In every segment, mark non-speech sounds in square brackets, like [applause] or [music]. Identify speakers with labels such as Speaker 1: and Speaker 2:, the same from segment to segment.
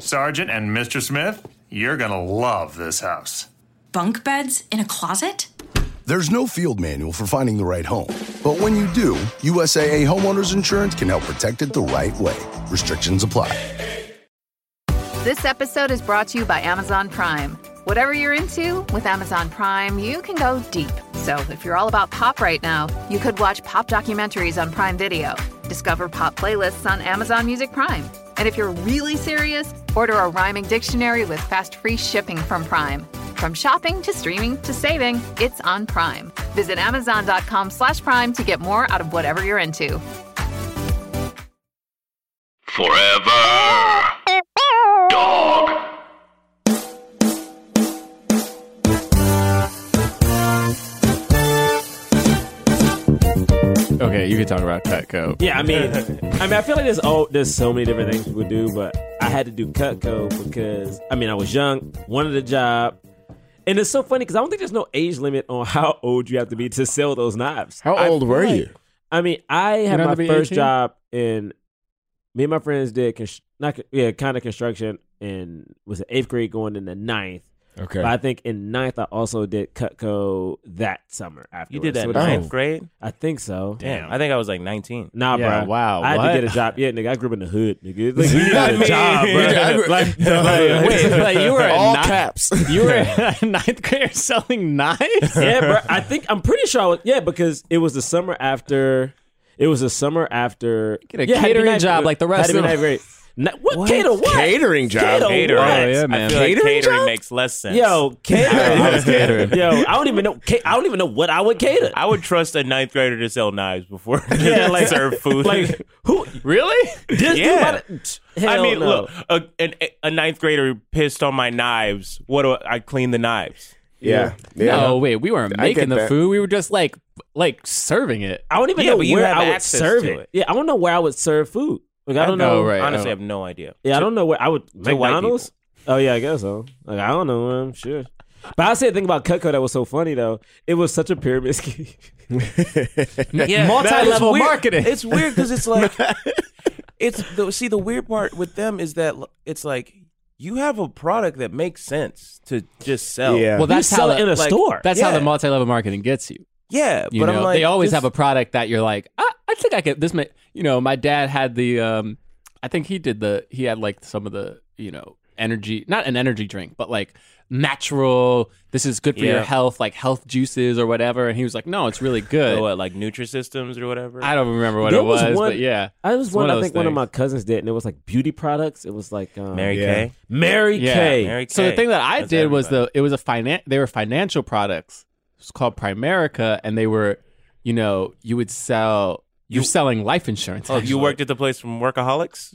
Speaker 1: Sergeant and Mr. Smith, you're gonna love this house.
Speaker 2: Bunk beds in a closet?
Speaker 3: There's no field manual for finding the right home, but when you do, USAA Homeowners Insurance can help protect it the right way. Restrictions apply.
Speaker 4: This episode is brought to you by Amazon Prime. Whatever you're into, with Amazon Prime, you can go deep. So if you're all about pop right now, you could watch pop documentaries on Prime Video, discover pop playlists on Amazon Music Prime. And if you're really serious, order a rhyming dictionary with fast free shipping from Prime. From shopping to streaming to saving, it's on Prime. Visit Amazon.com slash Prime to get more out of whatever you're into.
Speaker 5: Forever. Dog.
Speaker 6: Okay, you can talk about Cutco.
Speaker 7: Yeah, I
Speaker 6: [laughs]
Speaker 7: mean, I mean, I feel like there's oh, there's so many different things people do, but I had to do Cutco because I mean, I was young, wanted a job, and it's so funny because I don't think there's no age limit on how old you have to be to sell those knives.
Speaker 8: How
Speaker 7: I
Speaker 8: old
Speaker 7: feel
Speaker 8: were
Speaker 7: like-
Speaker 8: you?
Speaker 7: I mean, I had
Speaker 6: don't
Speaker 7: my
Speaker 6: have to be
Speaker 7: first
Speaker 6: 18?
Speaker 7: job in me and my friends did const- not con- yeah kind of construction in was it eighth grade going into ninth.
Speaker 8: Okay.
Speaker 7: But I think in ninth I also did Cutco that summer. After
Speaker 9: You did that in ninth grade?
Speaker 7: I think so.
Speaker 9: Damn, I think I was like 19.
Speaker 7: Nah,
Speaker 6: Yeah,
Speaker 7: bro.
Speaker 6: wow,
Speaker 7: I had
Speaker 6: what?
Speaker 7: to [laughs] get a job. Yeah, nigga, I grew up in the hood, nigga. Like, you
Speaker 8: I
Speaker 7: got a
Speaker 8: mean-
Speaker 7: job,
Speaker 8: I
Speaker 7: bro.
Speaker 8: grew-
Speaker 7: like,
Speaker 8: No,
Speaker 7: like,
Speaker 9: Wait, like you
Speaker 7: [laughs]
Speaker 9: were
Speaker 8: all
Speaker 9: not,
Speaker 8: caps.
Speaker 6: You were a ninth grader selling knives?
Speaker 7: yeah, bro. I think I'm pretty sure. I was, yeah, because it was the summer after. It was the summer after.
Speaker 6: Get a
Speaker 7: yeah, had to be
Speaker 6: catering
Speaker 7: ninth
Speaker 6: job
Speaker 7: grade.
Speaker 6: like the rest
Speaker 7: Had to be
Speaker 6: of them.
Speaker 7: ninth grade. Na- what, cater? What
Speaker 8: Catering job.
Speaker 7: Cater
Speaker 9: Catering.
Speaker 7: what?
Speaker 6: Oh, yeah, man.
Speaker 9: I feel like
Speaker 8: Catering
Speaker 9: catering
Speaker 8: job?
Speaker 9: makes less sense.
Speaker 7: Yo,
Speaker 6: I
Speaker 7: cater.
Speaker 6: was catering.
Speaker 7: Yo, I don't even know. ca- I don't even know what I would cater.
Speaker 9: I would trust a ninth grader to sell knives
Speaker 7: [laughs]
Speaker 9: before [laughs]
Speaker 7: Yeah, like-
Speaker 9: serve food.
Speaker 7: like who?
Speaker 9: really?
Speaker 7: This dude
Speaker 9: yeah.
Speaker 7: about to-
Speaker 9: I
Speaker 7: Hell
Speaker 9: mean,
Speaker 7: no.
Speaker 9: look, a, an, a ninth grader pissed on my knives. What do I, I clean the knives?
Speaker 8: Yeah. yeah.
Speaker 6: No, wait, we weren't
Speaker 8: I
Speaker 6: making
Speaker 8: get
Speaker 6: the
Speaker 8: that.
Speaker 6: food. We were just like like serving it.
Speaker 7: I don't even
Speaker 9: Yeah,
Speaker 7: know
Speaker 9: but you
Speaker 7: where
Speaker 9: have
Speaker 7: I would
Speaker 9: access
Speaker 7: serve
Speaker 9: to
Speaker 7: it.
Speaker 9: it.
Speaker 7: Yeah, I don't know where I would serve food. Like I don't know.
Speaker 6: right.
Speaker 9: Honestly, I have no idea.
Speaker 7: Yeah, I don't know where I would
Speaker 9: white
Speaker 7: McDonald's. Oh yeah, I guess so. Like I don't know, I'm sure. But I say the thing about Cutco that was so funny though. It was such a pyramid [laughs] scheme.
Speaker 6: Multi-level
Speaker 9: It's weird-
Speaker 6: marketing.
Speaker 9: It's weird because [laughs] it's like
Speaker 7: [laughs]
Speaker 9: it's the, see the weird part with them is that l- it's like you have a product that makes sense to just sell.
Speaker 8: Yeah.
Speaker 6: well, that's
Speaker 7: sell
Speaker 6: how
Speaker 7: it in a
Speaker 6: like,
Speaker 7: store.
Speaker 6: That's how
Speaker 9: Yeah.
Speaker 6: the multi-level marketing gets you.
Speaker 9: yeah.
Speaker 6: You
Speaker 9: but
Speaker 6: know,
Speaker 9: I'm like,
Speaker 6: they always
Speaker 9: this-
Speaker 6: have a product that you're like, I, I think I could. This, may, you know, my dad had the, um, I think he did the, he had like some of the, you know, energy, not an energy drink, but like natural. This is good for your
Speaker 9: Yeah.
Speaker 6: health, like health juices or whatever. And he was like, no, it's really good.
Speaker 9: Oh, what, like Nutrisystems or whatever.
Speaker 6: I don't remember what
Speaker 7: There
Speaker 6: it
Speaker 7: was
Speaker 6: was,
Speaker 7: one-
Speaker 6: but yeah,
Speaker 7: I was
Speaker 6: It's
Speaker 7: one.
Speaker 6: one of
Speaker 7: I
Speaker 6: those
Speaker 7: think one of
Speaker 6: things.
Speaker 7: my cousins did, and it was like beauty products. It was like um,
Speaker 9: Mary
Speaker 8: Yeah.
Speaker 9: Kay.
Speaker 7: Mary
Speaker 6: Yeah.
Speaker 7: Kay.
Speaker 9: Mary Kay.
Speaker 6: So the thing that I
Speaker 9: That's
Speaker 6: did was
Speaker 9: everybody.
Speaker 6: the it was a finan they were financial products. It's called Primerica, and they were, you know, you would sell. You're selling life insurance.
Speaker 9: Oh, you worked at the place from Workaholics.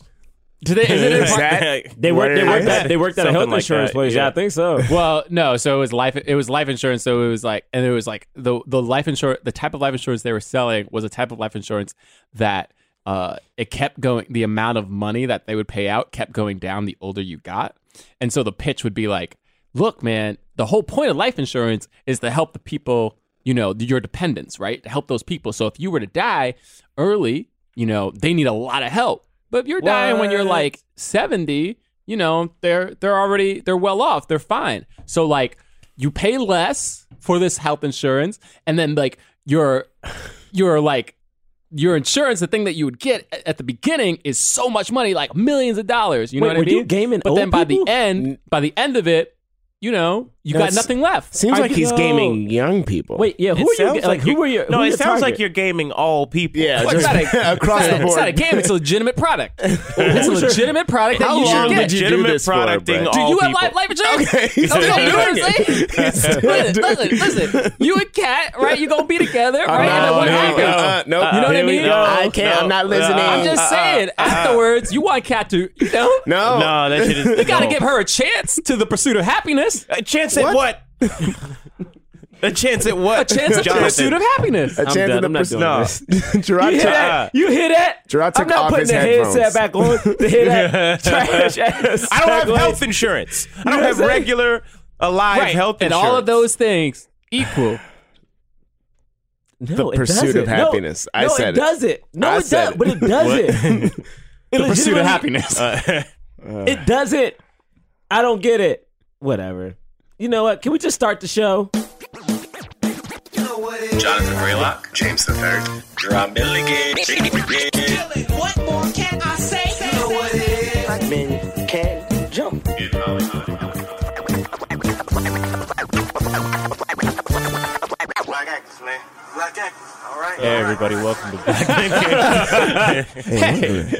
Speaker 6: Do they, is
Speaker 9: [laughs]
Speaker 6: it in-
Speaker 9: Is that-
Speaker 7: They worked. They
Speaker 9: Where-
Speaker 7: worked. At, they worked at a
Speaker 9: Something
Speaker 7: health
Speaker 9: like
Speaker 7: insurance
Speaker 9: that,
Speaker 7: place. Yeah.
Speaker 9: yeah.
Speaker 7: I think so.
Speaker 6: well, no. So it was life. It was life insurance. So it was like, and it was like the the life insurance. The type of life insurance they were selling was a type of life insurance that uh, it kept going. The amount of money that they would pay out kept going down the older you got. And so the pitch would be like, look, man, the whole point of life insurance is to help the people, you know, your dependents, right? To help those people. So if you were to die early, you know, they need a lot of help. But if you're dying when you're
Speaker 9: What?
Speaker 6: like 70, you know, they're they're already they're well off, they're fine. So like you pay less for this health insurance and then like your your like your insurance, the thing that you would get a- at the beginning is so much money, like millions of dollars. You know
Speaker 7: Wait,
Speaker 6: what I
Speaker 7: were
Speaker 6: mean?
Speaker 7: you gaming
Speaker 6: but
Speaker 7: old
Speaker 6: then by
Speaker 7: people?
Speaker 6: the end, by the end of it, you know, you got
Speaker 8: That's-
Speaker 6: nothing left.
Speaker 8: Seems
Speaker 7: I
Speaker 8: like he's
Speaker 7: know.
Speaker 8: gaming young people.
Speaker 7: Wait, yeah. Who
Speaker 9: It
Speaker 7: are you?
Speaker 9: sounds
Speaker 7: Like, who
Speaker 9: you're-
Speaker 7: were your?
Speaker 9: No,
Speaker 7: who
Speaker 9: it
Speaker 7: your
Speaker 9: sounds like
Speaker 7: target?
Speaker 9: you're gaming all people.
Speaker 8: yeah,
Speaker 6: Well, it's
Speaker 8: just
Speaker 6: not
Speaker 7: [laughs]
Speaker 8: across
Speaker 6: it's,
Speaker 8: the
Speaker 6: not, it's
Speaker 8: board.
Speaker 6: not a game. It's a legitimate
Speaker 9: [laughs]
Speaker 6: product. it's a legitimate product that
Speaker 8: How
Speaker 6: you
Speaker 8: long
Speaker 6: should get.
Speaker 8: did you do
Speaker 9: Legitimate
Speaker 8: this for,
Speaker 9: producting
Speaker 8: bro?
Speaker 9: all
Speaker 6: Dude, you
Speaker 9: people.
Speaker 6: have life, life insurance?
Speaker 8: Okay, he's
Speaker 6: That's
Speaker 8: still
Speaker 6: what I'm [laughs]
Speaker 8: doing
Speaker 6: doing,
Speaker 8: it.
Speaker 6: see?
Speaker 8: He's
Speaker 6: [laughs]
Speaker 8: still
Speaker 6: listen,
Speaker 8: doing it.
Speaker 6: listen, listen. You and Kat, right? You gonna be together, right? and then
Speaker 8: No,
Speaker 6: what
Speaker 8: no,
Speaker 6: happens?
Speaker 8: uh, no.
Speaker 6: You know what I
Speaker 8: Here we
Speaker 6: mean?
Speaker 8: go. I can't.
Speaker 9: No,
Speaker 8: I'm not
Speaker 9: no,
Speaker 8: listening.
Speaker 6: I'm just saying. afterwards, you want Kat to, you know,
Speaker 8: no.
Speaker 9: No, that shit is.
Speaker 6: [laughs] you gotta give her a chance to the pursuit of happiness.
Speaker 9: a chance at what?
Speaker 8: What?
Speaker 6: [laughs]
Speaker 9: a chance at what?
Speaker 6: A chance of the
Speaker 9: Jonathan.
Speaker 6: pursuit of happiness.
Speaker 8: A chance
Speaker 7: done.
Speaker 8: of the
Speaker 7: I'm not
Speaker 8: person.
Speaker 7: doing
Speaker 8: No. [laughs] Gerard
Speaker 7: You hear
Speaker 8: took-
Speaker 7: that? You hear that?
Speaker 8: Gerard
Speaker 7: I'm
Speaker 8: took
Speaker 7: not
Speaker 8: off
Speaker 7: putting
Speaker 8: his
Speaker 7: the
Speaker 8: headphones.
Speaker 7: headset back on to hear
Speaker 8: [laughs]
Speaker 7: that trash ass.
Speaker 9: I don't have
Speaker 7: segue.
Speaker 9: health insurance. I
Speaker 7: know
Speaker 9: don't
Speaker 7: what
Speaker 9: have
Speaker 7: I'm saying?
Speaker 9: regular alive
Speaker 6: Right.
Speaker 9: health
Speaker 6: and
Speaker 9: insurance.
Speaker 6: all of those things equal.
Speaker 7: No,
Speaker 8: The
Speaker 7: it
Speaker 8: pursuit of
Speaker 7: doesn't. No,
Speaker 8: happiness. I
Speaker 7: no,
Speaker 8: said
Speaker 7: it
Speaker 8: it.
Speaker 7: doesn't. No,
Speaker 8: I
Speaker 7: it
Speaker 9: [laughs]
Speaker 8: said
Speaker 7: does,
Speaker 8: it.
Speaker 7: but it doesn't. the
Speaker 6: Pursuit of happiness.
Speaker 9: Uh,
Speaker 7: [laughs] It doesn't. I don't get it. Whatever. You know what? Can we just start the show?
Speaker 10: Jonathan Raylock, James the Third, Drum Milligan.
Speaker 11: What more can I say?
Speaker 10: Black men can
Speaker 7: [laughs]
Speaker 10: jump.
Speaker 12: Black actors, man. Black actors. All right.
Speaker 9: Hey everybody, welcome
Speaker 12: [laughs]
Speaker 9: to Black Men Can't Jump.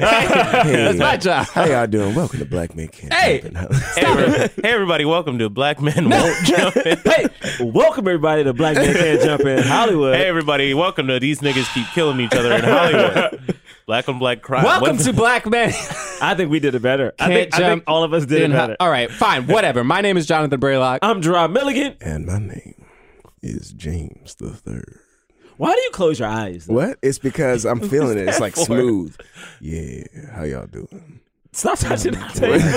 Speaker 8: [laughs] Hey,
Speaker 9: That's my job.
Speaker 8: How y'all doing? Welcome to Black Men Can't
Speaker 9: Hey.
Speaker 8: Jump.
Speaker 9: Hey, everybody.
Speaker 7: Hey everybody, welcome to Black Men Won't [laughs] Jump In. Hey, welcome everybody to Black Men Can't Jump In Hollywood.
Speaker 9: Hey everybody, welcome to These Niggas Keep Killing Each Other in
Speaker 7: [laughs]
Speaker 9: Hollywood. black on black crime.
Speaker 7: Welcome
Speaker 9: What-
Speaker 7: to Black Men. I think we did it better. I think, I think all of us did it
Speaker 6: Didn't ha-
Speaker 7: better.
Speaker 6: All right, fine, whatever. My name is Jonathan Braylock.
Speaker 7: I'm Dry Milligan.
Speaker 8: And my name is James the Third.
Speaker 7: Why do you close your eyes?
Speaker 8: What? It's because I'm feeling it. It's
Speaker 7: that
Speaker 8: like
Speaker 7: for?
Speaker 8: smooth. Yeah. How y'all doing?
Speaker 7: Stop touching the table. Don't you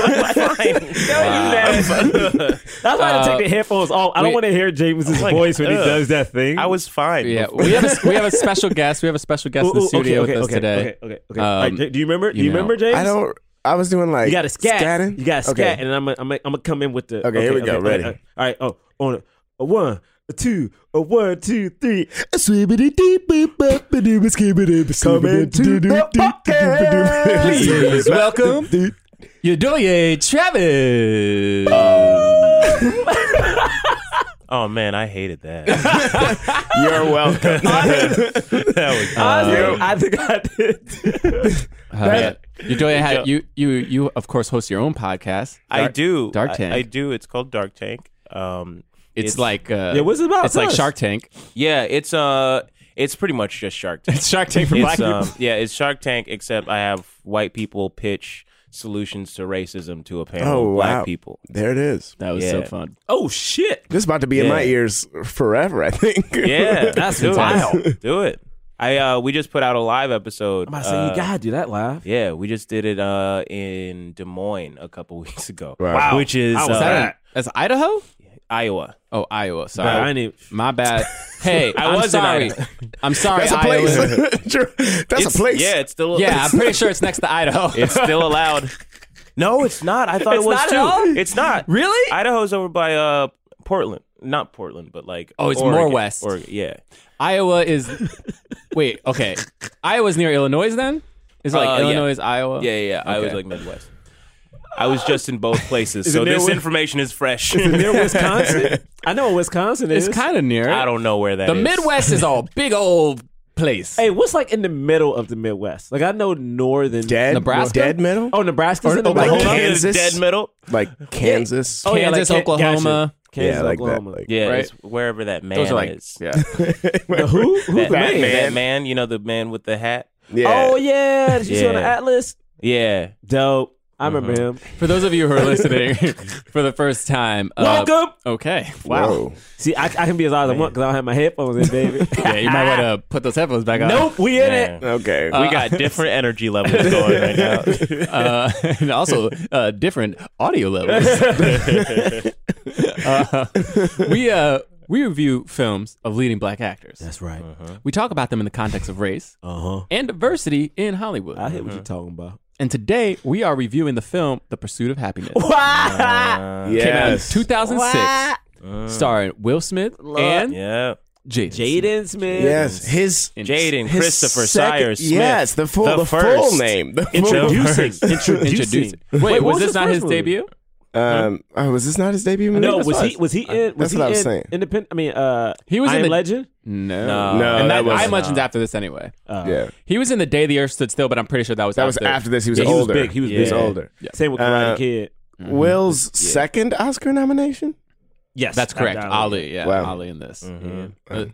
Speaker 7: that. That's why I had to
Speaker 6: Uh,
Speaker 7: take the headphones off. I don't
Speaker 6: we-
Speaker 7: want to hear James's
Speaker 9: like,
Speaker 7: voice when he
Speaker 6: [laughs]
Speaker 9: ugh.
Speaker 7: does that thing.
Speaker 9: Oh I was fine.
Speaker 6: Yeah,
Speaker 9: [laughs]
Speaker 6: we have a, we have a special guest. We have a special guest in
Speaker 7: Ooh,
Speaker 6: the
Speaker 7: ooh,
Speaker 6: studio
Speaker 7: okay,
Speaker 6: with us
Speaker 7: okay,
Speaker 6: today.
Speaker 7: Okay, okay, okay.
Speaker 6: Um,
Speaker 7: All right, J- do you [laughs] remember? Do
Speaker 6: you
Speaker 7: you
Speaker 6: know.
Speaker 7: remember, James?
Speaker 8: I don't. [laughs] I was doing like
Speaker 7: You got to scat.
Speaker 8: scatting.
Speaker 7: You got to scat,
Speaker 8: Okay.
Speaker 7: and I'm gonna- I'm gonna- I'm gonna come in with the.
Speaker 8: Okay, here we go, ready.
Speaker 7: All right. Oh, on a, a one, a two, a one, two, three. A swimmity deep,
Speaker 8: Coming to the podcast.
Speaker 6: Please welcome Yudoye Travis.
Speaker 9: Oh man, I hated that.
Speaker 7: [laughs]
Speaker 9: that
Speaker 8: You're welcome.
Speaker 9: [laughs] was
Speaker 7: Honestly, [laughs] I think I did. [laughs]
Speaker 6: Uh, Yudoye, had- you you you of course host your own podcast.
Speaker 9: I
Speaker 6: Dark-
Speaker 9: do.
Speaker 6: Dark
Speaker 9: I-
Speaker 6: Tank.
Speaker 9: I, do. It's called Dark Tank. Um
Speaker 6: It's, like uh,
Speaker 7: Yeah, what's it about?
Speaker 6: It's like
Speaker 7: Tell us.
Speaker 6: Shark Tank.
Speaker 9: Yeah, it's uh it's pretty much just Shark Tank.
Speaker 6: It's Shark Tank for black
Speaker 9: it's,
Speaker 6: people.
Speaker 9: um, yeah, it's Shark Tank, except I have white people pitch solutions to racism to a panel
Speaker 8: Oh
Speaker 9: of
Speaker 8: wow.
Speaker 9: black people.
Speaker 8: There it is.
Speaker 6: That was
Speaker 9: yeah.
Speaker 6: so fun.
Speaker 7: oh shit!
Speaker 8: This is about to be in my
Speaker 9: Yeah.
Speaker 8: ears forever. I think.
Speaker 9: [laughs] Yeah,
Speaker 7: That's
Speaker 9: do
Speaker 7: wild.
Speaker 9: It. Do it. I uh, we just put out a live episode.
Speaker 7: I'm about to say
Speaker 9: uh,
Speaker 7: you gotta do that live.
Speaker 9: Yeah, we just did it uh, in Des Moines a couple [laughs] weeks ago.
Speaker 8: Wow.
Speaker 9: Which is
Speaker 7: How
Speaker 9: uh,
Speaker 7: was
Speaker 6: Is that in- that's Idaho?
Speaker 9: Iowa.
Speaker 6: Oh, Iowa. Sorry,
Speaker 7: Right, I didn't.
Speaker 6: my
Speaker 9: [laughs]
Speaker 6: bad. Hey, I
Speaker 9: I
Speaker 6: am
Speaker 9: was in
Speaker 6: sorry.
Speaker 9: Idaho.
Speaker 6: I'm sorry,
Speaker 8: That's a
Speaker 6: Iowa.
Speaker 8: place.
Speaker 9: [laughs]
Speaker 8: That's a
Speaker 9: It's-
Speaker 8: place.
Speaker 9: Yeah, it's still.
Speaker 6: Yeah, I'm
Speaker 9: [laughs]
Speaker 6: pretty sure it's next to Idaho.
Speaker 9: it's still allowed. [laughs] No, it's not. I thought
Speaker 6: It's
Speaker 9: it was
Speaker 6: not at
Speaker 9: too.
Speaker 6: all?
Speaker 9: It's not.
Speaker 6: Really?
Speaker 9: Idaho's over by uh Portland. Not Portland, but like
Speaker 6: Oh, it's more
Speaker 9: Oregon.
Speaker 6: west.
Speaker 9: Oregon. Yeah.
Speaker 6: Iowa is. Wait, okay. Iowa's near Illinois then? Is it like
Speaker 9: Uh, yeah.
Speaker 6: Illinois, is Iowa?
Speaker 9: Yeah, yeah, yeah. I was
Speaker 6: Okay.
Speaker 9: like Midwest. I was just in both
Speaker 8: [laughs]
Speaker 9: places,
Speaker 7: Is it
Speaker 9: so
Speaker 7: near
Speaker 9: this
Speaker 7: Wi-
Speaker 9: information is fresh. [laughs]
Speaker 7: Near [laughs]
Speaker 6: [laughs]
Speaker 7: Wisconsin. I know what Wisconsin is.
Speaker 6: It's kind of near.
Speaker 9: I don't know where that
Speaker 6: The
Speaker 9: is.
Speaker 6: Midwest is
Speaker 9: [laughs]
Speaker 6: a big old place.
Speaker 7: Hey, what's like in the middle of the Midwest? Like I know northern
Speaker 8: Dead.
Speaker 6: Nebraska?
Speaker 8: Dead metal.
Speaker 7: Oh, Nebraska's in the
Speaker 8: Oklahoma?
Speaker 7: middle.
Speaker 8: Hold on.
Speaker 9: Kansas.
Speaker 8: Kansas?
Speaker 9: Dead middle.
Speaker 8: Like Kansas.
Speaker 7: Oh, yeah, like
Speaker 6: Kansas,
Speaker 7: Can-
Speaker 6: Oklahoma.
Speaker 7: gotcha. Kansas,
Speaker 8: yeah, like
Speaker 7: Oklahoma.
Speaker 8: that. Like,
Speaker 9: Yeah,
Speaker 6: Right.
Speaker 9: it's wherever that man
Speaker 6: Those are like.
Speaker 9: is. [laughs]
Speaker 8: [laughs]
Speaker 6: Yeah.
Speaker 7: The who? Who's
Speaker 9: That,
Speaker 7: the man?
Speaker 9: that man, you know, the man with the hat.
Speaker 8: yeah.
Speaker 7: Oh yeah, did you see on the
Speaker 9: Yeah. Uh-huh.
Speaker 7: atlas?
Speaker 9: Yeah.
Speaker 7: Dope. I remember him.
Speaker 6: For those of you who are listening [laughs] for the first time. uh,
Speaker 7: Welcome.
Speaker 6: Okay.
Speaker 8: Wow.
Speaker 9: Oh.
Speaker 7: See, I, I can be as loud as I want because I don't have my headphones in, baby.
Speaker 6: [laughs] Yeah, you might want to put those headphones back on.
Speaker 7: Nope, we in
Speaker 9: Man.
Speaker 7: it.
Speaker 8: Okay.
Speaker 9: we got different energy
Speaker 6: [laughs]
Speaker 9: levels going right now.
Speaker 6: uh, [laughs] and also uh, different audio levels.
Speaker 9: [laughs]
Speaker 6: Uh, we uh, we review films of leading black actors.
Speaker 7: That's right.
Speaker 6: We talk about them in the context of race
Speaker 7: Uh huh.
Speaker 6: and diversity in Hollywood.
Speaker 7: I hear what you're talking about.
Speaker 6: And today we are reviewing the film The Pursuit of Happiness.
Speaker 7: Uh,
Speaker 6: Came out in
Speaker 8: yes.
Speaker 6: 2006, starring Will Smith and
Speaker 9: Yeah.
Speaker 6: Jaden.
Speaker 7: Jaden Smith.
Speaker 8: Yes. His.
Speaker 6: Smith.
Speaker 9: Jaden
Speaker 8: his
Speaker 9: Christopher
Speaker 8: second-
Speaker 9: Sire Smith.
Speaker 8: Yes. The full. The,
Speaker 9: first.
Speaker 8: full name. The full- [laughs]
Speaker 7: Introducing. Introducing.
Speaker 6: Introducing. Wait,
Speaker 7: what
Speaker 6: was, this
Speaker 7: his
Speaker 6: not
Speaker 7: first
Speaker 6: his
Speaker 7: movie?
Speaker 6: debut?
Speaker 8: Um. Oh, was this not his debut movie?
Speaker 7: No,
Speaker 8: This
Speaker 7: was he? Was he in? Was
Speaker 8: Uh, That's
Speaker 7: he
Speaker 8: what I was
Speaker 7: in
Speaker 8: saying.
Speaker 7: Independent. I mean, uh,
Speaker 6: He was
Speaker 7: I
Speaker 6: in
Speaker 7: Am
Speaker 6: the-
Speaker 7: Legend.
Speaker 6: No.
Speaker 8: No,
Speaker 6: and
Speaker 8: that
Speaker 6: that,
Speaker 8: was-
Speaker 6: I Legend's after this anyway.
Speaker 8: Yeah.
Speaker 6: Uh, He was in The Day the Earth Stood Still, but I'm pretty sure that was
Speaker 8: That was
Speaker 6: after.
Speaker 8: after this. He was
Speaker 7: Yeah, he was
Speaker 8: older.
Speaker 7: big. He was
Speaker 8: He was
Speaker 7: big.
Speaker 8: older.
Speaker 7: Same with Karate
Speaker 8: Uh,
Speaker 7: Kid.
Speaker 6: mm-hmm.
Speaker 8: Will's second Oscar nomination.
Speaker 7: Yes,
Speaker 6: That's correct.
Speaker 7: Not Dolly.
Speaker 6: Ali, yeah,
Speaker 8: Wow.
Speaker 6: Ali in this. Uh,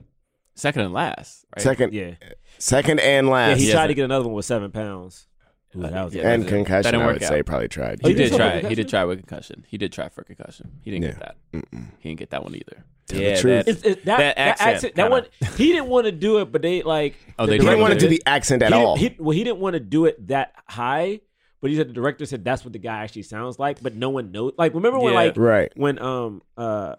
Speaker 6: second and last. Right?
Speaker 8: Second.
Speaker 7: Yeah,
Speaker 8: Second and
Speaker 7: yeah.
Speaker 8: last.
Speaker 7: He
Speaker 6: Yes.
Speaker 7: tried to get another one with seven pounds. Ooh, that was
Speaker 6: yeah.
Speaker 8: and
Speaker 6: That
Speaker 8: concussion.
Speaker 6: didn't
Speaker 8: I
Speaker 6: work
Speaker 8: would
Speaker 6: out.
Speaker 8: say probably tried.
Speaker 7: Oh,
Speaker 6: He
Speaker 7: you
Speaker 6: did try.
Speaker 7: did something
Speaker 6: He did
Speaker 7: concussion?
Speaker 6: try with concussion. He did try for concussion. He didn't get
Speaker 8: Yeah.
Speaker 6: that. He didn't get that one either.
Speaker 9: Yeah,
Speaker 8: truth.
Speaker 9: that's-
Speaker 7: It's- it- that,
Speaker 9: That
Speaker 7: that
Speaker 9: accent,
Speaker 7: accent, that
Speaker 9: kinda.
Speaker 7: one, he didn't want to do it, but they like.
Speaker 6: Oh, they
Speaker 8: He didn't
Speaker 6: Right,
Speaker 8: want to
Speaker 6: but
Speaker 8: do
Speaker 6: it-
Speaker 8: the accent at
Speaker 7: he didn't-
Speaker 8: all.
Speaker 7: He, well, he didn't want to do it that high, but he said the director said that's what the guy actually sounds like, but no one knows. Like, remember when
Speaker 9: Yeah.
Speaker 7: like
Speaker 8: Right.
Speaker 7: when um uh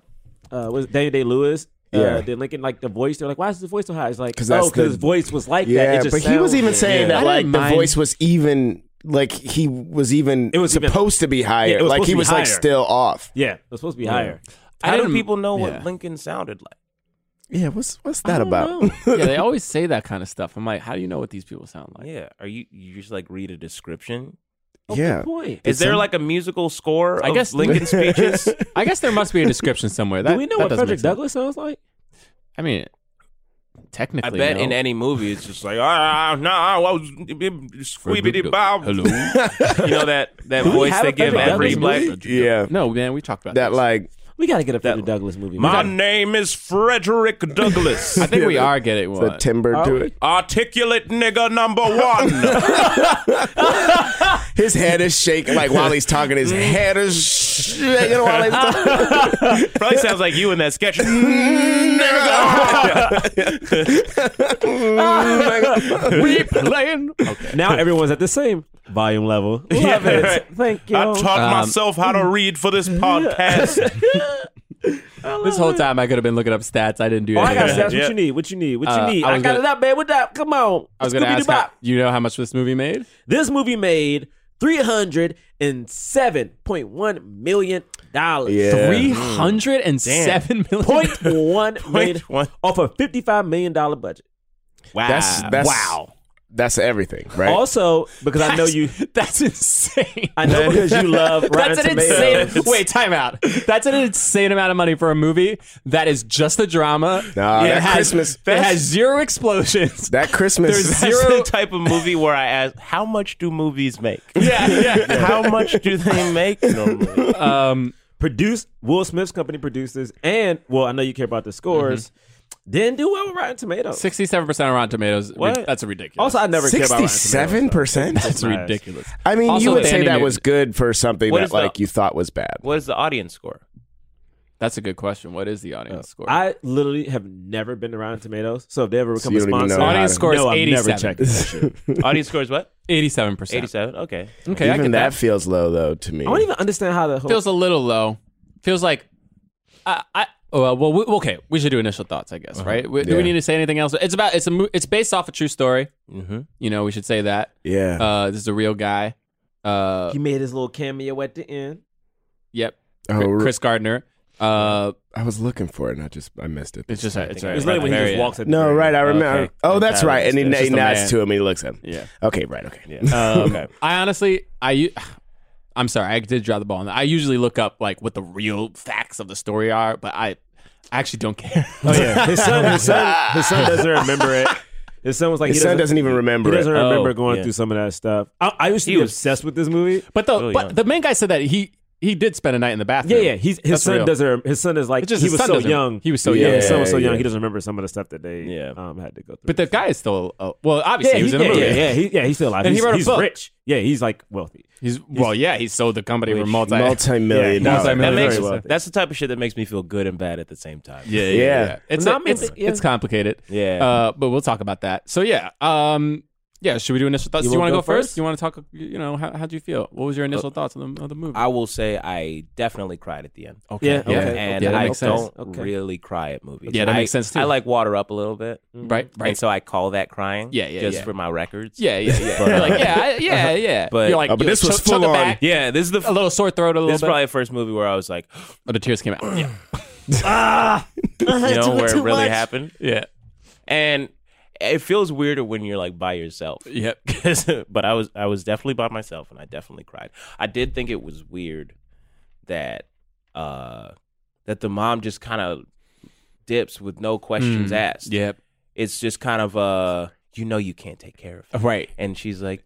Speaker 7: uh was it Daniel Day Lewis. Uh,
Speaker 8: Yeah.
Speaker 7: Then Lincoln, like the voice, they're like, "Why is his voice so high?" It's like,
Speaker 8: 'Cause
Speaker 7: "Oh,
Speaker 8: that's the-
Speaker 7: because his voice was like that."
Speaker 8: yeah,
Speaker 7: It just
Speaker 8: but he was
Speaker 7: sounds
Speaker 8: even
Speaker 7: like-
Speaker 8: saying
Speaker 7: Yeah.
Speaker 8: that
Speaker 6: I
Speaker 8: like
Speaker 6: didn't
Speaker 8: the
Speaker 6: mind-
Speaker 8: voice was even like he was even it was supposed to be higher.
Speaker 7: Yeah, it was
Speaker 8: like
Speaker 7: supposed
Speaker 8: he
Speaker 7: to be
Speaker 8: was like
Speaker 7: higher.
Speaker 8: still off.
Speaker 7: Yeah, it's supposed to be
Speaker 8: Yeah.
Speaker 7: higher.
Speaker 8: I
Speaker 7: How do
Speaker 8: didn't-
Speaker 7: people know
Speaker 8: yeah.
Speaker 7: what Lincoln sounded like?
Speaker 8: Yeah, what's what's that about?
Speaker 6: [laughs] yeah,
Speaker 8: [laughs]
Speaker 6: they always say that kind of stuff. I'm like, how do you know what these people sound like?
Speaker 7: Yeah, are you you just like read a description?
Speaker 8: yeah.
Speaker 7: Is
Speaker 6: It's
Speaker 7: there
Speaker 6: some-
Speaker 7: like a musical score? Of
Speaker 6: I guess [laughs]
Speaker 7: Lincoln speeches.
Speaker 6: I guess there must be a description somewhere. That,
Speaker 7: Do we know
Speaker 6: that
Speaker 7: what
Speaker 6: doesn't
Speaker 7: Frederick
Speaker 6: make sense.
Speaker 7: Douglass sounds like?
Speaker 6: I mean,
Speaker 7: I
Speaker 6: technically,
Speaker 7: bet
Speaker 6: no.
Speaker 7: in any movie it's just like ah no I was squeebity bob.
Speaker 6: Hello.
Speaker 7: [laughs] you know that that voice they give every black.
Speaker 8: Yeah.
Speaker 6: No, man, we talked about
Speaker 8: that. Like
Speaker 7: we got to get up that Douglas movie.
Speaker 8: We
Speaker 7: My
Speaker 8: gotta-
Speaker 7: name is Frederick Douglass.
Speaker 6: I think we are getting
Speaker 8: the
Speaker 6: one.
Speaker 8: timber
Speaker 7: Are
Speaker 8: to
Speaker 7: we?
Speaker 8: it.
Speaker 7: Articulate nigga number one.
Speaker 6: [laughs]
Speaker 8: His head is shaking like while he's talking.
Speaker 7: [laughs]
Speaker 8: His
Speaker 7: Mm-hmm.
Speaker 8: head is shaking while he's talking.
Speaker 7: [laughs] Probably sounds like you in that
Speaker 8: [laughs]
Speaker 7: sketch.
Speaker 6: we playing.
Speaker 7: [laughs] Now everyone's at the same volume level. [laughs] Love
Speaker 13: it.
Speaker 7: Thank
Speaker 13: you.
Speaker 7: I taught
Speaker 6: Um,
Speaker 7: myself how to read
Speaker 6: [laughs]
Speaker 7: for this podcast.
Speaker 6: this whole time I could have been looking up stats. I didn't do
Speaker 7: Oh,
Speaker 6: anything.
Speaker 7: I got stats.
Speaker 6: Yeah.
Speaker 7: What you need? What you need? What you
Speaker 6: Uh,
Speaker 7: need?
Speaker 6: I
Speaker 7: I,
Speaker 6: was
Speaker 7: got
Speaker 6: gonna-
Speaker 7: it up, babe. What up? Come on.
Speaker 6: I was going to ask,
Speaker 7: Scooby-Doo-bop.
Speaker 6: how, you know how much this movie made?
Speaker 7: This movie made three hundred and seven point one million dollars. Mm.
Speaker 8: Yeah.
Speaker 6: Three hundred and seven million. [laughs]
Speaker 7: Point one million
Speaker 13: one.
Speaker 7: off a fifty-five million dollar budget. Wow!
Speaker 8: That's that's
Speaker 7: wow!
Speaker 8: That's everything, right?
Speaker 7: Also, because I know you,
Speaker 6: [laughs] That's insane. [laughs]
Speaker 7: I know because you love Rotten
Speaker 6: That's an
Speaker 7: Tomatoes.
Speaker 6: insane. [laughs] Wait, time out. That's an insane amount of money for a movie that is just a drama.
Speaker 8: Nah,
Speaker 6: it
Speaker 8: Uh, that
Speaker 6: has,
Speaker 8: Christmas-
Speaker 6: It has zero explosions.
Speaker 8: [laughs] that Christmas.
Speaker 6: There's
Speaker 7: That's
Speaker 6: zero.
Speaker 8: [laughs]
Speaker 7: the type of movie where I ask, how much do movies [laughs] make?
Speaker 6: yeah, yeah.
Speaker 7: How much do they make normally?
Speaker 6: Um,
Speaker 7: Produce Will Smith's company producers, and well, I know you care about the scores. Didn't do well with Rotten Tomatoes.
Speaker 6: sixty-seven percent on Rotten Tomatoes. Re-
Speaker 7: What?
Speaker 6: That's ridiculous.
Speaker 7: Also, I never care about Rotten Tomatoes.
Speaker 8: Sixty-seven percent.
Speaker 6: that's ridiculous.
Speaker 8: I mean,
Speaker 6: Also,
Speaker 8: you would
Speaker 6: the
Speaker 8: say that
Speaker 6: animated-
Speaker 8: was good for something
Speaker 7: What
Speaker 8: that
Speaker 7: is the-
Speaker 8: like you thought was bad.
Speaker 7: What is the audience score?
Speaker 6: That's a good question. What is the audience
Speaker 8: Oh.
Speaker 6: score?
Speaker 7: I literally have never been to Rotten Tomatoes, so if they ever
Speaker 8: So
Speaker 7: become
Speaker 8: you
Speaker 7: a
Speaker 8: don't even
Speaker 7: sponsor,
Speaker 8: know how
Speaker 6: audience
Speaker 8: to-
Speaker 6: score is
Speaker 7: no, I'm never checking
Speaker 6: eighty-seven.
Speaker 8: [laughs]
Speaker 7: that shit. audience score is what?
Speaker 6: Eighty-seven percent.
Speaker 7: Eighty-seven. Okay.
Speaker 6: Okay, I
Speaker 8: Even
Speaker 6: get
Speaker 8: that,
Speaker 6: that.
Speaker 8: feels low though to me.
Speaker 7: I don't even understand how the whole.
Speaker 6: feels a little low. Feels like I I well, well we, okay. We should do initial thoughts, I guess. Right? We, Do
Speaker 8: Uh-huh.
Speaker 6: we
Speaker 8: Yeah.
Speaker 6: need to say anything else? It's about it's a mo- it's based off a true story.
Speaker 7: mm-hmm.
Speaker 6: You know, we should say that.
Speaker 8: yeah.
Speaker 6: Uh, this is a real guy. Uh,
Speaker 7: He made his little cameo at the end.
Speaker 6: yep.
Speaker 8: Oh,
Speaker 6: Chr-
Speaker 8: re-
Speaker 6: Chris Gardner. Uh,
Speaker 8: I was looking for it and I just I missed it.
Speaker 6: it's just it's right.
Speaker 7: It's literally when he just walks at the
Speaker 8: no,
Speaker 7: very
Speaker 8: right. I
Speaker 7: end.
Speaker 8: remember.
Speaker 6: Okay.
Speaker 8: Oh, that's
Speaker 6: Okay.
Speaker 8: right. And he,
Speaker 6: It's
Speaker 8: he
Speaker 6: just a
Speaker 8: nods
Speaker 6: man.
Speaker 8: to him. He looks at him.
Speaker 6: Yeah.
Speaker 8: Okay. Right. Okay.
Speaker 6: [laughs] Um, I honestly, I. u- I'm sorry, I did draw the ball on that. I usually look up like what the real facts of the story are, but I, I actually don't care.
Speaker 7: [laughs] Oh yeah, his son, his son,
Speaker 6: [laughs]
Speaker 7: his son doesn't remember it. His son was like
Speaker 8: Ah. His
Speaker 7: he
Speaker 8: son doesn't even remember
Speaker 7: He doesn't
Speaker 8: it.
Speaker 7: remember
Speaker 6: Oh,
Speaker 7: going
Speaker 6: yeah.
Speaker 7: through some of that stuff. I, I used to
Speaker 9: He
Speaker 7: be
Speaker 9: was-
Speaker 7: obsessed with this movie.
Speaker 6: But the
Speaker 9: Really young.
Speaker 6: but the main guy said that he he did spend a night in the
Speaker 7: Yeah,
Speaker 6: bathroom.
Speaker 7: yeah. He's, his
Speaker 6: That's
Speaker 7: son
Speaker 6: real.
Speaker 7: doesn't. His son is like
Speaker 6: It's just
Speaker 7: he
Speaker 6: his
Speaker 7: was
Speaker 6: son
Speaker 7: so
Speaker 6: doesn't-
Speaker 7: young.
Speaker 6: he was so
Speaker 7: Yeah,
Speaker 6: young.
Speaker 7: his son was so
Speaker 8: Yeah,
Speaker 7: young.
Speaker 8: yeah.
Speaker 7: He doesn't remember some of the stuff that they
Speaker 9: Yeah.
Speaker 7: um, had to go through.
Speaker 6: But the guy is still uh, well,
Speaker 7: yeah,
Speaker 6: obviously
Speaker 7: he,
Speaker 6: he was
Speaker 7: yeah,
Speaker 6: in the movie.
Speaker 7: yeah, yeah, he, yeah, he's still alive.
Speaker 6: And he
Speaker 7: he's,
Speaker 6: wrote a
Speaker 7: he's
Speaker 6: book.
Speaker 7: rich. Yeah, he's like wealthy.
Speaker 6: He's well, yeah, he sold the company for multi [laughs]
Speaker 8: Multi-million
Speaker 6: Yeah,
Speaker 8: dollars.
Speaker 6: multi-million.
Speaker 9: That makes,
Speaker 6: Very well.
Speaker 9: that's the type of shit that makes me feel good and bad at the same time.
Speaker 6: Yeah, yeah,
Speaker 8: Yeah.
Speaker 6: It's
Speaker 7: Well, not
Speaker 6: it's,
Speaker 7: maybe- yeah.
Speaker 6: it's complicated.
Speaker 9: Yeah.
Speaker 6: uh, but we'll talk about that. So yeah, um, yeah. Should we do initial thoughts?
Speaker 7: You
Speaker 6: do Oh, you
Speaker 7: wanna
Speaker 6: want to
Speaker 7: go
Speaker 6: go, first? Uh,
Speaker 7: first?
Speaker 6: You want to talk? You know, how how do you feel? What was your initial thoughts on the, on the movie?
Speaker 9: Uh, I will say I definitely cried at the end.
Speaker 6: okay,
Speaker 7: Yeah, okay.
Speaker 9: And
Speaker 6: Yeah, that
Speaker 9: I
Speaker 6: makes sense.
Speaker 9: don't
Speaker 7: Okay.
Speaker 9: really cry at movies.
Speaker 6: Yeah, that
Speaker 9: I-
Speaker 6: makes sense, too.
Speaker 9: I like water up a little bit.
Speaker 6: right, right.
Speaker 9: And so I call that crying.
Speaker 6: Yeah, yeah,
Speaker 9: Just
Speaker 6: yeah.
Speaker 9: for my records.
Speaker 6: yeah, yeah, yeah.
Speaker 9: [laughs] But,
Speaker 6: You're like
Speaker 9: uh,
Speaker 6: yeah, I, yeah,
Speaker 9: [laughs]
Speaker 6: yeah.
Speaker 9: but-
Speaker 6: you're like,
Speaker 8: Oh, but
Speaker 6: you're
Speaker 8: this
Speaker 6: like,
Speaker 8: was
Speaker 6: chug- chug
Speaker 8: full
Speaker 6: it
Speaker 8: on.
Speaker 6: back,
Speaker 9: Yeah, this is the.
Speaker 6: A little sore throat, a little
Speaker 9: this is
Speaker 6: bit.
Speaker 9: probably the first movie where I was like,
Speaker 6: oh, the tears
Speaker 9: [clears throat]
Speaker 6: came out. Yeah, Ah! [laughs]
Speaker 7: [laughs]
Speaker 9: you know, where it really happened.
Speaker 6: yeah,
Speaker 9: And it feels weirder when you're like by yourself.
Speaker 6: yep.
Speaker 9: [laughs] 'Cause- but I was I was definitely by myself, and I definitely cried. I did think it was weird that uh that the mom just kind of dips with no questions
Speaker 6: Mm,
Speaker 9: asked.
Speaker 6: Yep.
Speaker 9: it's just kind of uh you know you can't take care of. Him.
Speaker 6: Right.
Speaker 9: And she's like,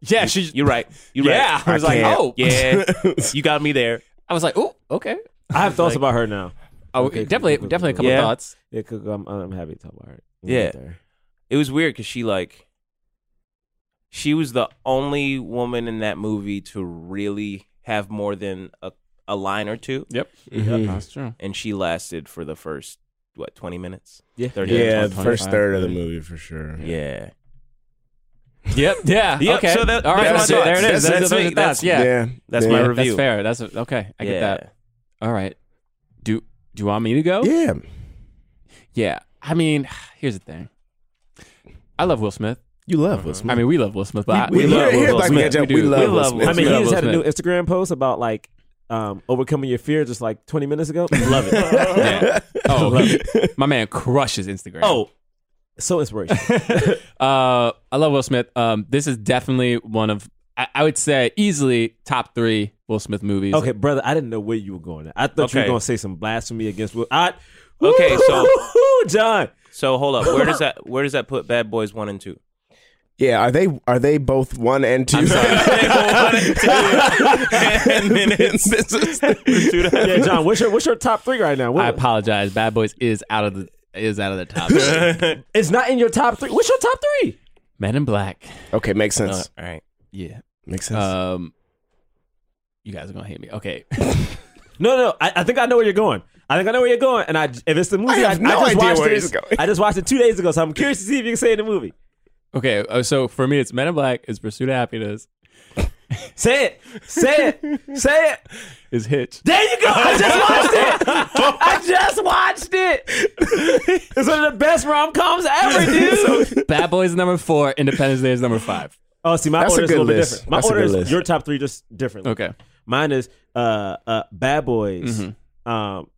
Speaker 6: Yeah, she's.
Speaker 9: "You're right. You're
Speaker 6: Yeah,
Speaker 9: right."
Speaker 6: I was like,
Speaker 9: can't.
Speaker 6: oh.
Speaker 9: yeah,
Speaker 6: [laughs]
Speaker 9: you got me there."
Speaker 6: [laughs] I was like, oh, okay.
Speaker 7: I have thoughts
Speaker 9: like-
Speaker 7: about her now.
Speaker 6: Oh,
Speaker 7: Okay, cool,
Speaker 6: definitely,
Speaker 7: cool, cool,
Speaker 6: definitely a
Speaker 7: cool.
Speaker 6: couple
Speaker 9: Yeah.
Speaker 6: thoughts.
Speaker 7: Yeah, 'cause I'm, I'm happy to talk about her. when we
Speaker 9: Yeah.
Speaker 7: get there.
Speaker 9: It was weird because she like she was the only woman in that movie to really have more than a a line or two.
Speaker 6: Yep.
Speaker 8: Mhm.
Speaker 6: That's true.
Speaker 9: and she lasted for the first what 20 minutes
Speaker 7: Yeah.
Speaker 9: 30
Speaker 8: Yeah.
Speaker 9: minutes?
Speaker 8: The first
Speaker 6: 25,
Speaker 8: third of the movie for sure.
Speaker 9: yeah
Speaker 6: Yep. [laughs] Yeah.
Speaker 9: Yep,
Speaker 6: Okay.
Speaker 9: so that-
Speaker 6: All right.
Speaker 9: that's
Speaker 6: so
Speaker 9: my
Speaker 6: there it is.
Speaker 9: thoughts. That's-
Speaker 6: That's,
Speaker 9: that's me.
Speaker 6: that's, yeah.
Speaker 9: that's
Speaker 8: yeah.
Speaker 9: my
Speaker 6: Yeah,
Speaker 9: review
Speaker 6: That's fair. That's okay. I get that. All right. Do do you want me to go?
Speaker 8: Yeah.
Speaker 6: [sighs] Yeah. I mean, here's the thing. I love Will Smith.
Speaker 7: You love Will Smith.
Speaker 6: I mean, we love Will Smith. But
Speaker 7: We-
Speaker 6: I-
Speaker 7: we love Will Smith.
Speaker 6: do.
Speaker 7: We love Will Smith. I mean,
Speaker 6: We
Speaker 7: he
Speaker 6: love
Speaker 7: just
Speaker 6: Will
Speaker 7: had a new
Speaker 6: [laughs] Smith.
Speaker 7: Instagram post about like um, overcoming your fear just like 20 minutes ago. Love it.
Speaker 6: Yeah. Oh,
Speaker 7: [laughs] Love
Speaker 6: he- my man crushes Instagram.
Speaker 7: Oh, so inspirational.
Speaker 6: uh, I love Will Smith. Um, this is definitely one of I, I would say easily top three Will Smith movies.
Speaker 7: Okay, [laughs] brother, I didn't know where you were going. I thought you were
Speaker 6: Okay.
Speaker 7: going to say some blasphemy against Will. I,
Speaker 14: Okay, so
Speaker 7: John.
Speaker 14: So hold up. Where does that where does that put Bad Boys one and two?
Speaker 8: Yeah, are they are they both one and 2 [laughs]
Speaker 14: [laughs] and then it's, this is [laughs]
Speaker 7: yeah, John, what's your what's your top three right now?
Speaker 6: I apologize. Bad Boys is out of the is out of the top. [laughs]
Speaker 7: [laughs] it's not in your top three. What's your top three?
Speaker 6: Men in Black.
Speaker 8: Okay, makes sense.
Speaker 14: all right.
Speaker 6: Yeah.
Speaker 8: Makes sense.
Speaker 6: Um, you guys are gonna hate me. Okay.
Speaker 7: [laughs] No, no, I, I think I know where you're going. I think I know where you're going, and I if it's the movie, I,
Speaker 8: have no
Speaker 7: just
Speaker 8: idea
Speaker 7: watched
Speaker 8: where
Speaker 7: it.
Speaker 8: he's going.
Speaker 7: I just watched it two days ago, so I'm curious to see if you can say it in the movie.
Speaker 6: Okay. uh, So for me, it's Men in Black. It's Pursuit of Happiness.
Speaker 7: Say it, say
Speaker 6: [laughs]
Speaker 7: it, say it.
Speaker 6: Is
Speaker 7: [laughs]
Speaker 6: Hitch.
Speaker 7: There you go. I just watched
Speaker 6: [laughs]
Speaker 7: it. I just watched it. It's one of the best rom coms ever,
Speaker 6: [laughs]
Speaker 7: dude.
Speaker 6: Bad Boys is number four. Independence Day is number five.
Speaker 7: Oh, see, my
Speaker 6: That's a
Speaker 7: order is a
Speaker 6: good
Speaker 7: little
Speaker 6: list.
Speaker 7: bit different. My
Speaker 6: That's a
Speaker 7: order
Speaker 6: good
Speaker 7: is
Speaker 6: list.
Speaker 7: your top three just differently.
Speaker 6: Okay.
Speaker 7: Mine is uh, uh, Bad Boys,
Speaker 6: Mm-hmm.
Speaker 7: um,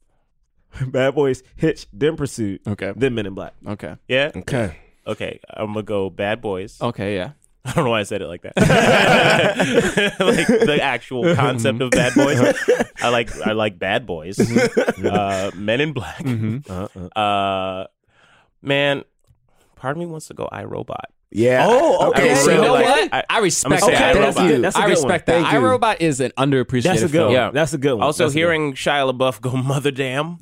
Speaker 7: [laughs] Bad Boys, Hitch, then Pursuit,
Speaker 6: okay,
Speaker 7: then Men in Black.
Speaker 6: Okay.
Speaker 14: Yeah.
Speaker 8: Okay.
Speaker 14: Okay. I'm gonna go Bad Boys.
Speaker 6: Okay. Yeah.
Speaker 14: [laughs] I don't know why I said it [laughs] like that. like the actual concept of Bad Boys. I like I like Bad Boys. uh, Men in Black. Mm-hmm.
Speaker 6: Mm-hmm.
Speaker 14: Uh, man, part of me wants to go iRobot.
Speaker 8: Yeah.
Speaker 14: Oh,
Speaker 8: okay.
Speaker 14: So,
Speaker 6: you know
Speaker 14: like,
Speaker 6: what?
Speaker 14: I-
Speaker 6: I,
Speaker 14: I'm
Speaker 6: respect
Speaker 14: gonna say
Speaker 6: that.
Speaker 14: Okay, that's iRobot. good. That's a
Speaker 6: I
Speaker 14: good one.
Speaker 6: respect
Speaker 14: Thank
Speaker 6: that.
Speaker 14: you.
Speaker 6: iRobot is an underappreciated
Speaker 14: That's a good
Speaker 6: film.
Speaker 14: one. Yeah. That's
Speaker 7: a good one.
Speaker 14: Also,
Speaker 6: That's a good
Speaker 14: hearing Shia LaBeouf go "Mother Damn,"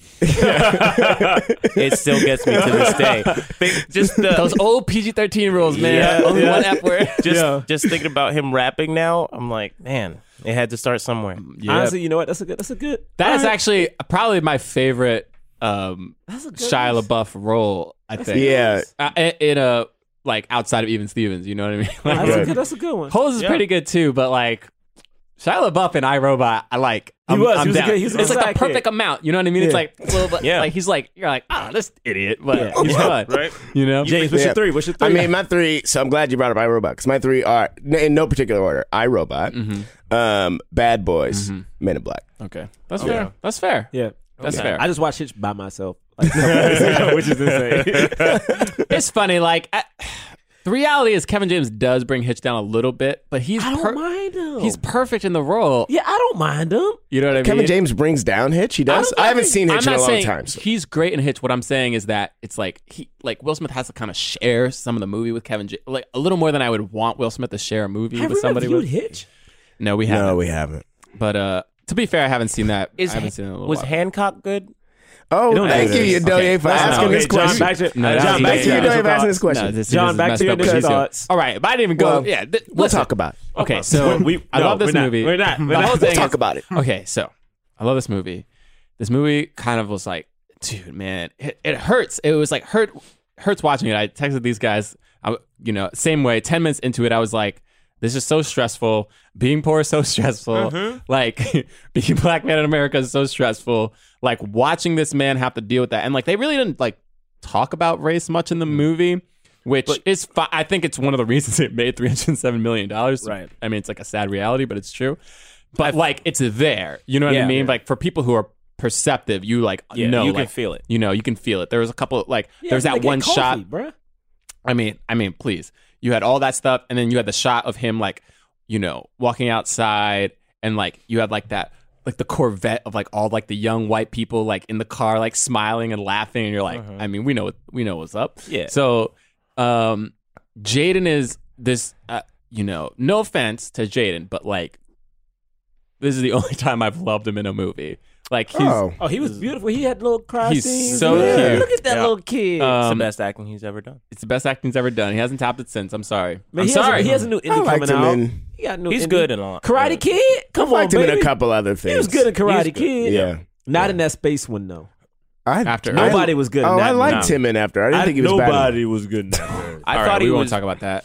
Speaker 14: it still gets me to this day. Think, just the,
Speaker 6: Those old PG thirteen rules, man.
Speaker 14: Yeah,
Speaker 6: Only
Speaker 14: yeah.
Speaker 6: one F word.
Speaker 14: [laughs] Just just thinking about him rapping now, I'm like, man, it had to start somewhere.
Speaker 7: Honestly, you know what? That's a good. That's a good.
Speaker 6: That is
Speaker 7: All right.
Speaker 6: actually probably my favorite um, Shia LaBeouf role. I
Speaker 7: That's
Speaker 6: think.
Speaker 7: a good
Speaker 6: Uh, in- in a like outside of even Stevens, you know what I mean? [laughs] Like,
Speaker 7: That's a good. That's a good one.
Speaker 6: Holes is
Speaker 7: Yeah.
Speaker 6: pretty good too, but like Shia LaBeouf and iRobot, I like. I'm,
Speaker 7: was,
Speaker 6: I'm
Speaker 7: he was a
Speaker 6: down.
Speaker 7: good- he was a
Speaker 6: it's
Speaker 7: good
Speaker 6: like the
Speaker 7: sidekick.
Speaker 6: perfect amount. You know what I mean? It's
Speaker 7: Yeah.
Speaker 6: like, well, but, like he's like, you're like, ah, this idiot, but
Speaker 8: Yeah.
Speaker 6: he's fun,
Speaker 14: right?
Speaker 6: You know,
Speaker 7: James, what's your three? What's your three?
Speaker 8: I mean, my three. So I'm glad you brought up iRobot because my three are n- in no particular order: iRobot,
Speaker 7: Mm-hmm.
Speaker 8: um, Bad Boys, Men in Black.
Speaker 6: Okay, that's
Speaker 8: Yeah.
Speaker 6: fair. That's fair.
Speaker 7: Yeah,
Speaker 6: That's
Speaker 7: Yeah.
Speaker 6: fair.
Speaker 7: I just watched Hitch by myself, like, [laughs] a couple days ago, which is insane.
Speaker 6: [laughs] it's funny. Like I, the reality is, Kevin James does bring Hitch down a little bit, but he's
Speaker 7: I don't
Speaker 6: per-
Speaker 7: mind him.
Speaker 6: he's perfect in the role.
Speaker 7: yeah, I don't mind him.
Speaker 6: You know what I
Speaker 8: Kevin
Speaker 6: mean?
Speaker 8: James brings down Hitch. He does.
Speaker 6: don't
Speaker 8: I,
Speaker 6: know.
Speaker 8: haven't seen Hitch
Speaker 6: I'm
Speaker 8: in
Speaker 6: not
Speaker 8: a long
Speaker 6: saying
Speaker 8: time. so-
Speaker 6: He's great in Hitch. What I'm saying is that it's like he like Will Smith has to kind of share some of the movie with Kevin J- like a little more than I would want Will Smith to share a movie
Speaker 7: Have
Speaker 6: with
Speaker 7: we
Speaker 6: somebody
Speaker 7: reviewed
Speaker 6: with.
Speaker 7: Hitch?
Speaker 6: No, we haven't.
Speaker 8: No, we haven't.
Speaker 6: But uh to be fair, I haven't seen that.
Speaker 14: Is
Speaker 6: I haven't
Speaker 14: Han-
Speaker 6: seen it in a little
Speaker 14: was
Speaker 6: while.
Speaker 14: Hancock good?
Speaker 8: Oh,
Speaker 6: don't
Speaker 8: thank
Speaker 6: do
Speaker 8: you,
Speaker 6: this.
Speaker 8: Yodelia,
Speaker 6: Okay.
Speaker 8: for
Speaker 6: Let's not-
Speaker 8: asking this
Speaker 6: okay, John,
Speaker 8: question.
Speaker 6: back to- No, that
Speaker 8: John,
Speaker 6: was
Speaker 8: back
Speaker 6: easy.
Speaker 8: to you,
Speaker 6: Yeah.
Speaker 8: Yodelia, for asking this question.
Speaker 6: No, this- this
Speaker 7: John,
Speaker 6: is
Speaker 7: back to
Speaker 6: messed
Speaker 7: your
Speaker 6: up what
Speaker 7: initial
Speaker 6: she's doing.
Speaker 7: thoughts.
Speaker 6: All right, but I didn't even go.
Speaker 8: Well,
Speaker 6: yeah, th-
Speaker 8: we'll
Speaker 6: listen.
Speaker 8: talk about it.
Speaker 6: Okay, so
Speaker 7: We- we-
Speaker 6: [laughs] I
Speaker 7: no,
Speaker 6: love
Speaker 7: we're
Speaker 6: this
Speaker 7: not.
Speaker 6: movie.
Speaker 7: We're not. We're
Speaker 6: The
Speaker 7: not.
Speaker 6: whole
Speaker 8: We'll
Speaker 6: thing
Speaker 8: talk
Speaker 6: is-
Speaker 8: about it.
Speaker 6: Okay, so I love this movie. This movie kind of was like, dude, man, it, it hurts. It was like hurt, hurts watching it. I texted these guys, I, you know, same way. Ten minutes into it, I was like, this is so stressful. Being poor is so [laughs] stressful. [laughs] Like being a black man in America is so stressful. Like watching this man have to deal with that, and like they really didn't like talk about race much in the movie. Which is, fi- I think it's one of the [laughs] reasons it made three hundred seven million dollars.
Speaker 7: Right.
Speaker 6: I mean, it's like a sad reality, but it's true but like it's there. You know what
Speaker 7: Yeah.
Speaker 6: I mean? Like for people who are perceptive, you like
Speaker 14: Yeah,
Speaker 6: know
Speaker 14: you can
Speaker 6: like,
Speaker 14: feel it.
Speaker 6: You know, you can feel it. There was a couple like
Speaker 7: Yeah,
Speaker 6: there was
Speaker 7: they
Speaker 6: that
Speaker 7: get
Speaker 6: one
Speaker 7: coffee,
Speaker 6: shot.
Speaker 7: bruh.
Speaker 6: I mean, I mean, please. You had all that stuff, and then you had the shot of him like, you know, walking outside, and like you had like that. Like the Corvette of like all like the young white people like in the car like smiling and laughing and you're like I mean we know what we know what's up
Speaker 14: Yeah.
Speaker 6: so um Jaden is this uh, you know no offense to Jaden but like this is the [laughs] only time I've loved him in a movie like he's
Speaker 8: Oh.
Speaker 7: Oh, he was beautiful. He had little cry
Speaker 6: He's
Speaker 7: scenes.
Speaker 6: so
Speaker 7: Yeah.
Speaker 6: cute.
Speaker 7: Look at that
Speaker 14: Yeah.
Speaker 7: little kid.
Speaker 14: it's
Speaker 6: um,
Speaker 14: the best acting he's ever done.
Speaker 6: it's the best acting he's ever done he hasn't topped it since I'm sorry
Speaker 7: Man,
Speaker 6: I'm
Speaker 7: he
Speaker 6: sorry
Speaker 7: Has a, he has a new indie
Speaker 8: I liked
Speaker 7: coming
Speaker 8: him
Speaker 7: out.
Speaker 8: in.
Speaker 7: He got a new
Speaker 14: He's
Speaker 7: indie.
Speaker 14: good in a lot.
Speaker 7: Karate
Speaker 14: Yeah.
Speaker 7: Kid. Come
Speaker 8: I liked
Speaker 7: on,
Speaker 8: him
Speaker 7: baby.
Speaker 8: in a couple other things.
Speaker 7: He was good in Karate
Speaker 14: good.
Speaker 7: Kid.
Speaker 8: Yeah.
Speaker 7: Not in that space one though.
Speaker 8: I,
Speaker 6: After
Speaker 8: I-
Speaker 7: Nobody was good in
Speaker 8: Oh,
Speaker 7: that
Speaker 8: I liked
Speaker 7: movie.
Speaker 8: him in after. I didn't think he was bad.
Speaker 15: was good. In that
Speaker 14: I
Speaker 6: All
Speaker 14: thought
Speaker 6: right,
Speaker 14: he
Speaker 6: we
Speaker 14: was. [laughs]
Speaker 6: won't talk about that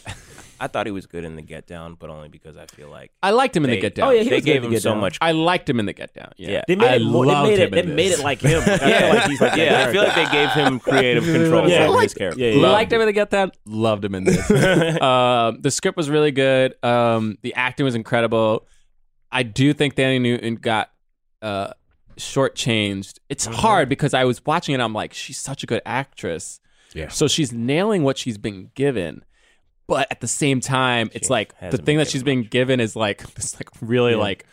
Speaker 15: I thought he was good in the Get Down, but only because I feel like
Speaker 6: I liked him in
Speaker 15: they-
Speaker 6: the Get Down.
Speaker 15: Oh yeah, he they gave him so much.
Speaker 6: I liked him in the Get Down. Yeah,
Speaker 15: Yeah.
Speaker 7: They made
Speaker 6: I
Speaker 7: it more- they
Speaker 6: loved
Speaker 7: made it-
Speaker 6: him in
Speaker 7: they made
Speaker 6: this.
Speaker 7: it like him. I feel like
Speaker 6: [laughs]
Speaker 7: he's like that
Speaker 14: yeah, I feel like they gave him
Speaker 8: [laughs]
Speaker 14: creative control over
Speaker 6: Yeah.
Speaker 14: his
Speaker 6: Liked-
Speaker 14: character.
Speaker 6: yeah, yeah. Liked him in the Get Down. Loved him in this. um, the script was really good. Um, the acting was incredible. I do think Danny Newton got uh, shortchanged. It's hard because I was watching it. I'm like, she's such a good actress.
Speaker 16: Yeah.
Speaker 6: So she's nailing what she's been given. But at the same time, it's like the
Speaker 14: hasn't
Speaker 6: thing that she's been given is like [laughs] this like really
Speaker 14: Yeah.
Speaker 6: like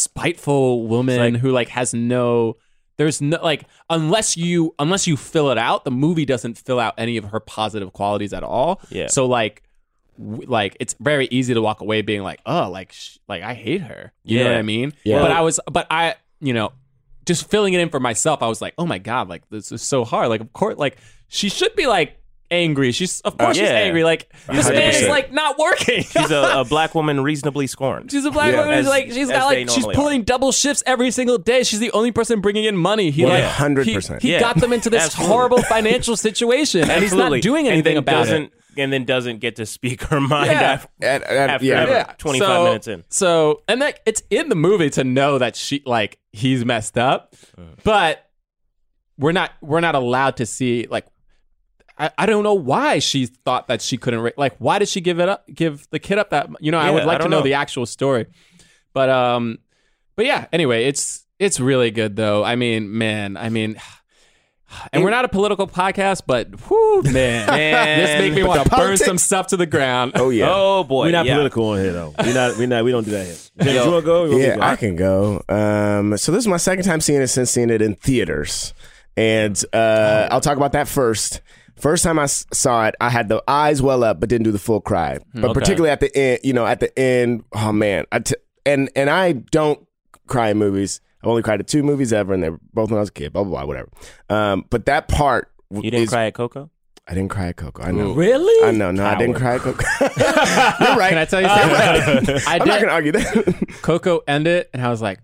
Speaker 6: spiteful woman who like has no there's no like unless you unless you fill it out, the movie doesn't fill out any of her positive qualities at all.
Speaker 14: Yeah.
Speaker 6: So like w- like it's very easy to walk away being like, "Oh, like sh- like I hate her." You know
Speaker 14: Yeah.
Speaker 6: what I mean?
Speaker 14: Yeah.
Speaker 6: But I was but I, you know, just filling it in for myself, I was like, "Oh my god, like this is so hard." Like of course like she should be like angry. She's of
Speaker 14: Oh,
Speaker 6: course she's
Speaker 14: yeah.
Speaker 6: angry. Like this man is
Speaker 14: 100%.
Speaker 6: like not working.
Speaker 14: She's a, a black woman reasonably scorned.
Speaker 6: She's a black woman. who's like she's not like she's pulling double shifts every single day. She's the only person bringing in money. He like
Speaker 8: 100%.
Speaker 6: He, he
Speaker 14: Yeah.
Speaker 6: got them into
Speaker 14: [laughs]
Speaker 6: this
Speaker 14: Absolutely.
Speaker 6: horrible financial situation, and he's not doing anything about
Speaker 14: doesn't,
Speaker 6: it.
Speaker 14: And then doesn't get to speak her mind
Speaker 6: Yeah.
Speaker 14: af- after, twenty five
Speaker 6: So-
Speaker 14: minutes
Speaker 6: [laughs]
Speaker 14: in.
Speaker 6: So and that it's in the movie to know that she like he's messed up,
Speaker 14: Uh.
Speaker 6: but we're not we're not allowed to see like. I, I don't know why she thought that she couldn't ra- like why did she give it up give the kid up that you know I
Speaker 14: Yeah,
Speaker 6: would
Speaker 14: I
Speaker 6: like to
Speaker 14: don't
Speaker 6: know,
Speaker 14: know.
Speaker 6: the actual story but um but yeah anyway it's it's really good though I mean man I mean [sighs] and we're not a political podcast but whew, man, this
Speaker 14: Man.
Speaker 6: makes me
Speaker 14: But
Speaker 6: want
Speaker 14: the
Speaker 6: to burn
Speaker 14: politics-
Speaker 6: some stuff to the ground
Speaker 8: Oh yeah.
Speaker 14: Oh boy,
Speaker 7: We're not
Speaker 14: yeah.
Speaker 7: [laughs] political on here though. We're not. We not. We don't do that here. Jay,
Speaker 8: Yo.
Speaker 7: you want to go? or you want me
Speaker 8: yeah,
Speaker 7: to go?
Speaker 8: I can go. Um, so this is my second time seeing it since seeing it in theaters, and uh, I'll talk about that first. First time I s- saw it, I had the eyes well up, but didn't do the full cry. But
Speaker 14: Hmm, Okay.
Speaker 8: particularly at the end, you know, at the end, oh man, I t- and and I don't cry in movies. I've only cried at two movies ever, and they were both when I was a kid. Blah blah blah, whatever. Um, but that part, w-
Speaker 14: You didn't
Speaker 8: is-
Speaker 14: cry at Coco.
Speaker 8: I didn't cry at Coco. I know.
Speaker 7: Really?
Speaker 8: I know. No, I didn't cry at
Speaker 14: [laughs]
Speaker 8: Coco. [laughs]
Speaker 6: You're right. Can I tell you something? I
Speaker 8: I'm not gonna argue that.
Speaker 6: Coco ended, it, and I was like,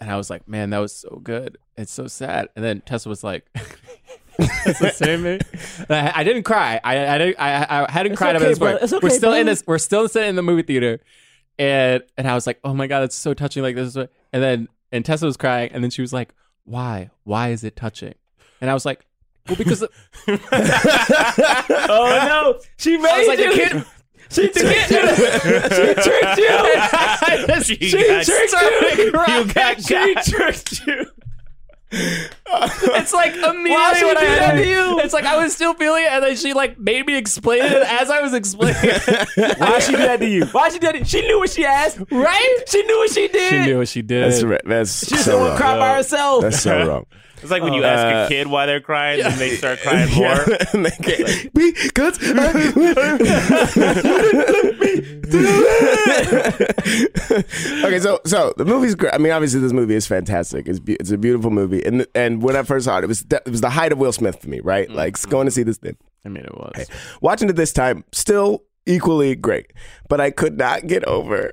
Speaker 6: and I was like, man, that was so good. It's so sad. And then Tessa was like, [laughs] "It's the same thing." And I, I didn't cry. I I, didn't, I, I hadn't
Speaker 7: It's
Speaker 6: cried
Speaker 7: okay,
Speaker 6: about this part.
Speaker 7: brother. It's
Speaker 6: we're
Speaker 7: okay,
Speaker 6: still in
Speaker 7: brother.
Speaker 6: this. We're still sitting in the movie theater, and and I was like, oh my god, that's so touching. Like this is what. And then and Tessa was crying, and then she was like, why? Why is it touching? And I was like, well, because the-
Speaker 7: [laughs] Oh no, she made
Speaker 6: I was like
Speaker 7: you.
Speaker 6: the kid.
Speaker 7: She tricked you. she tricked you. [laughs]
Speaker 6: she
Speaker 7: She tricked you.
Speaker 6: You got
Speaker 7: She tricked you.
Speaker 6: It's like immediately when
Speaker 7: would
Speaker 6: I
Speaker 7: you do that
Speaker 6: had
Speaker 7: to
Speaker 6: you. It's like I was still feeling it, and then she like made me explain it. And as I was explaining, it,
Speaker 7: Why she do that to you? Why she did it? She knew what she asked.
Speaker 6: right?
Speaker 7: She knew what she did.
Speaker 6: She knew what she did.
Speaker 8: That's right. That's
Speaker 7: She's
Speaker 8: so
Speaker 7: the one
Speaker 8: wrong.
Speaker 7: crying by herself.
Speaker 8: That's so
Speaker 6: [laughs]
Speaker 8: wrong. Uh,
Speaker 14: It's like
Speaker 6: Uh,
Speaker 14: when you ask a kid why they're crying, and they start crying more.
Speaker 8: and they can't because [laughs] okay, so so the movie's great. I mean, obviously, this movie is fantastic. It's be- it's a beautiful movie, and and when I first saw it, it was it was the height of Will Smith for me, right? Like going to see this thing,
Speaker 6: Mm-hmm. I mean, it was.
Speaker 8: watching it this time, still equally great, but I could not get over.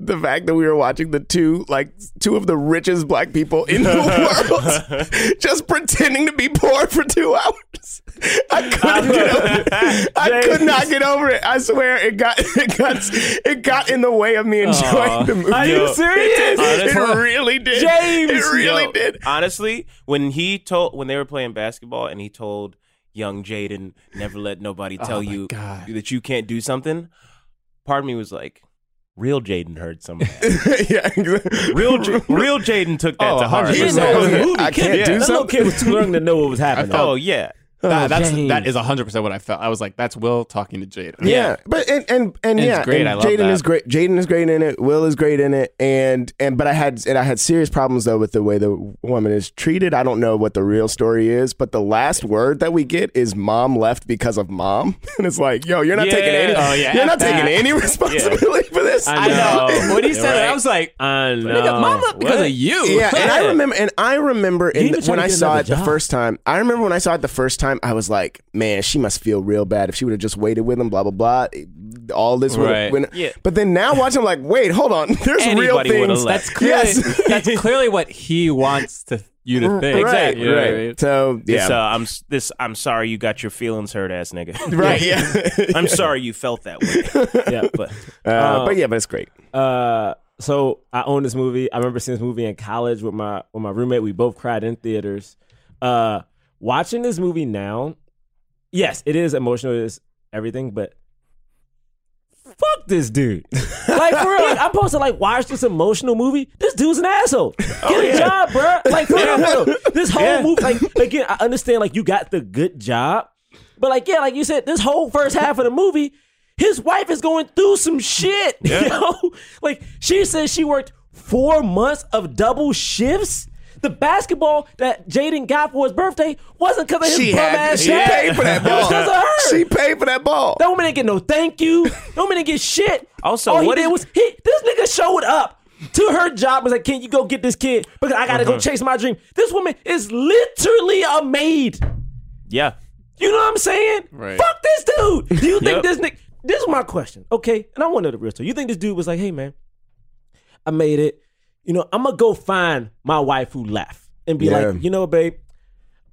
Speaker 8: The fact that we were watching the two, like two of the richest black people in
Speaker 6: [laughs]
Speaker 8: the world, [laughs] just pretending to be poor for two hours. I couldn't get over it. I could not get over it. I swear, it got [laughs] it got it got in the way of me enjoying
Speaker 14: Aw.
Speaker 8: the movie.
Speaker 7: Are you serious?
Speaker 8: It, did. it
Speaker 14: Honestly.
Speaker 8: really did.
Speaker 7: James.
Speaker 8: it really
Speaker 14: Yo,
Speaker 8: did.
Speaker 14: Honestly, when he told when they were playing basketball and he told young Jaden, never let nobody tell you
Speaker 6: God.
Speaker 14: that you can't do something, part of me was like, real Jaden heard some of that.
Speaker 8: yeah, exactly.
Speaker 14: Real J- real Jaden took that
Speaker 6: Oh,
Speaker 14: to heart.
Speaker 6: He didn't
Speaker 7: know it was a
Speaker 8: Yeah,
Speaker 7: movie.
Speaker 8: I can't
Speaker 7: Kid-
Speaker 8: do
Speaker 7: that little
Speaker 8: something.
Speaker 7: kid was too young to know
Speaker 6: [laughs]
Speaker 7: what was happening.
Speaker 14: Oh yeah.
Speaker 6: Nah, that's
Speaker 7: James.
Speaker 6: that is hundred percent what I felt. I was like, that's Will talking to Jade.
Speaker 8: Yeah, but and and and
Speaker 6: It's
Speaker 8: yeah,
Speaker 6: great.
Speaker 8: and
Speaker 6: I love
Speaker 8: Jaden
Speaker 6: that.
Speaker 8: is great. Jaden is great in it. Will is great in it. And and but I had and I had serious problems though with the way the woman is treated. I don't know what the real story is, but the last word that we get is "mom left because of mom," [laughs] and it's like, yo, you're not
Speaker 14: Yeah.
Speaker 8: taking any,
Speaker 14: Oh, yeah.
Speaker 8: you're not
Speaker 14: F
Speaker 3: [laughs]
Speaker 8: taking
Speaker 14: that.
Speaker 8: any responsibility for this.
Speaker 7: I know.
Speaker 6: when he said it,
Speaker 7: right.
Speaker 6: I was like,
Speaker 7: I know.
Speaker 6: nigga, mom left because of you.
Speaker 8: Yeah, and I remember, and I remember in
Speaker 7: even
Speaker 8: the,
Speaker 7: try
Speaker 8: when
Speaker 7: to
Speaker 8: I
Speaker 7: get
Speaker 8: saw
Speaker 7: another
Speaker 8: it the
Speaker 7: job.
Speaker 8: first time. I remember when I saw it the first time, I was like, "Man, she must feel real bad if she would have just waited with him." Blah blah blah. All this would
Speaker 6: Right.
Speaker 8: have been.
Speaker 14: Yeah.
Speaker 8: But then now watching, I'm like, "Wait, hold on. [laughs] There's real
Speaker 14: Anybody would've
Speaker 8: things."
Speaker 14: left.
Speaker 6: that's clearly
Speaker 8: Yes.
Speaker 6: that's clearly what he wants to you to think.
Speaker 14: Exactly.
Speaker 6: You know what I mean?
Speaker 8: So
Speaker 14: This,
Speaker 6: yeah.
Speaker 14: uh, I'm s- this. I'm sorry you got your feelings hurt, ass nigga. [laughs]
Speaker 8: Right, yeah.
Speaker 14: I'm sorry you felt that way.
Speaker 7: yeah, but
Speaker 8: Uh, but yeah, but it's great.
Speaker 7: Um, Uh, so I own this movie. I remember seeing this movie in college with my with my roommate. We both cried in theaters. Uh, watching this movie now, yes, it is emotional. It is everything, but fuck
Speaker 8: [laughs]
Speaker 7: this dude. like for real, like, I'm supposed to like watch this emotional movie. This dude's an asshole. Get
Speaker 8: Oh,
Speaker 7: a job, bro. Like for real,
Speaker 8: [laughs]
Speaker 7: this whole movie. Like again, I understand. Like you got the good job, but like yeah, like you said, this whole first half of the movie, his wife is going through some shit. [laughs] You know, like she says she worked four months of double shifts. The basketball that Jaden got for his birthday wasn't because of his
Speaker 8: She
Speaker 7: bum
Speaker 8: had-
Speaker 7: ass
Speaker 8: she
Speaker 7: dad.
Speaker 8: paid for that
Speaker 7: [laughs] It was
Speaker 8: ball.
Speaker 7: 'cause of her.
Speaker 8: She paid for that ball.
Speaker 7: That woman didn't get no thank you. That woman didn't get shit. Also, all
Speaker 14: what
Speaker 7: he
Speaker 14: is-
Speaker 7: did was he. This nigga showed up to her job and was like, "Can you go get this kid? Because I gotta go
Speaker 14: Uh-huh.
Speaker 7: chase my dream." This woman is literally a maid.
Speaker 14: Yeah.
Speaker 7: You know what I'm saying?
Speaker 14: Right.
Speaker 7: Fuck this dude. Do you think
Speaker 14: Yep.
Speaker 7: this nigga? This is my question, okay? And I want to know the real story. You think this dude was like, "Hey, man, I made it. You know, I'm gonna go find my wife who left and be
Speaker 8: Yeah.
Speaker 7: like, you know, what, babe,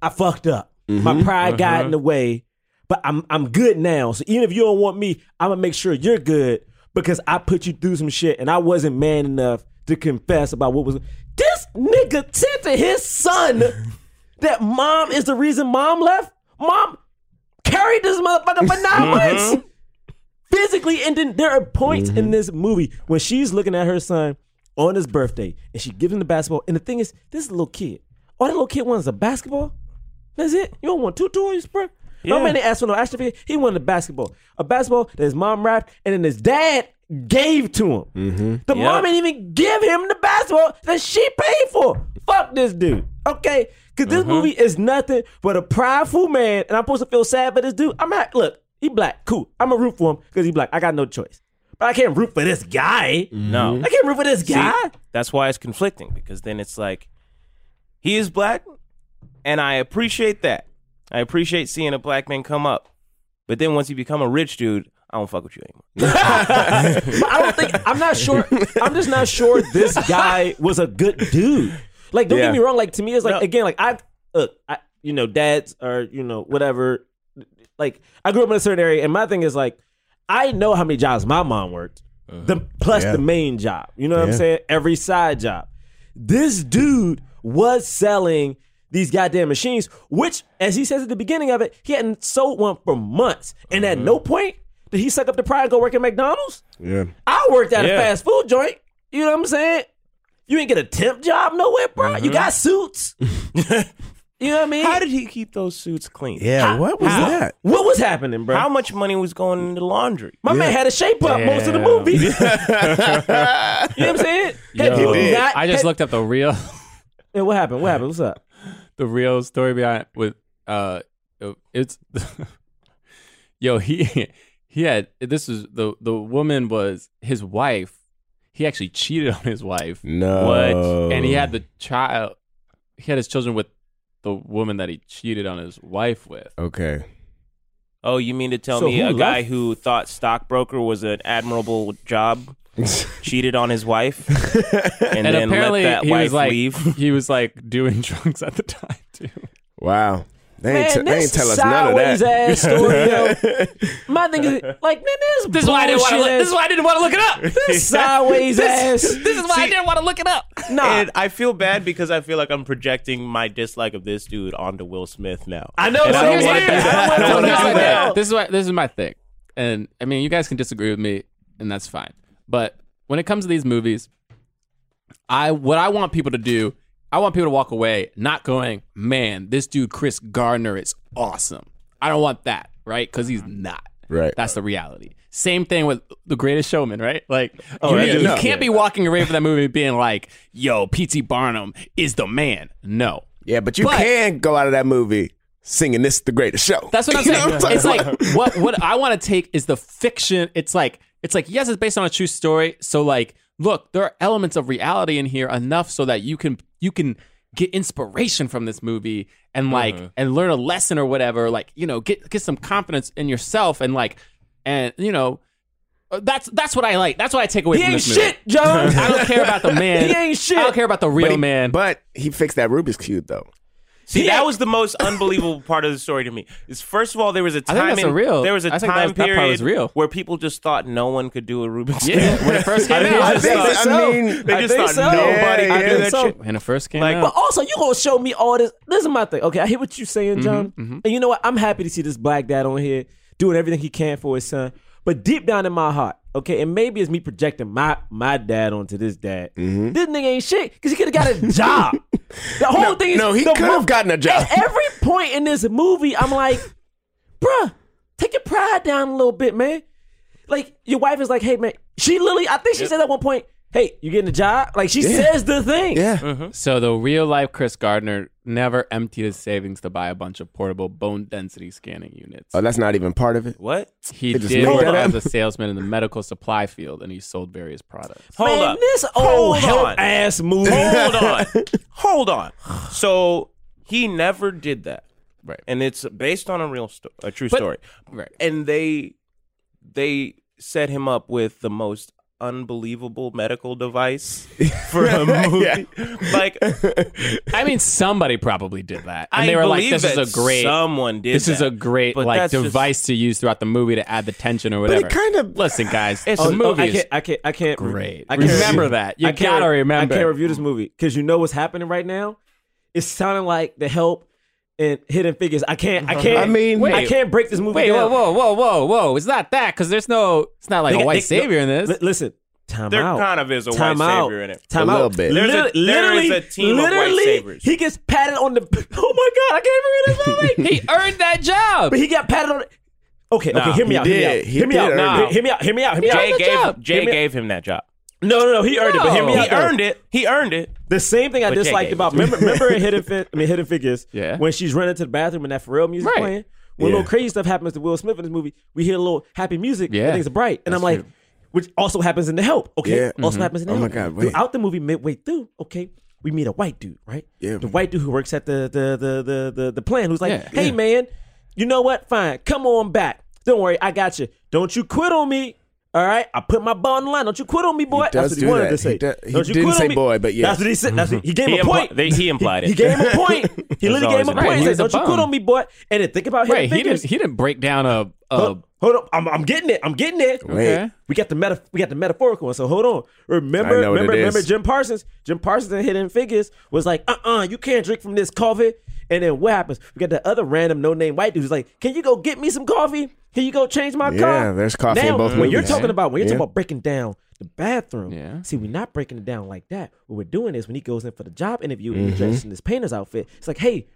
Speaker 7: I fucked up. My
Speaker 8: Mhm.
Speaker 7: pride got
Speaker 8: Uh-huh.
Speaker 7: in the way, but I'm I'm good now. So even if you don't want me, I'm gonna make sure you're good because I put you through some shit and I wasn't man enough to confess about what was. This nigga said to his son that mom is the reason mom left. Mom carried this motherfucker for 9 months physically and then there are points in this movie when she's looking at her son on his birthday and she gives him the basketball and the thing is this is a little kid all that little kid wants is a basketball that's it you don't want two toys bro no
Speaker 14: Yeah.
Speaker 7: man didn't ask for no action figure he wanted a basketball a basketball that his mom wrapped and then his dad gave to him
Speaker 17: Mm-hmm.
Speaker 7: the mom didn't even give him the basketball that she paid for. Fuck this dude. Okay? Cause
Speaker 14: Mm-hmm.
Speaker 7: this movie is nothing but a prideful man, and I'm supposed to feel sad for this dude. I'm not look, he black, cool. I'm a root for him because he black. I got no choice. But I can't root for this guy.
Speaker 17: Mm-hmm.
Speaker 14: No.
Speaker 7: I can't root for this
Speaker 14: See,
Speaker 7: guy.
Speaker 14: that's why it's conflicting because then it's like he is black, and I appreciate that. I appreciate seeing a black man come up, but then once you become a rich dude, I don't fuck with you anymore.
Speaker 7: But I don't think I'm not sure. I'm just not sure
Speaker 14: [laughs]
Speaker 7: this guy was a good dude. Like, don't
Speaker 14: Yeah.
Speaker 7: get me wrong. Like to me, it's like
Speaker 14: No.
Speaker 7: again, like I look, I you know, dads are you know whatever. Like I grew up in a certain area, and my thing is like I know how many jobs my mom worked. The plus
Speaker 8: Uh-huh. Yeah.
Speaker 7: the main job. You know what I'm
Speaker 8: Yeah.
Speaker 7: saying? Every side job. This dude was selling these goddamn machines, which, as he says at the beginning of it, he hadn't sold one for months. And
Speaker 8: Uh-huh.
Speaker 7: at no point did he suck up the pride and go work at McDonald's.
Speaker 17: Yeah.
Speaker 7: I worked at a
Speaker 17: Yeah.
Speaker 7: fast food joint. You know what I'm saying? You ain't get a temp job nowhere, bro.
Speaker 8: Uh-huh.
Speaker 7: You
Speaker 8: [laughs]
Speaker 7: got suits. you know what I mean? How
Speaker 14: did he keep those suits clean?
Speaker 17: Yeah, what was
Speaker 7: How?
Speaker 17: that?
Speaker 7: What was happening, bro?
Speaker 14: How much money was going into laundry?
Speaker 7: My man had a
Speaker 17: [laughs]
Speaker 7: shape up most of the
Speaker 6: Damn.
Speaker 7: movie. you know [laughs] what I'm saying?
Speaker 6: [laughs]
Speaker 7: Had
Speaker 6: Yo,
Speaker 7: you not-
Speaker 6: I just
Speaker 7: had-
Speaker 6: looked up the real
Speaker 7: [laughs] Yeah, what happened? What happened? What's up?
Speaker 6: [laughs] the real story behind with uh it's [laughs] yo he he had this is the the woman was his wife he actually cheated on his wife
Speaker 17: No.
Speaker 14: What?
Speaker 6: and he had the child he had his children with the woman that he cheated on his wife with
Speaker 17: Okay.
Speaker 14: Oh, you mean to tell
Speaker 6: So
Speaker 14: me
Speaker 6: who
Speaker 14: a guy
Speaker 6: left?
Speaker 14: who thought stockbroker was an admirable [laughs] job cheated on his [laughs] wife and, then
Speaker 6: apparently
Speaker 14: let that
Speaker 6: he
Speaker 14: wife
Speaker 6: was like
Speaker 14: leave?
Speaker 6: [laughs] he was like doing [laughs] drugs at the time
Speaker 9: [laughs]
Speaker 6: too
Speaker 17: Wow. They ain't,
Speaker 7: Man,
Speaker 17: te- they
Speaker 7: this
Speaker 17: ain't tell us none of that.
Speaker 8: [laughs]
Speaker 7: sideways ass story,
Speaker 6: [laughs]
Speaker 7: yo. My thing is, like, man, this
Speaker 6: This is why I didn't wanna
Speaker 7: bullshit
Speaker 6: look- this is why I didn't wanna look it up.
Speaker 7: This sideways
Speaker 14: This-
Speaker 7: ass.
Speaker 6: this is why i didn't want to look it [laughs] up
Speaker 7: Nah.
Speaker 14: And I feel bad because I feel like I'm projecting my dislike of this dude onto Will Smith now.
Speaker 7: I know,
Speaker 14: And I
Speaker 7: so
Speaker 14: don't
Speaker 7: here's
Speaker 14: want to
Speaker 7: the
Speaker 14: do
Speaker 7: thing.
Speaker 14: that. [laughs]
Speaker 7: I
Speaker 14: I
Speaker 7: don't
Speaker 14: don't want
Speaker 7: wanna
Speaker 14: to
Speaker 7: do
Speaker 14: do
Speaker 7: that.
Speaker 14: that.
Speaker 6: this is what this is my thing, and I mean, you guys can disagree with me, and that's fine. But when it comes to these movies, I what I want people to do, I want people to walk away not going, "Man, this dude Chris Gardner is awesome." I don't want that, right? Because he's not.
Speaker 17: Right.
Speaker 6: That's the reality. Same thing with The Greatest Showman, right? Like,
Speaker 14: Oh,
Speaker 6: you,
Speaker 14: that dude-
Speaker 6: you
Speaker 14: no.
Speaker 6: can't be walking away from that movie being like, "Yo, P.T. Barnum is the man." No,
Speaker 17: Yeah, but you
Speaker 6: But-
Speaker 17: can go out of that movie singing this is the greatest show.
Speaker 6: That's
Speaker 8: [laughs]
Speaker 6: what I'm
Speaker 17: You know
Speaker 6: saying.
Speaker 17: talking
Speaker 6: it's like
Speaker 17: about?
Speaker 6: what what I want to take is the fiction. It's like it's like yes, it's based on a true story. So like, look, there are elements of reality in here enough so that you can you can get inspiration from this movie and like and learn a lesson or whatever. Like you know, get get some confidence in yourself and like and you know Uh, That's that's what I like. That's what I take away
Speaker 8: He
Speaker 6: from
Speaker 8: ain't
Speaker 6: this movie.
Speaker 8: shit, John.
Speaker 6: [laughs] I
Speaker 8: [laughs]
Speaker 6: don't care about the man.
Speaker 8: He ain't
Speaker 6: I don't care about the real
Speaker 8: but he,
Speaker 6: man.
Speaker 8: But he fixed that Rubik's cube though.
Speaker 9: See, that was the most unbelievable part of the story to me. Is first of all, there was a
Speaker 8: I think
Speaker 9: time
Speaker 8: that's a
Speaker 9: in-
Speaker 8: real-
Speaker 9: there was a
Speaker 8: I think that
Speaker 9: time
Speaker 8: was- that part
Speaker 9: period
Speaker 8: was real.
Speaker 9: where people just thought no one could do a Rubik's
Speaker 6: Yeah,
Speaker 9: cube
Speaker 6: when it
Speaker 9: [laughs]
Speaker 6: first came
Speaker 9: mean,
Speaker 6: out.
Speaker 9: they
Speaker 6: I
Speaker 9: just
Speaker 6: think
Speaker 9: thought-
Speaker 6: so.
Speaker 9: They
Speaker 6: I
Speaker 9: just
Speaker 6: think
Speaker 9: thought
Speaker 6: so.
Speaker 9: nobody
Speaker 6: Yeah,
Speaker 9: could
Speaker 6: yeah.
Speaker 9: do that
Speaker 6: So-
Speaker 9: shit.
Speaker 6: When it first came
Speaker 7: [laughs] Like,
Speaker 6: out.
Speaker 7: but also you gonna show me all this. This is my thing. Okay, I hear what you saying, John. And you know what? I'm happy to see this black dad on here doing everything he can for his son. But deep down in my heart, okay, and maybe it's me projecting my my dad onto this dad.
Speaker 9: Mm-hmm.
Speaker 7: This nigga ain't shit because he could have got a [laughs] job. the whole
Speaker 8: No,
Speaker 7: thing is
Speaker 8: no, he
Speaker 7: the
Speaker 8: could
Speaker 7: mo-
Speaker 8: have gotten a job.
Speaker 7: At every point in this movie, I'm like, bruh, take your pride down a little bit, man. Like your wife is like, hey man, she literally, I think she said at one point, hey, you getting a job? Like she says the thing.
Speaker 6: Mm-hmm. So the real life Chris Gardner never emptied his savings to buy a bunch of portable bone density scanning units.
Speaker 8: Oh, that's not even part of it.
Speaker 9: What
Speaker 6: He
Speaker 8: They just
Speaker 6: did
Speaker 8: made
Speaker 6: work
Speaker 8: that
Speaker 6: as
Speaker 8: up?
Speaker 6: a salesman in the medical supply field, and he sold various products.
Speaker 9: Hold
Speaker 7: Man,
Speaker 9: up.
Speaker 7: this
Speaker 9: Hold
Speaker 7: old help
Speaker 9: on.
Speaker 7: ass movie.
Speaker 9: Hold on. [laughs] Hold
Speaker 7: [sighs]
Speaker 9: on. So he never did that.
Speaker 6: Right.
Speaker 9: And it's based on a real sto- a true
Speaker 18: But-
Speaker 9: story.
Speaker 6: Right.
Speaker 9: And they they set him up with the most unbelievable medical
Speaker 7: [laughs]
Speaker 9: device for a movie. Like
Speaker 6: I mean, somebody probably did that, and
Speaker 9: I
Speaker 6: they were like,
Speaker 9: believe
Speaker 6: "This is
Speaker 9: that
Speaker 6: a great
Speaker 9: someone did
Speaker 6: This is
Speaker 9: that.
Speaker 6: a great
Speaker 9: But
Speaker 6: like
Speaker 9: that's just-
Speaker 6: device to use throughout the movie to add the tension or whatever."
Speaker 8: of
Speaker 6: listen, guys.
Speaker 7: It's
Speaker 6: the
Speaker 7: oh,
Speaker 6: movie
Speaker 7: I
Speaker 6: is
Speaker 7: can't. I can't. I can't.
Speaker 6: great.
Speaker 7: I can't
Speaker 6: remember that. You
Speaker 7: I can't-
Speaker 6: gotta remember.
Speaker 7: I can't review this movie because you know what's happening right now. It's sounding like the help and Hidden Figures. I
Speaker 6: [laughs]
Speaker 7: can't. I can't.
Speaker 6: I mean-
Speaker 7: I can't break this movie.
Speaker 6: Uh-huh. Wait, whoa,
Speaker 7: down.
Speaker 6: whoa, whoa, whoa, whoa! It's not that because there's no. It's not like
Speaker 7: They
Speaker 6: a
Speaker 7: got-
Speaker 6: white
Speaker 7: they-
Speaker 6: savior in this.
Speaker 7: li- listen, time
Speaker 9: There
Speaker 7: out.
Speaker 9: kind of is a white
Speaker 7: Time out.
Speaker 9: savior in it.
Speaker 7: Time
Speaker 9: A
Speaker 7: out.
Speaker 9: little bit. There's a-
Speaker 7: Lit-
Speaker 9: there is a team of white
Speaker 7: literally,
Speaker 9: saviors.
Speaker 7: He gets patted on the. [laughs] Oh my god! I can't even read this movie.
Speaker 6: he earned that job,
Speaker 7: but he got patted on. Okay,
Speaker 9: Nah,
Speaker 7: okay, hear me
Speaker 9: he
Speaker 7: out.
Speaker 9: did.
Speaker 7: Hear me out.
Speaker 9: He did
Speaker 7: hear me out.
Speaker 9: earn
Speaker 7: Nah,
Speaker 9: it.
Speaker 7: Hear me out. Hear me out. Hear me out.
Speaker 9: Jay gave
Speaker 7: Hear
Speaker 9: Jay
Speaker 7: me out.
Speaker 9: gave him that job.
Speaker 7: No, no, no. He earned it, but hear me
Speaker 9: He
Speaker 7: out.
Speaker 9: earned it. He earned it.
Speaker 7: The same thing I
Speaker 9: But Jay
Speaker 7: disliked
Speaker 9: gave
Speaker 7: about
Speaker 9: it to
Speaker 7: remember,
Speaker 9: him.
Speaker 7: [laughs]
Speaker 9: [laughs]
Speaker 7: remember in Hidden Fi- I mean Hidden Figures.
Speaker 9: Yeah.
Speaker 7: When she's running to the bathroom and that Pharrell music
Speaker 9: Right.
Speaker 7: playing. When
Speaker 9: Yeah.
Speaker 7: little crazy stuff happens to Will Smith in this movie, we hear a little happy music.
Speaker 9: Yeah.
Speaker 7: and things are bright, and I'm
Speaker 9: That's Mm-hmm.
Speaker 7: like, which also happens in The Help. Okay,
Speaker 8: Yeah.
Speaker 7: also
Speaker 8: Mhm.
Speaker 7: happens in The
Speaker 8: Oh my
Speaker 7: Help.
Speaker 8: God, wait.
Speaker 7: Throughout the movie, midway through, okay, we meet a white dude, right?
Speaker 8: Yeah.
Speaker 7: the white dude who works at the the the the the, the plant, who's like,
Speaker 8: Yeah.
Speaker 7: hey
Speaker 8: Yeah.
Speaker 7: man, you know what? Fine, come on back. Don't worry, I got you. Don't you quit on me. All right, I put my ball on the line. Don't you quit on me, boy.
Speaker 8: does
Speaker 7: That's what
Speaker 8: do
Speaker 7: he wanted
Speaker 8: that.
Speaker 7: to
Speaker 8: He
Speaker 7: say.
Speaker 8: do- he
Speaker 7: Don't you
Speaker 8: didn't
Speaker 7: quit on
Speaker 8: say
Speaker 7: me.
Speaker 8: boy, but yeah.
Speaker 7: That's what he said. That's what, he gave
Speaker 9: He [laughs]
Speaker 7: him a
Speaker 9: impli-
Speaker 7: point.
Speaker 9: they- he implied it.
Speaker 7: He gave him a
Speaker 8: [laughs]
Speaker 7: point. He
Speaker 9: That's
Speaker 7: literally gave him a
Speaker 9: always an
Speaker 7: point.
Speaker 9: implication.
Speaker 7: He said,
Speaker 6: He was
Speaker 7: "Don't
Speaker 6: a
Speaker 7: you quit
Speaker 6: bum.
Speaker 7: on me, boy." And then think about him.
Speaker 6: right? He didn't. He didn't break down a. a
Speaker 7: Hold, hold up, I'm, I'm getting it. I'm getting it.
Speaker 6: Wait.
Speaker 7: we got the meta. We got the metaphorical one. So hold on. Remember,
Speaker 8: I know what
Speaker 7: remember,
Speaker 8: it is.
Speaker 7: remember. Jim Parsons. Jim Parsons in Hidden Figures was like, "Uh, uh you can't drink from this coffee." And then what happens? We got the other random no name white dude who's like, "Can you go get me some coffee? Can you go change my
Speaker 8: Yeah,
Speaker 7: car?"
Speaker 8: there's coffee in
Speaker 7: now,
Speaker 8: both
Speaker 7: When you're
Speaker 8: movies.
Speaker 7: talking about when you're
Speaker 8: Yeah.
Speaker 7: talking about breaking down the bathroom, see, we're not breaking it down like that. What we're doing is when he goes in for the job interview and he's
Speaker 8: Mhm.
Speaker 9: Mm-hmm.
Speaker 7: dressed in this painter's outfit, it's like, "Hey,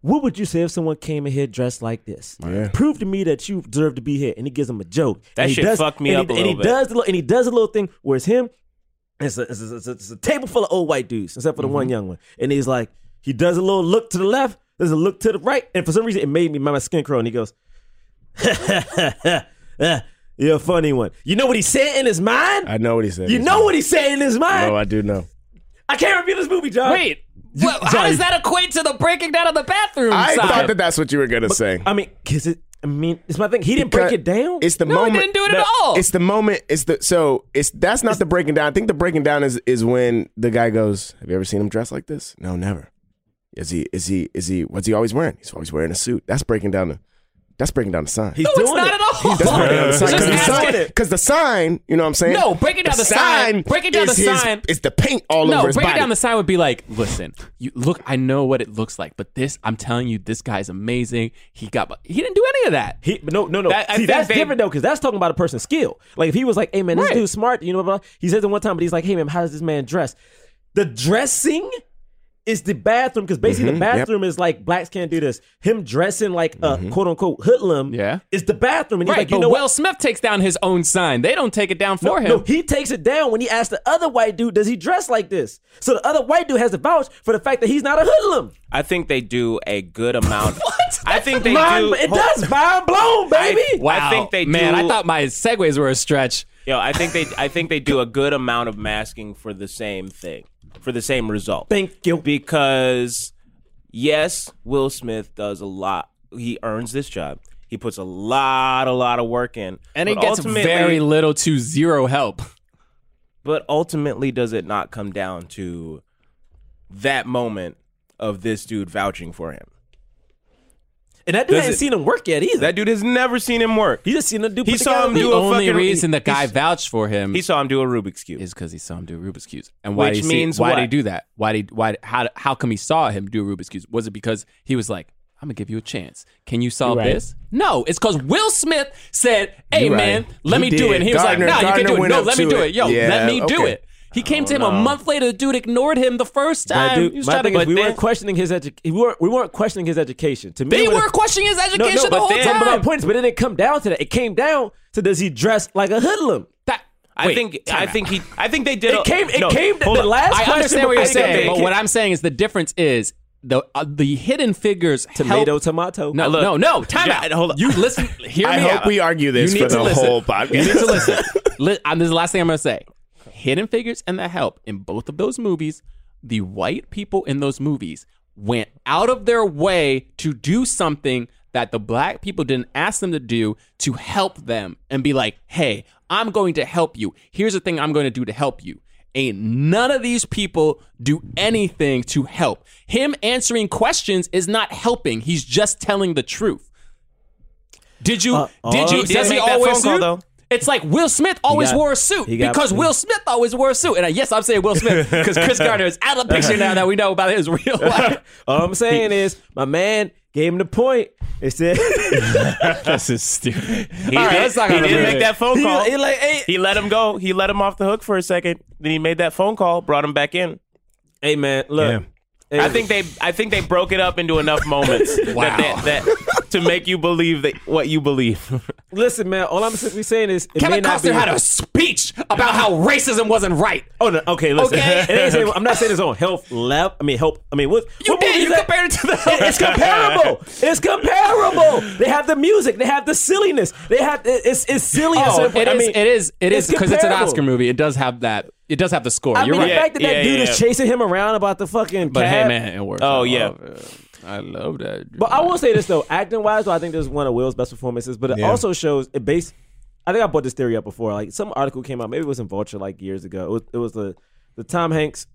Speaker 7: what would you say if someone came in here dressed like this? Prove to me that you deserve to be here. And he gives him a joke.
Speaker 9: That
Speaker 7: and he
Speaker 9: shit fucked me
Speaker 7: and
Speaker 9: up a
Speaker 7: he, and he
Speaker 9: little bit.
Speaker 7: Does the, li- and he does a little thing where it's him. and It's a, it's, a, it's a- it's a table full of old white dudes, except for the
Speaker 8: Mm-hmm.
Speaker 7: one young one. And he's like, he does a little look to the left, there's a look to the right. And for some reason, it made me my my skin crawl. And he goes, [laughs] You're a funny one. You know what he said in his mind?
Speaker 8: I know what he said.
Speaker 7: You know what he said in his mind?
Speaker 8: No, I do know.
Speaker 7: I can't review this movie, John.
Speaker 6: Wait, well, how
Speaker 7: Sorry.
Speaker 6: does that equate to the breaking down of the bathroom?
Speaker 8: I
Speaker 6: side?
Speaker 8: thought that that's what you were gonna say.
Speaker 7: I mean, cause it. I mean, it's my thing. He didn't break it down.
Speaker 8: It's the
Speaker 7: No, he
Speaker 8: moment.
Speaker 7: didn't do it at all.
Speaker 8: It's the moment. It's the so. It's that's not the breaking down. I think the breaking down is is when the guy goes, "Have you ever seen him dressed like this? No, never. Is he? Is he? Is he? What's he always wearing? He's always wearing a suit. That's breaking down the. That's breaking down the sign.
Speaker 7: He's doing it.
Speaker 8: That's breaking down the sign.
Speaker 7: Just
Speaker 8: Because the
Speaker 7: asking
Speaker 8: sign,
Speaker 7: it.
Speaker 8: 'cause the sign, you know what I'm saying?
Speaker 6: No, breaking down the sign- breaking down
Speaker 8: is
Speaker 6: the
Speaker 8: his-
Speaker 6: sign-
Speaker 8: It's the paint all
Speaker 6: no,
Speaker 8: over his
Speaker 6: breaking
Speaker 8: body.
Speaker 6: down the sign would be like, listen, you look, I know what it looks like, but this, I'm telling you, this guy's amazing. He got, he didn't do any of that.
Speaker 7: He, but no, no, no.
Speaker 6: That- I
Speaker 7: See,
Speaker 6: think
Speaker 7: that's
Speaker 6: they-
Speaker 7: different though, because that's talking about a person's skill. Like if he was like, "Hey man, this
Speaker 6: Right.
Speaker 7: dude's smart," you know, blah, blah. he says it one time, but he's like, "Hey man, how does this man dress?" The dressing is the bathroom, because basically
Speaker 8: Mhm,
Speaker 6: Mm-hmm.
Speaker 7: the
Speaker 8: yep.
Speaker 7: bathroom is like blacks can't do this. Him dressing like a quote unquote hoodlum, yeah, is the bathroom, and he's
Speaker 6: Mm-hmm. right,
Speaker 7: like, "You
Speaker 6: but
Speaker 7: know
Speaker 6: Will
Speaker 7: what?"
Speaker 6: Smith takes down his own sign. They don't take it down for him.
Speaker 7: No, he takes it down when he asks the other white dude, "Does he dress like this?" So the other white dude has to vouch for the fact that he's not a hoodlum.
Speaker 9: I think they do a
Speaker 8: [laughs]
Speaker 9: good amount. what? I think they
Speaker 7: Mind-
Speaker 9: do.
Speaker 7: It does mind blown, baby.
Speaker 6: wow,
Speaker 9: I think they
Speaker 6: man,
Speaker 9: do-
Speaker 6: I thought my segues were a stretch.
Speaker 9: Yo, I think they I think they do a good amount of masking for the same thing, for the same result.
Speaker 7: Thank you.
Speaker 9: Because yes, Will Smith does a lot. He earns this job.
Speaker 15: He puts a lot, a lot of work in,
Speaker 6: and it
Speaker 15: But
Speaker 6: gets
Speaker 15: ultimately-
Speaker 6: very little to zero help.
Speaker 15: But ultimately, does it not come down to that moment of this dude vouching for him?
Speaker 7: And that dude
Speaker 15: Does
Speaker 7: hasn't
Speaker 15: it-
Speaker 7: seen him work yet either.
Speaker 15: That dude has never seen him work.
Speaker 7: He just seen the dude.
Speaker 15: He
Speaker 7: put
Speaker 15: saw
Speaker 7: together
Speaker 15: him
Speaker 7: a beat.
Speaker 15: do a
Speaker 6: only
Speaker 15: fucking-
Speaker 6: reason the
Speaker 15: he-
Speaker 6: guy vouched for him.
Speaker 15: He saw him do a Rubik's cube.
Speaker 6: Is because he saw him do Rubik's cubes. And why
Speaker 15: Which
Speaker 6: did he
Speaker 15: means
Speaker 6: see, why
Speaker 15: what?
Speaker 6: did he do that? Why did why how how come he saw him do Rubik's cubes? Was it because he was like, I'm gonna give you a chance. Can you solve
Speaker 7: You're right.
Speaker 6: this? No, it's because Will Smith said, "Hey
Speaker 7: You're
Speaker 6: man,
Speaker 7: right.
Speaker 6: let
Speaker 7: He
Speaker 6: me do
Speaker 7: did.
Speaker 6: it." And he
Speaker 7: Gardner-
Speaker 6: was like, "No, you
Speaker 7: Gardner
Speaker 6: can do it.
Speaker 7: went
Speaker 6: No,
Speaker 7: up
Speaker 6: let me
Speaker 7: to
Speaker 6: do
Speaker 7: it.
Speaker 6: it. Yo,
Speaker 7: Yeah,
Speaker 6: let me do
Speaker 7: okay.
Speaker 6: it." He came to him a month later. The dude ignored him the first
Speaker 7: My
Speaker 6: time.
Speaker 7: dude-
Speaker 6: he was
Speaker 7: my
Speaker 6: trying to
Speaker 7: thing is
Speaker 6: get
Speaker 7: we
Speaker 6: there.
Speaker 7: weren't questioning his education. We weren't, we weren't questioning his education. To me,
Speaker 6: They
Speaker 7: it was-
Speaker 6: were questioning his
Speaker 7: No, no,
Speaker 6: education the
Speaker 7: but
Speaker 6: whole
Speaker 7: then-
Speaker 6: time.
Speaker 7: But my point is, but it didn't come down to that. It came down to does he dress like a hoodlum?
Speaker 15: I think. I think he. I think they did.
Speaker 7: It
Speaker 15: a-
Speaker 7: came- it
Speaker 15: no,
Speaker 7: came to
Speaker 15: hold
Speaker 7: the
Speaker 15: on.
Speaker 7: last
Speaker 6: I
Speaker 7: question
Speaker 6: understand what you're
Speaker 7: before
Speaker 6: saying,
Speaker 7: they
Speaker 6: but
Speaker 7: came.
Speaker 6: what I'm saying is the difference is the uh, the hidden figures
Speaker 7: Tomato,
Speaker 6: help.
Speaker 7: tomato.
Speaker 6: No, no, no. Time
Speaker 7: Yeah,
Speaker 6: out. Hold on. You listen. Hear
Speaker 8: I
Speaker 6: me
Speaker 8: hope
Speaker 6: out.
Speaker 8: we argue this
Speaker 6: You
Speaker 8: for
Speaker 6: need to
Speaker 8: the
Speaker 6: listen.
Speaker 8: whole podcast.
Speaker 6: You need to listen. [laughs] Li- um, this is the last thing I'm going to say. Hidden Figures and The Help in both of those movies, the white people in those movies went out of their way to do something that the black people didn't ask them to do to help them and be like, hey, I'm going to help you. Here's the thing I'm going to do to help you. Ain't none of these people do anything to help. Him answering questions is not helping. He's just telling the truth. Did you? did
Speaker 15: oh,
Speaker 6: you?
Speaker 15: he did
Speaker 6: does he
Speaker 15: make that phone
Speaker 6: always
Speaker 15: call,
Speaker 6: suit?
Speaker 15: though.
Speaker 6: It's like Will Smith always
Speaker 7: got-
Speaker 6: wore a suit
Speaker 7: he got-
Speaker 6: because Will Smith always wore a suit. And I, yes, I'm saying Will Smith because Chris Gardner is out of the picture
Speaker 7: [laughs]
Speaker 6: now that we know about his real life.
Speaker 7: All I'm saying is my man gave him the point. It
Speaker 6: [laughs]
Speaker 7: said
Speaker 6: That's just stupid.
Speaker 15: He
Speaker 6: All right,
Speaker 15: did,
Speaker 6: let's talk
Speaker 15: he
Speaker 6: about
Speaker 15: did
Speaker 6: the
Speaker 15: make
Speaker 6: movie.
Speaker 15: that phone
Speaker 7: He-
Speaker 15: call.
Speaker 7: he like, hey-
Speaker 15: He let him go. He let him off the hook for a second. Then he made that phone call, brought him back in.
Speaker 7: Hey man, look. Hey,
Speaker 15: I think they I think they broke it up into enough
Speaker 7: [laughs]
Speaker 15: moments that,
Speaker 6: Wow.
Speaker 15: that, that to make you believe that what you
Speaker 7: [laughs]
Speaker 15: believe.
Speaker 7: listen, man. All I'm simply saying is it may
Speaker 6: Kevin
Speaker 7: not
Speaker 6: Costner
Speaker 7: be
Speaker 6: had a speech about how racism wasn't right.
Speaker 7: Oh no! Okay, listen.
Speaker 6: Okay.
Speaker 7: It ain't saying-
Speaker 6: [laughs]
Speaker 7: I'm not saying it's on health lab. I mean, help. I mean, what?
Speaker 6: You
Speaker 7: what
Speaker 6: did.
Speaker 7: movie is
Speaker 6: You
Speaker 7: that?
Speaker 6: compared it to the.
Speaker 7: It- it's comparable. It's comparable. They have the music. They have the silliness. They have it- it's it's silly. at
Speaker 6: Oh,
Speaker 7: certain
Speaker 6: it
Speaker 7: point. I
Speaker 6: is.
Speaker 7: mean,
Speaker 6: it is. It is because it's an
Speaker 7: comparable.
Speaker 6: Oscar movie. It does have that. It does have the score.
Speaker 7: I
Speaker 6: You're
Speaker 7: mean, the
Speaker 6: right.
Speaker 7: fact that that
Speaker 15: yeah,
Speaker 7: dude
Speaker 15: yeah.
Speaker 7: is chasing him around about the fucking.
Speaker 6: But hey,
Speaker 7: cab-
Speaker 6: man, it works.
Speaker 15: Oh,
Speaker 6: I
Speaker 15: yeah.
Speaker 6: love it. I love that.
Speaker 7: But I will say this though, acting wise, though, I think this is one of Will's best performances. But it also shows it based. I think I brought this theory up before. Like some article came out, maybe it was in Vulture like years ago. It was, it was the the Tom Hanks.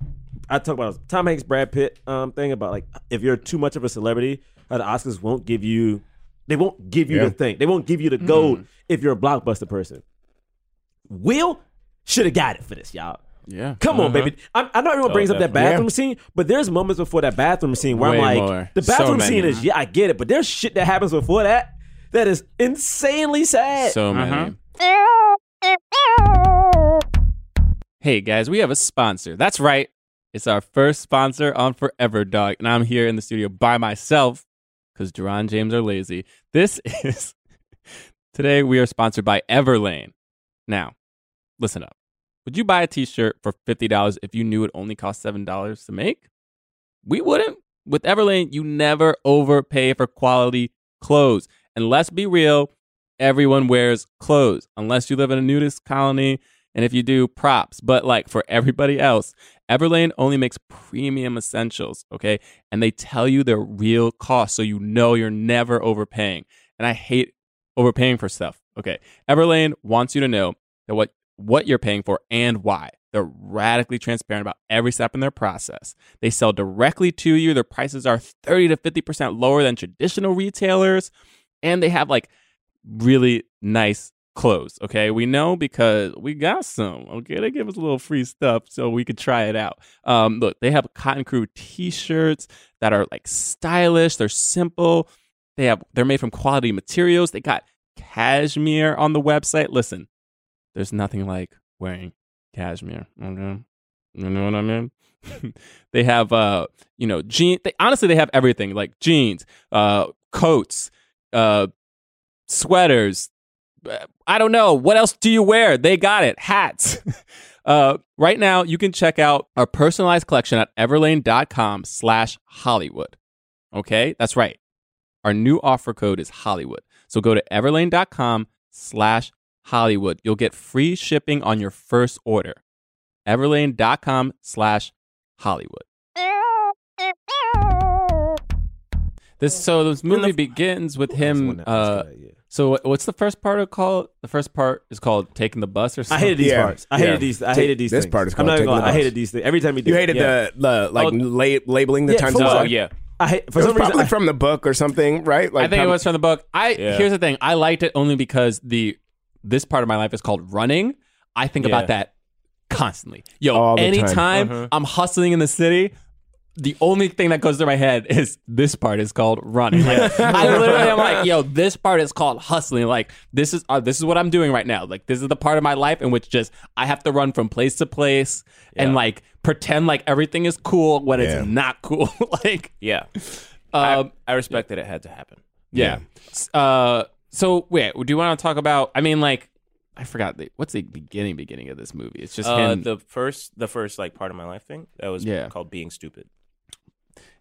Speaker 7: I talked about Tom Hanks, Brad Pitt um, thing about like if you're too much of a celebrity, how the Oscars won't give you. They won't give you the thing. They won't give you the gold if you're a blockbuster person. Will should have got it for this, y'all.
Speaker 6: Yeah.
Speaker 7: Come on, baby.
Speaker 15: Uh-huh.
Speaker 6: Uh-huh.
Speaker 7: I, I know
Speaker 6: Oh,
Speaker 7: everyone brings up that bathroom scene, but there's moments before that bathroom scene where
Speaker 6: Way
Speaker 7: I'm like,
Speaker 6: more.
Speaker 7: the
Speaker 6: So
Speaker 7: bathroom
Speaker 6: many.
Speaker 7: scene is yeah, I get it, but there's shit that happens before that that is insanely sad.
Speaker 6: So many. Hey guys, we have a sponsor. That's right. It's our first sponsor on Forever Dog, and I'm here in the studio by myself because Duran James are lazy. This [laughs] is today we are sponsored by Everlane. Now, listen up. Would you buy a t-shirt for $50 if you knew it only cost $7 to make? We wouldn't. With Everlane, you never overpay for quality clothes. And let's be real, everyone wears clothes unless you live in a nudist colony and if you do props but like for everybody else everlane only makes premium essentials okay and they tell you their real cost so you know you're never overpaying and i hate overpaying for stuff okay everlane wants you to know that what what you're paying for and why they're radically transparent about every step in their process they sell directly to you their prices are 30 to 50% lower than traditional retailers and they have like really nice clothes. Okay, we know because we got some. Okay, they give us a little free stuff so we could try it out. Um, look, they have Cotton Crew T-shirts that are like stylish. They're simple. They have they're made from quality materials. They got cashmere on the website. Listen, there's nothing like wearing cashmere. Okay, you know what I mean. [laughs] they have uh you know jeans. They, honestly, they have everything like jeans, uh coats, uh sweaters. uh, I don't know. What else do you wear? They got it. Hats. uh, right now, you can check out our personalized collection at everlane.com slash Hollywood. Okay? That's right. Our new offer code is Hollywood. So go to everlane.com slash Hollywood. You'll get free shipping on your first order. everlane.com slash Hollywood. This so this movie begins with him. Uh, so what- what's the first part of called? The first part is called taking the bus or
Speaker 7: I
Speaker 6: something.
Speaker 7: hated these parts. I hated these. I hated these. things. I'm not even gonna lie. I hated these things. Every time you do,
Speaker 19: You
Speaker 7: it,
Speaker 19: hated
Speaker 7: yeah.
Speaker 19: the, the like la- labeling the
Speaker 7: Yeah,
Speaker 19: times.
Speaker 7: for
Speaker 19: it was
Speaker 7: what?
Speaker 19: on?
Speaker 7: Yeah. I hate- for
Speaker 19: It was
Speaker 7: some reason,
Speaker 19: probably
Speaker 7: I-
Speaker 19: from the book or something, right?
Speaker 6: I think it
Speaker 19: prob-
Speaker 6: was from the book. I
Speaker 19: Yeah.
Speaker 6: here's the thing. I liked it only because the this part of my life is called running. I think
Speaker 7: Yeah.
Speaker 6: about that constantly. Yo,
Speaker 7: All the time.
Speaker 6: anytime
Speaker 7: Uh-huh.
Speaker 6: I'm hustling in the city, the only thing that goes through my head is this part is called running. Like, I literally am like, yo, this part is called hustling. Like this is uh, this is what I'm doing right now. Like this is the part of my life in which just I have to run from place to place and like pretend like everything is cool when
Speaker 9: Yeah.
Speaker 6: it's not cool. [laughs] like
Speaker 9: Yeah.
Speaker 6: um,
Speaker 9: I respect that it had to happen.
Speaker 6: yeah. S- Uh, so wait, do you want to talk about? I mean, like, I forgot the what's the beginning beginning of this movie. It's just
Speaker 9: uh,
Speaker 6: him
Speaker 9: the first the first like part of my life thing that was
Speaker 6: Yeah.
Speaker 9: called being stupid.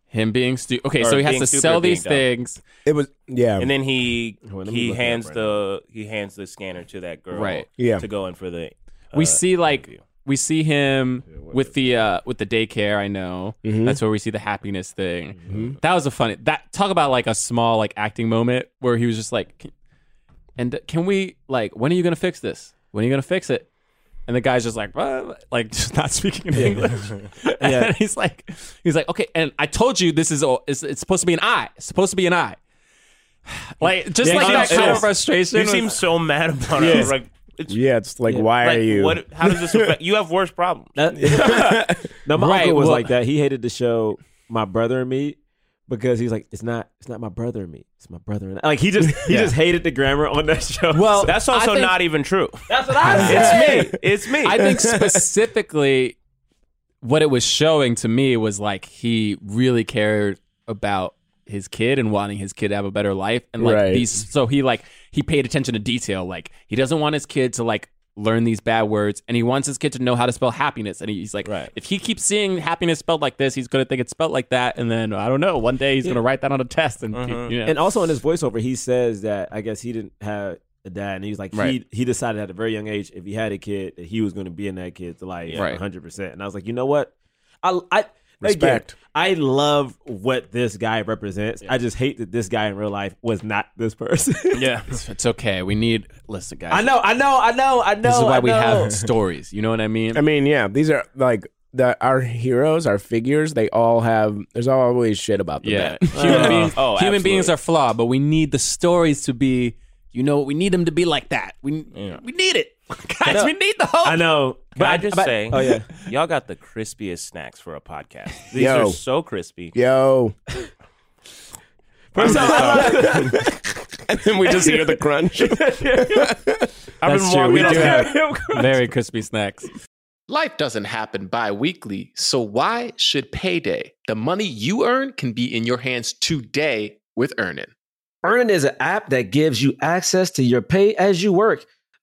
Speaker 6: him being stupid. Okay,
Speaker 9: Or
Speaker 6: so he has
Speaker 9: being
Speaker 6: to
Speaker 9: stupid
Speaker 6: sell
Speaker 9: or being
Speaker 6: these
Speaker 9: dumb.
Speaker 6: things.
Speaker 19: It was yeah.
Speaker 9: And then he
Speaker 7: let me
Speaker 9: he
Speaker 7: look it up
Speaker 9: hands
Speaker 7: right
Speaker 9: the he hands the scanner to that girl
Speaker 6: Right.
Speaker 19: Yeah.
Speaker 9: to go in for the
Speaker 6: we
Speaker 9: uh,
Speaker 6: see like we see him with the uh with the daycare. I know
Speaker 9: Mm-hmm.
Speaker 6: that's where we see the happiness thing. That was a funny that talk about like a small like acting moment where he was just like, "Can- and uh, can we like when are you gonna fix this? When are you gonna fix it? And the guy's just like, "What?" like [laughs] just not speaking in
Speaker 9: [laughs]
Speaker 6: English. and
Speaker 7: Yeah.
Speaker 6: he's like, he's like, okay. And I told you this is all. It's, it's supposed to be an I. It's supposed to be an I. [sighs] Like just
Speaker 9: Yeah,
Speaker 6: like
Speaker 9: he
Speaker 6: that
Speaker 9: seems-
Speaker 6: kind of
Speaker 9: he
Speaker 6: frustration.
Speaker 9: He
Speaker 6: was-
Speaker 9: seems so mad about it. [laughs] I
Speaker 19: Yeah.
Speaker 9: was Like,
Speaker 19: yeah, it's like why
Speaker 9: like,
Speaker 19: are you?
Speaker 9: What, how does this affect you? Have worse problems.
Speaker 19: [laughs]
Speaker 7: No, my
Speaker 6: Right,
Speaker 7: uncle was
Speaker 6: well-
Speaker 7: like that. He hated the show My Brother and Me because he's like, it's not, it's not my brother and me. It's my brother and I. like he just he
Speaker 9: Yeah.
Speaker 7: just hated the grammar on that show. [laughs]
Speaker 6: Well,
Speaker 9: That's
Speaker 6: I
Speaker 9: also
Speaker 6: think-
Speaker 9: not even true.
Speaker 7: that's what I
Speaker 9: It's me. It's me.
Speaker 6: I think
Speaker 9: [laughs]
Speaker 6: specifically what it was showing to me was like he really cared about his kid and wanting his kid to have a better life and like
Speaker 19: Right.
Speaker 6: these so he like he paid attention to detail like he doesn't want his kid to like learn these bad words and he wants his kid to know how to spell happiness and he's like if he keeps seeing happiness spelled like this he's going to think it's spelled like that and then i don't know one day he's going to write that on a test and you know.
Speaker 7: Mm-hmm. And also in his voiceover, he says that I guess he didn't have a dad, and he was like
Speaker 6: Right.
Speaker 7: he he decided at a very young age if he had a kid that he was going to be in that kid's life
Speaker 6: Yeah. Right.
Speaker 7: 100. percent And I was like, you know what, I I again,
Speaker 19: Respect.
Speaker 7: I love what this guy represents. I just hate that this guy in real life was not this person. [laughs]
Speaker 9: yeah.
Speaker 6: it's okay we need listen guys
Speaker 7: I know, I know, I know, I know.
Speaker 6: this is why
Speaker 7: I
Speaker 6: we
Speaker 7: know.
Speaker 6: have stories you know what i mean
Speaker 19: I mean, yeah, these are like the our heroes, our figures. They all have. There's always shit about them. [laughs]
Speaker 6: Yeah, [laughs] human, beings,
Speaker 9: oh,
Speaker 6: human beings
Speaker 9: absolutely.
Speaker 6: are flawed, but we need the stories to be. You know, we need them to be like that. We we need it, guys. We need the hope.
Speaker 7: I know,
Speaker 9: But I just
Speaker 7: but-
Speaker 9: say,
Speaker 7: oh yeah,
Speaker 9: y'all got the crispiest snacks for a podcast. These
Speaker 19: Yo.
Speaker 9: are so crispy.
Speaker 6: [laughs]
Speaker 19: Yo. [laughs] and then we just hear the
Speaker 6: [laughs]
Speaker 19: crunch.
Speaker 9: I've
Speaker 6: That's
Speaker 9: been
Speaker 6: true.
Speaker 9: walking
Speaker 6: We
Speaker 9: up
Speaker 6: do
Speaker 9: [laughs] there.
Speaker 6: have very crispy snacks.
Speaker 20: Life doesn't happen bi weekly, so why should payday? The money you earn can be in your hands today with Earnin.
Speaker 21: Earnin is an app that gives you access to your pay as you work,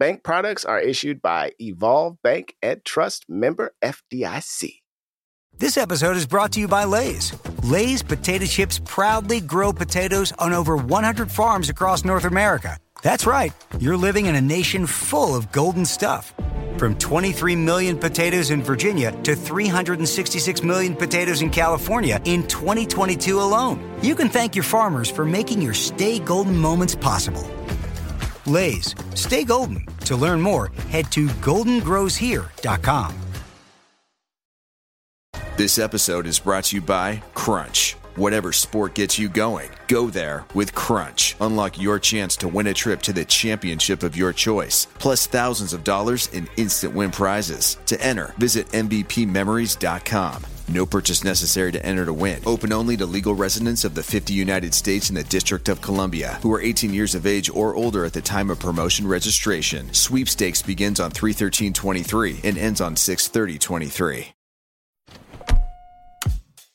Speaker 8: Bank products are issued by Evolve Bank and Trust member FDIC.
Speaker 22: This episode is brought to you by Lay's. Lay's potato chips proudly grow potatoes on over 100 farms across North America. That's right. You're living in a nation full of golden stuff. from 23 million potatoes in Virginia to 366 million potatoes in California in 2022 alone. You can thank your farmers for making your Stay Golden moments possible. Lay's, stay golden. To learn more, head to goldengrowshere.com.
Speaker 20: This episode is brought to you by Crunch. Whatever sport gets you going, go there with Crunch. Unlock your chance to win a trip to the championship of your choice, plus thousands of dollars in instant win prizes. To enter, visit MVPMemories.com. No purchase necessary to enter to win. Open only to legal residents of the 50 United States and the District of Columbia who are 18 years of age or older at the time of promotion registration. Sweepstakes begins on 31323 and ends on 63023.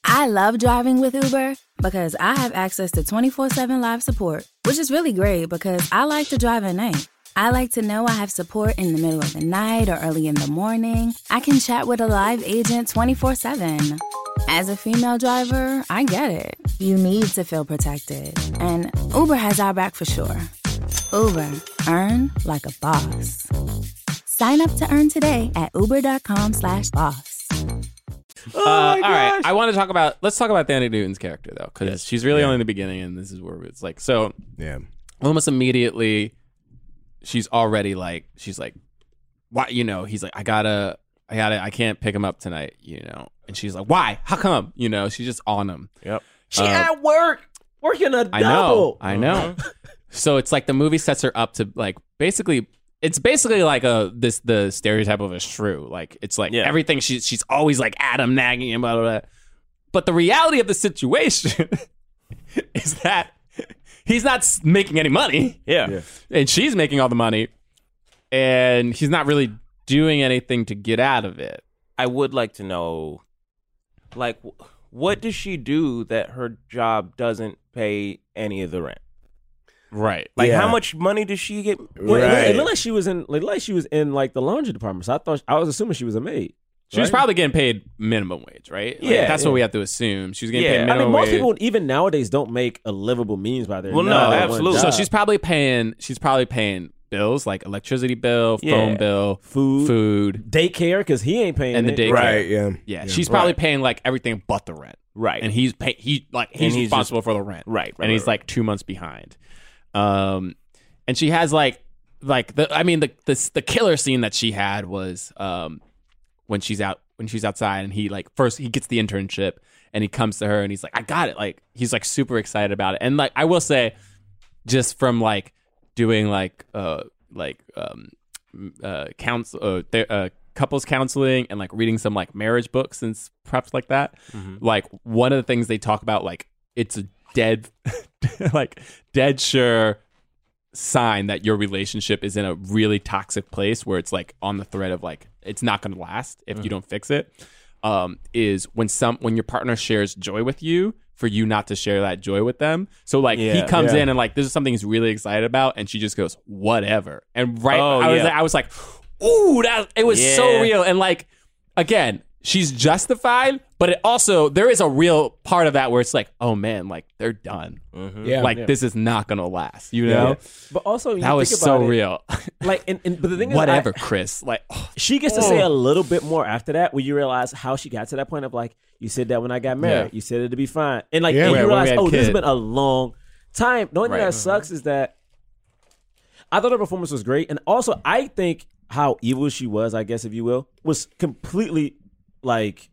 Speaker 2: I love driving with Uber because I have access to 24 7 live support, which is really great because I like to drive at night. I like to know I have support in the middle of the night or early in the morning. I can chat with a live agent 24 7. As a female driver, I get it. You need to feel protected, and Uber has our back for sure. Uber, earn like a boss. Sign up to earn today at uber.com slash boss.
Speaker 6: uh, all right, I want to talk about. Let's talk about Thandi Newton's character though, because she's really only in the beginning, and this is where it's like so.
Speaker 17: Yeah.
Speaker 6: Almost immediately, she's already like she's like, why? You know, he's like, I gotta, I gotta, I can't pick him up tonight. You know, and she's like, why? How come? You know, she's just on him. Uh,
Speaker 7: Yep. She at work working a double. Uh-huh.
Speaker 6: I know. I know.
Speaker 7: Mm-hmm.
Speaker 6: so it's like the movie sets her up to like basically it's basically like a this the stereotype of a shrew. Like it's like everything she's she's always like Adam nagging and blah blah blah. But the reality of the situation [laughs] is that he's not s- making any money.
Speaker 7: Yeah.
Speaker 6: And she's making all the money and he's not really doing anything to get out of it.
Speaker 7: I would like to know, like, wh- what does she do that her job doesn't pay any of the rent?
Speaker 6: Right.
Speaker 7: Like, how
Speaker 6: Yeah.
Speaker 7: much money does she get?
Speaker 6: Well, it looked- it
Speaker 7: Right.
Speaker 6: looked
Speaker 7: like she was in, like, like she was in like the laundry department. So I thought I was assuming she was a maid.
Speaker 6: She was probably getting paid minimum wage, right? Like,
Speaker 7: Yeah,
Speaker 6: that's what
Speaker 7: yeah.
Speaker 6: we have to assume. She was getting
Speaker 7: yeah,
Speaker 6: paid
Speaker 7: I
Speaker 6: minimum
Speaker 7: mean, most
Speaker 6: wage.
Speaker 7: people even nowadays don't make a livable means by their.
Speaker 6: So she's probably paying. She's probably paying bills like electricity bill, phone
Speaker 7: Yeah.
Speaker 6: bill,
Speaker 7: food,
Speaker 6: food,
Speaker 7: daycare because he ain't paying
Speaker 6: and the
Speaker 7: it.
Speaker 6: daycare.
Speaker 7: Right, yeah.
Speaker 6: yeah.
Speaker 7: Yeah.
Speaker 6: She's probably
Speaker 7: Right.
Speaker 6: paying like everything but the rent.
Speaker 7: Right.
Speaker 6: And he's pay, he like
Speaker 7: And
Speaker 6: he's,
Speaker 7: he's
Speaker 6: responsible
Speaker 7: just-
Speaker 6: for the rent.
Speaker 7: Right, right,
Speaker 6: And he's
Speaker 7: right, right.
Speaker 6: like two months behind. Um, and she has like like the I mean the the the killer scene that she had was um when she's out when she's outside and he like first he gets the internship and he comes to her and he's like I got it like he's like super excited about it and like I will say just from like doing like uh like um m- uh counsel uh, ther uh couples counseling and like reading some like marriage books and s- perhaps like that
Speaker 7: Mhm.
Speaker 6: like one of the things they talk about like it's a dead [laughs] like dead sure sign that your relationship is in a really toxic place where it's like on the thread of like it's not going to last if you
Speaker 7: Mhm.
Speaker 6: don't fix it um, is when some when your partner shares joy with you for you not to share that joy with them so like he
Speaker 7: Yeah,
Speaker 6: comes
Speaker 7: yeah.
Speaker 6: in and like this is something he's really excited about and she just goes whatever and right
Speaker 7: Oh,
Speaker 6: I was
Speaker 7: yeah.
Speaker 6: like, I was like ooh that it was so
Speaker 7: Yeah.
Speaker 6: real and like again she's justified but it also there is a real part of that where it's like oh man like they're done
Speaker 7: Yeah.
Speaker 6: like
Speaker 7: Yeah.
Speaker 6: this is not going to last you know
Speaker 7: But also, you
Speaker 6: that was
Speaker 7: think
Speaker 6: so
Speaker 7: about it,
Speaker 6: real
Speaker 7: Like, and, and but the thing is, I-
Speaker 6: whatever chris like
Speaker 7: [sighs] she gets to say
Speaker 6: Oh.
Speaker 7: a little bit more after that when you realize how she got to that point of like you said that when I got married,
Speaker 6: Yeah.
Speaker 7: you said it'd be fine, and like
Speaker 6: Yeah,
Speaker 7: and
Speaker 6: right,
Speaker 7: you
Speaker 6: when we
Speaker 7: realize
Speaker 6: had
Speaker 7: oh this has
Speaker 6: kid.
Speaker 7: been a long time. The only
Speaker 6: Right. uh-huh.
Speaker 7: thing that sucks is that I thought her performance was great, and also I think how evil she was, I guess if you will, was completely like.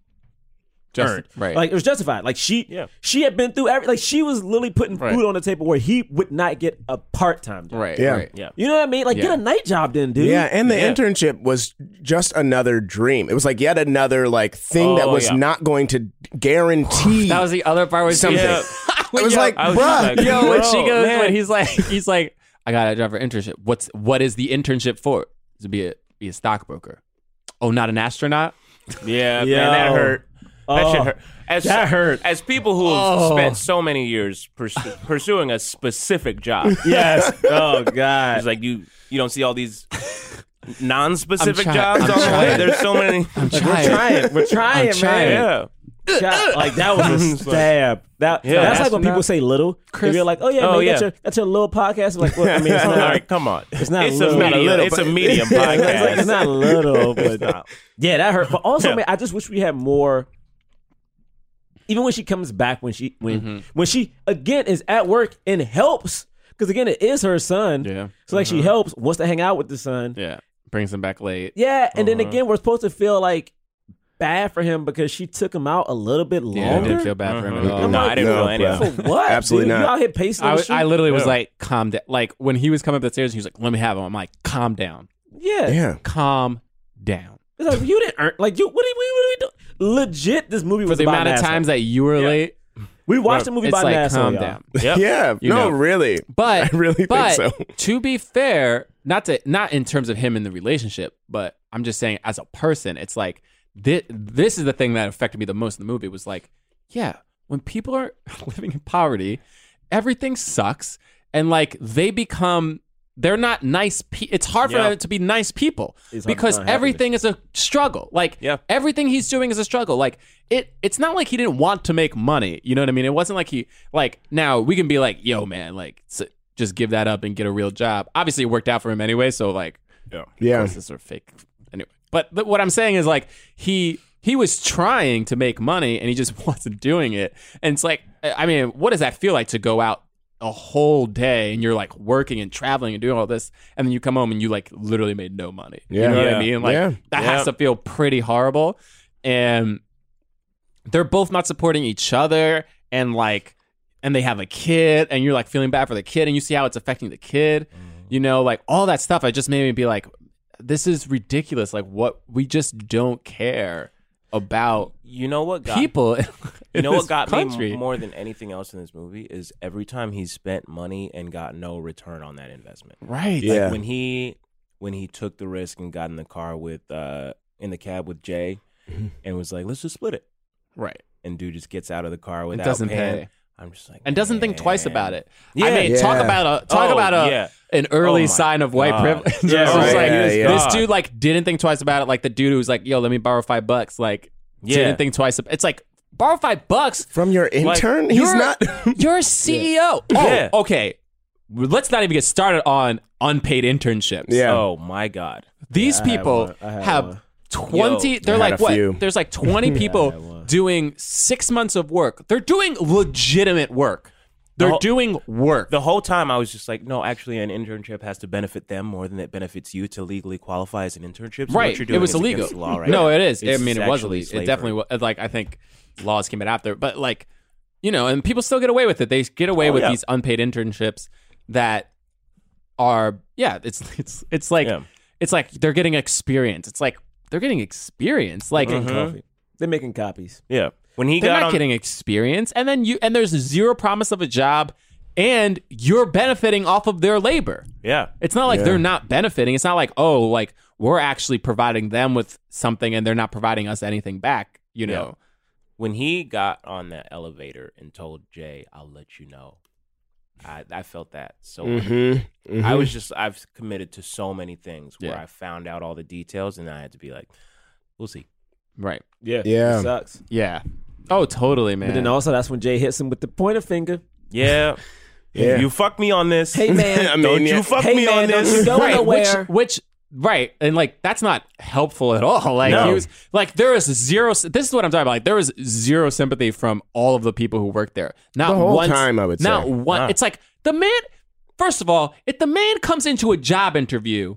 Speaker 6: Just-
Speaker 7: earned.
Speaker 6: right.
Speaker 7: like it was justified. Like she, she had been through every. Like she was literally putting
Speaker 6: Right.
Speaker 7: food on the table where he would not get a part time job.
Speaker 6: Right,
Speaker 8: Yeah.
Speaker 6: right.
Speaker 7: yeah. You know what I mean? Like
Speaker 8: Yeah.
Speaker 7: get a night job then, dude.
Speaker 8: Yeah, and the
Speaker 7: intern.
Speaker 8: internship was just another dream. It was like yet another like thing that
Speaker 7: Oh,
Speaker 8: was
Speaker 7: yeah.
Speaker 8: not going to guarantee.
Speaker 6: that was the other part where she-
Speaker 8: something.
Speaker 6: [laughs] Yeah.
Speaker 8: I was like,
Speaker 6: I was just
Speaker 8: bruh,
Speaker 6: like, yo, when she
Speaker 8: bro,
Speaker 6: goes,
Speaker 8: man.
Speaker 6: when he's like, he's like, I got a job for internship. What's what is the internship for? To be a be a stockbroker. Oh, not an astronaut.
Speaker 9: Yeah, man, that hurt. That
Speaker 7: Oh.
Speaker 9: shit hurt. As,
Speaker 6: that hurt.
Speaker 9: As people who have
Speaker 6: Oh.
Speaker 9: spent so many years pursu- [laughs] pursuing a specific job. [laughs]
Speaker 7: Yes. Oh God.
Speaker 9: It's like you you don't see all these non-specific
Speaker 7: I'm try-
Speaker 9: jobs
Speaker 7: I'm
Speaker 9: on the way.
Speaker 7: trying.
Speaker 9: There's so many.
Speaker 7: I'm Like, we're trying. trying. We're trying, I'm man. trying.
Speaker 9: Yeah.
Speaker 6: [laughs]
Speaker 9: [laughs]
Speaker 7: God, like
Speaker 14: [laughs]
Speaker 7: that was a stab. That,
Speaker 14: Yeah.
Speaker 7: that's like
Speaker 14: That's
Speaker 7: when people
Speaker 14: not-
Speaker 7: say little.
Speaker 14: Chris-
Speaker 7: and you're like, oh yeah,
Speaker 14: Oh,
Speaker 7: man,
Speaker 14: yeah.
Speaker 7: That's, your, that's your little podcast. I'm like, well, I
Speaker 14: [laughs]
Speaker 6: [laughs]
Speaker 7: mean, it's not,
Speaker 14: All right, come on.
Speaker 7: It's not
Speaker 14: It's a
Speaker 7: little.
Speaker 14: medium- it's a medium
Speaker 9: [laughs]
Speaker 7: It's like-
Speaker 14: podcast.
Speaker 7: it's not little,
Speaker 14: [laughs]
Speaker 7: but
Speaker 14: It's not.
Speaker 7: yeah, that hurt. But also,
Speaker 14: Yeah.
Speaker 7: man, I just wish we had more. Even when she comes back, when she when
Speaker 6: Mm-hmm.
Speaker 7: when she again is at work and helps, because again it is her son. Yeah. So like she
Speaker 6: Uh-huh.
Speaker 7: helps, wants to hang out with the son.
Speaker 6: Yeah. Brings him back late.
Speaker 7: Yeah, and then
Speaker 6: Uh-huh.
Speaker 7: again, we're supposed to feel like bad for him because she took him out a little bit longer. Uh-huh.
Speaker 6: Yeah, I didn't feel bad for him
Speaker 8: Uh-huh.
Speaker 6: at all.
Speaker 7: I'm like,
Speaker 8: feel any of
Speaker 7: for
Speaker 8: it.
Speaker 7: what?
Speaker 8: Absolutely
Speaker 7: dude?
Speaker 8: not.
Speaker 7: You out here pacing
Speaker 6: I,
Speaker 7: the
Speaker 6: w-
Speaker 7: street?
Speaker 6: I literally was
Speaker 7: Yeah.
Speaker 6: like, calm down. Like when he was coming up the stairs, he was like, let me have him. I'm like, calm down.
Speaker 7: yeah,
Speaker 6: Calm down.
Speaker 7: It's like you didn't earn. Like you, what are, we- what are we doing? Legit, this movie
Speaker 6: For
Speaker 7: was
Speaker 6: the amount
Speaker 7: about
Speaker 6: of
Speaker 7: an asshole.
Speaker 6: times that you were late.
Speaker 7: We watched the movie
Speaker 6: it's
Speaker 7: about
Speaker 6: like,
Speaker 7: an asshole,
Speaker 6: calm
Speaker 7: y'all.
Speaker 6: down.
Speaker 8: Yeah.
Speaker 6: You
Speaker 8: no,
Speaker 6: know.
Speaker 8: really.
Speaker 6: But
Speaker 8: [laughs] I really think
Speaker 6: but
Speaker 8: so.
Speaker 6: to be fair, not to not in terms of him in the relationship, but I'm just saying as a person, it's like this. This is the thing that affected me the most in the movie. Was like, yeah, when people are [laughs] living in poverty, everything sucks, and like they become. They're not nice. Pe- it's hard for
Speaker 7: Yeah.
Speaker 6: them to be nice people
Speaker 7: It's hard to
Speaker 6: because
Speaker 7: find happiness.
Speaker 6: everything is a struggle. Like everything he's doing is a struggle. Like it. It's not like he didn't want to make money. You know what I mean? It wasn't like he like. Now we can be like, yo, man, like s- just give that up and get a real job. Obviously, it worked out for him anyway. So like, yeah,
Speaker 8: Yeah.
Speaker 6: this are fake anyway. But th- what I'm saying is like he he was trying to make money and he just [laughs] wasn't doing it. And it's like, I I mean, what does that feel like to go out? a whole day and you're like working and traveling and doing all this and then you come home and you like literally made no money
Speaker 8: Yeah.
Speaker 6: you know what
Speaker 8: Yeah.
Speaker 6: I mean? Like
Speaker 8: Yeah.
Speaker 6: that
Speaker 8: Yeah.
Speaker 6: has to feel pretty horrible. And they're both not supporting each other and like and they have a kid and you're like feeling bad for the kid and you see how it's affecting the kid.
Speaker 9: Mm-hmm.
Speaker 6: You know, like all that stuff. I just made me be like, this is ridiculous. Like what we just don't care about
Speaker 9: You know what got
Speaker 6: people. [laughs]
Speaker 9: [laughs] You
Speaker 6: in
Speaker 9: know what
Speaker 6: this
Speaker 9: got
Speaker 6: country.
Speaker 9: me m- more than anything else in this movie is every time he spent money and got no return on that investment.
Speaker 6: Right.
Speaker 9: Like,
Speaker 6: Yeah.
Speaker 9: When he when he took the risk and got in the car with uh in the cab with Jay
Speaker 6: Mm-hmm.
Speaker 9: and was like, let's just split it.
Speaker 6: Right.
Speaker 9: And dude just gets out of the car without
Speaker 6: doesn't
Speaker 9: paying.
Speaker 6: pay.
Speaker 9: I'm just like
Speaker 6: and doesn't think twice about it. I
Speaker 9: Yeah.
Speaker 6: mean, talk
Speaker 9: Yeah.
Speaker 6: about a talk
Speaker 9: Oh,
Speaker 6: about a
Speaker 9: yeah.
Speaker 6: an early
Speaker 9: Oh my
Speaker 6: sign of white
Speaker 9: God.
Speaker 6: [laughs] privilege. It's
Speaker 9: Yeah,
Speaker 6: just
Speaker 9: right.
Speaker 6: like,
Speaker 9: Yeah, yeah.
Speaker 6: This
Speaker 9: God.
Speaker 6: dude like didn't think twice about it. Like the dude who was like, "Yo, let me borrow five bucks." Like
Speaker 9: Yeah.
Speaker 6: didn't think twice. ab- It's like borrow five bucks
Speaker 8: from your intern. He's not. [laughs]
Speaker 6: you're a CEO. Oh,
Speaker 9: Yeah.
Speaker 6: okay. Let's not even get started on unpaid internships.
Speaker 9: Yeah. Oh my God.
Speaker 6: These
Speaker 9: Yeah, I had
Speaker 6: people
Speaker 9: one. I had
Speaker 6: have
Speaker 9: one.
Speaker 6: 20
Speaker 9: Yo.
Speaker 6: they're
Speaker 9: I had
Speaker 6: like
Speaker 9: a
Speaker 6: what
Speaker 9: few.
Speaker 6: there's
Speaker 9: [laughs]
Speaker 6: like 20
Speaker 9: Yeah, I had
Speaker 6: people
Speaker 9: one.
Speaker 6: doing 6 months of work they're doing legitimate work
Speaker 9: The
Speaker 6: they're
Speaker 9: whole-
Speaker 6: doing work
Speaker 9: The whole time I was just like, no, actually, an internship has to benefit them more than it benefits you to legally qualify as an internship. So what
Speaker 6: right
Speaker 9: you're doing
Speaker 6: it was
Speaker 9: is
Speaker 6: illegal
Speaker 9: against
Speaker 6: [laughs]
Speaker 9: the law right
Speaker 6: no
Speaker 9: now.
Speaker 6: it is
Speaker 9: It's
Speaker 6: i mean it was
Speaker 9: actually
Speaker 6: illegal
Speaker 9: slavery.
Speaker 6: it definitely was like i think laws came out after but like you know and people still get away with it they get away
Speaker 9: Oh,
Speaker 6: with
Speaker 9: yeah.
Speaker 6: these unpaid internships that are yeah it's it's it's like it's like they're getting experience it's like they're getting experience like
Speaker 7: Making
Speaker 9: Mm-hmm.
Speaker 7: coffee. They're making copies.
Speaker 9: Yeah. When he
Speaker 6: they're
Speaker 9: got
Speaker 6: not
Speaker 9: on,
Speaker 6: getting experience, and then you and there's zero promise of a job, and you're benefiting off of their labor.
Speaker 9: yeah,
Speaker 6: It's not like
Speaker 9: Yeah.
Speaker 6: they're not benefiting. It's not like oh, like we're actually providing them with something, and they're not providing us anything back. You
Speaker 9: Yeah.
Speaker 6: know,
Speaker 9: when he got on that elevator and told Jay, "I'll let you know," I, I felt that so.
Speaker 6: Mm-hmm.
Speaker 8: Mhm, mhm.
Speaker 9: I was just I've committed to so many things where
Speaker 8: Yeah.
Speaker 9: I found out all the details and I had to be like, "We'll see."
Speaker 6: right?
Speaker 7: Yeah,
Speaker 9: Yeah.
Speaker 7: It sucks.
Speaker 6: Yeah. Oh, totally, man.
Speaker 7: But then also that's when Jay hits him with the pointer finger.
Speaker 6: [laughs]
Speaker 9: Yeah.
Speaker 7: Yeah.
Speaker 9: You fuck me on this.
Speaker 7: Hey, man. I mean,
Speaker 9: don't
Speaker 7: yeah.
Speaker 9: you fuck
Speaker 7: Hey,
Speaker 9: me
Speaker 7: man,
Speaker 9: on
Speaker 7: don't
Speaker 9: this.
Speaker 7: you go
Speaker 6: right, which,
Speaker 7: nowhere.
Speaker 6: which right and like that's not helpful at all [laughs] like
Speaker 9: No.
Speaker 6: he was like there is zero this is what i'm talking about like there is zero sympathy from all of the people who work there not
Speaker 8: The whole
Speaker 6: once,
Speaker 8: time, I would
Speaker 6: not
Speaker 8: say.
Speaker 6: one
Speaker 8: Wow.
Speaker 6: it's like the man first of all if the man comes into a job interview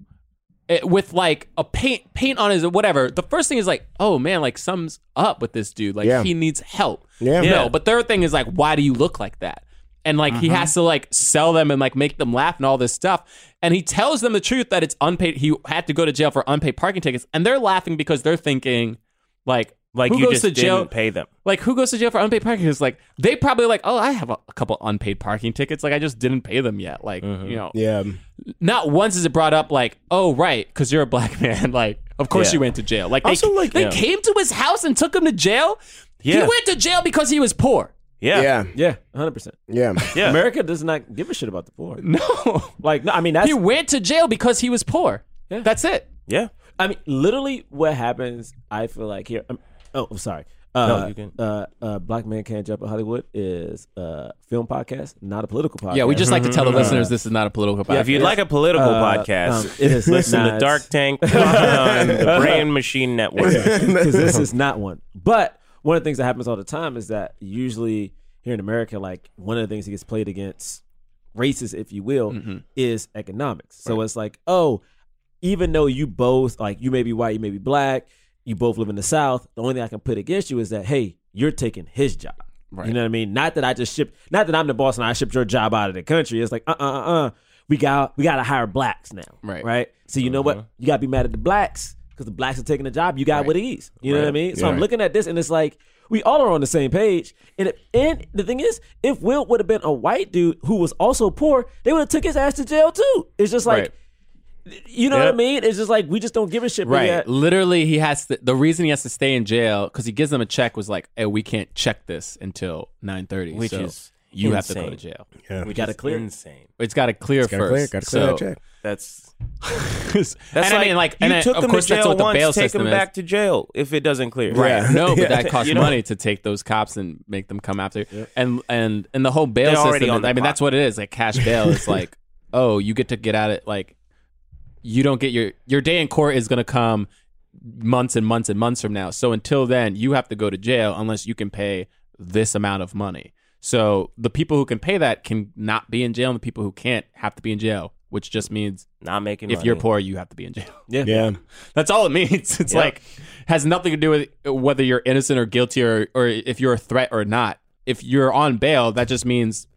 Speaker 6: eh, with like a paint paint on his whatever the first thing is like oh man like something's up with this dude like
Speaker 8: Yeah.
Speaker 6: he needs help
Speaker 8: Yeah.
Speaker 6: no
Speaker 8: Yeah.
Speaker 6: but third thing is like why do you look like that and like he
Speaker 8: Mhm.
Speaker 6: has to like sell them and like make them laugh and all this stuff and he tells them the truth that it's unpaid he had to go to jail for unpaid parking tickets and they're laughing because they're thinking like
Speaker 9: Like
Speaker 6: who
Speaker 9: you
Speaker 6: goes
Speaker 9: just
Speaker 6: to jail
Speaker 9: didn't pay them.
Speaker 6: like who goes to jail for unpaid parking tickets like they probably like oh i have a, a couple unpaid parking tickets like i just didn't pay them yet like you know
Speaker 8: Yeah.
Speaker 6: Mm-hmm. not once is it brought up like oh right because you're a black [laughs] man like of course
Speaker 9: Yeah.
Speaker 6: you went to jail like they,
Speaker 9: Also, like,
Speaker 6: they
Speaker 9: yeah.
Speaker 6: came to his house and took him to jail he
Speaker 9: Yeah.
Speaker 6: went to jail because he was poor
Speaker 9: Yeah.
Speaker 8: Yeah.
Speaker 7: Yeah, 100%.
Speaker 8: Yeah.
Speaker 9: Yeah.
Speaker 7: America does not give a shit about the poor.
Speaker 6: No.
Speaker 7: Like, no, I mean, that's.
Speaker 6: he went to jail because he was poor that's it
Speaker 9: Yeah.
Speaker 7: I mean, literally, what happens, I feel like here. I'm, um, oh, I'm sorry. Uh,
Speaker 9: No, you can-
Speaker 7: uh, uh, Black Man Can't Jump in Hollywood is a film podcast, not a political podcast.
Speaker 6: Yeah, we just like to tell the
Speaker 7: Uh,
Speaker 6: listeners this is not a political podcast.
Speaker 7: Yeah,
Speaker 9: if you'd like a political
Speaker 7: Uh,
Speaker 9: podcast,
Speaker 7: um, it is
Speaker 9: listen
Speaker 7: not.
Speaker 9: to Dark
Speaker 6: [laughs]
Speaker 9: Tank on the Brain Machine Network.
Speaker 7: because this is not one. But one of the things that happens all the time is that usually here in America, like one of the things that gets played against races, if you will, is economics. So it's like, oh, even though you both like you may be white, you may be black, you both live in the South. The only thing I can put against you is that hey, you're taking his job. You know what I mean? Not that I just ship, not that I'm the boss and I shipped your job out of the country. It's like, uh, uh, uh, uh we got we got to hire blacks now, right? Right. So you know what? You got to be mad at the blacks because the blacks are taking the job you got with ease. You know what I
Speaker 9: Right.
Speaker 7: mean? So
Speaker 9: Yeah.
Speaker 7: I'm looking at this and it's like we all are on the same page. And it, and the thing is, if Will would have been a white dude who was also poor, they would have took his ass to jail too. It's just like. You know what I
Speaker 6: Yep.
Speaker 7: mean? It's just like we just don't give a shit. but
Speaker 6: Right.
Speaker 7: yet-
Speaker 6: Literally, he has to, the reason he has to stay in jail because he gives them a check was like, "Hey, we can't check this until nine thirty,
Speaker 9: Which
Speaker 6: so
Speaker 9: is
Speaker 6: you have to go to
Speaker 9: insane.
Speaker 6: jail."
Speaker 9: Yeah.
Speaker 6: We
Speaker 9: Which
Speaker 6: gotta
Speaker 9: is
Speaker 6: clear.
Speaker 9: insane.
Speaker 6: It's got to clear
Speaker 9: It's gotta
Speaker 6: first.
Speaker 9: clear- gotta clear that check.
Speaker 6: [laughs] That's.
Speaker 9: That's
Speaker 6: and I mean, like, and then, of course, that's what the bail
Speaker 9: take
Speaker 6: system
Speaker 9: him
Speaker 6: is.
Speaker 9: back to jail if it doesn't clear.
Speaker 6: Right. No, but that costs
Speaker 9: You know?
Speaker 6: money to take those cops and make them come after. you. And and and the whole bail
Speaker 9: They're already
Speaker 6: system.
Speaker 9: on
Speaker 6: is-
Speaker 9: the
Speaker 6: I mean,
Speaker 9: clock.
Speaker 6: that's what it is. Like
Speaker 9: [laughs]
Speaker 6: cash bail is like, oh, you get to get out it. Like, you don't get your your day in court is going to come months and months and months from now. So until then, you have to go to jail unless you can pay this amount of money. So the people who can pay that can not be in jail, and the people who can't have to be in jail, which just means
Speaker 9: not making.
Speaker 6: If you're
Speaker 9: money.
Speaker 6: poor, you have to be in jail.
Speaker 7: Yeah.
Speaker 6: [laughs]
Speaker 9: Yeah.
Speaker 6: That's all it means. [laughs] It's
Speaker 9: Yeah.
Speaker 6: like has nothing to do with whether you're innocent or guilty or or if you're a threat or not. If you're on bail, that just means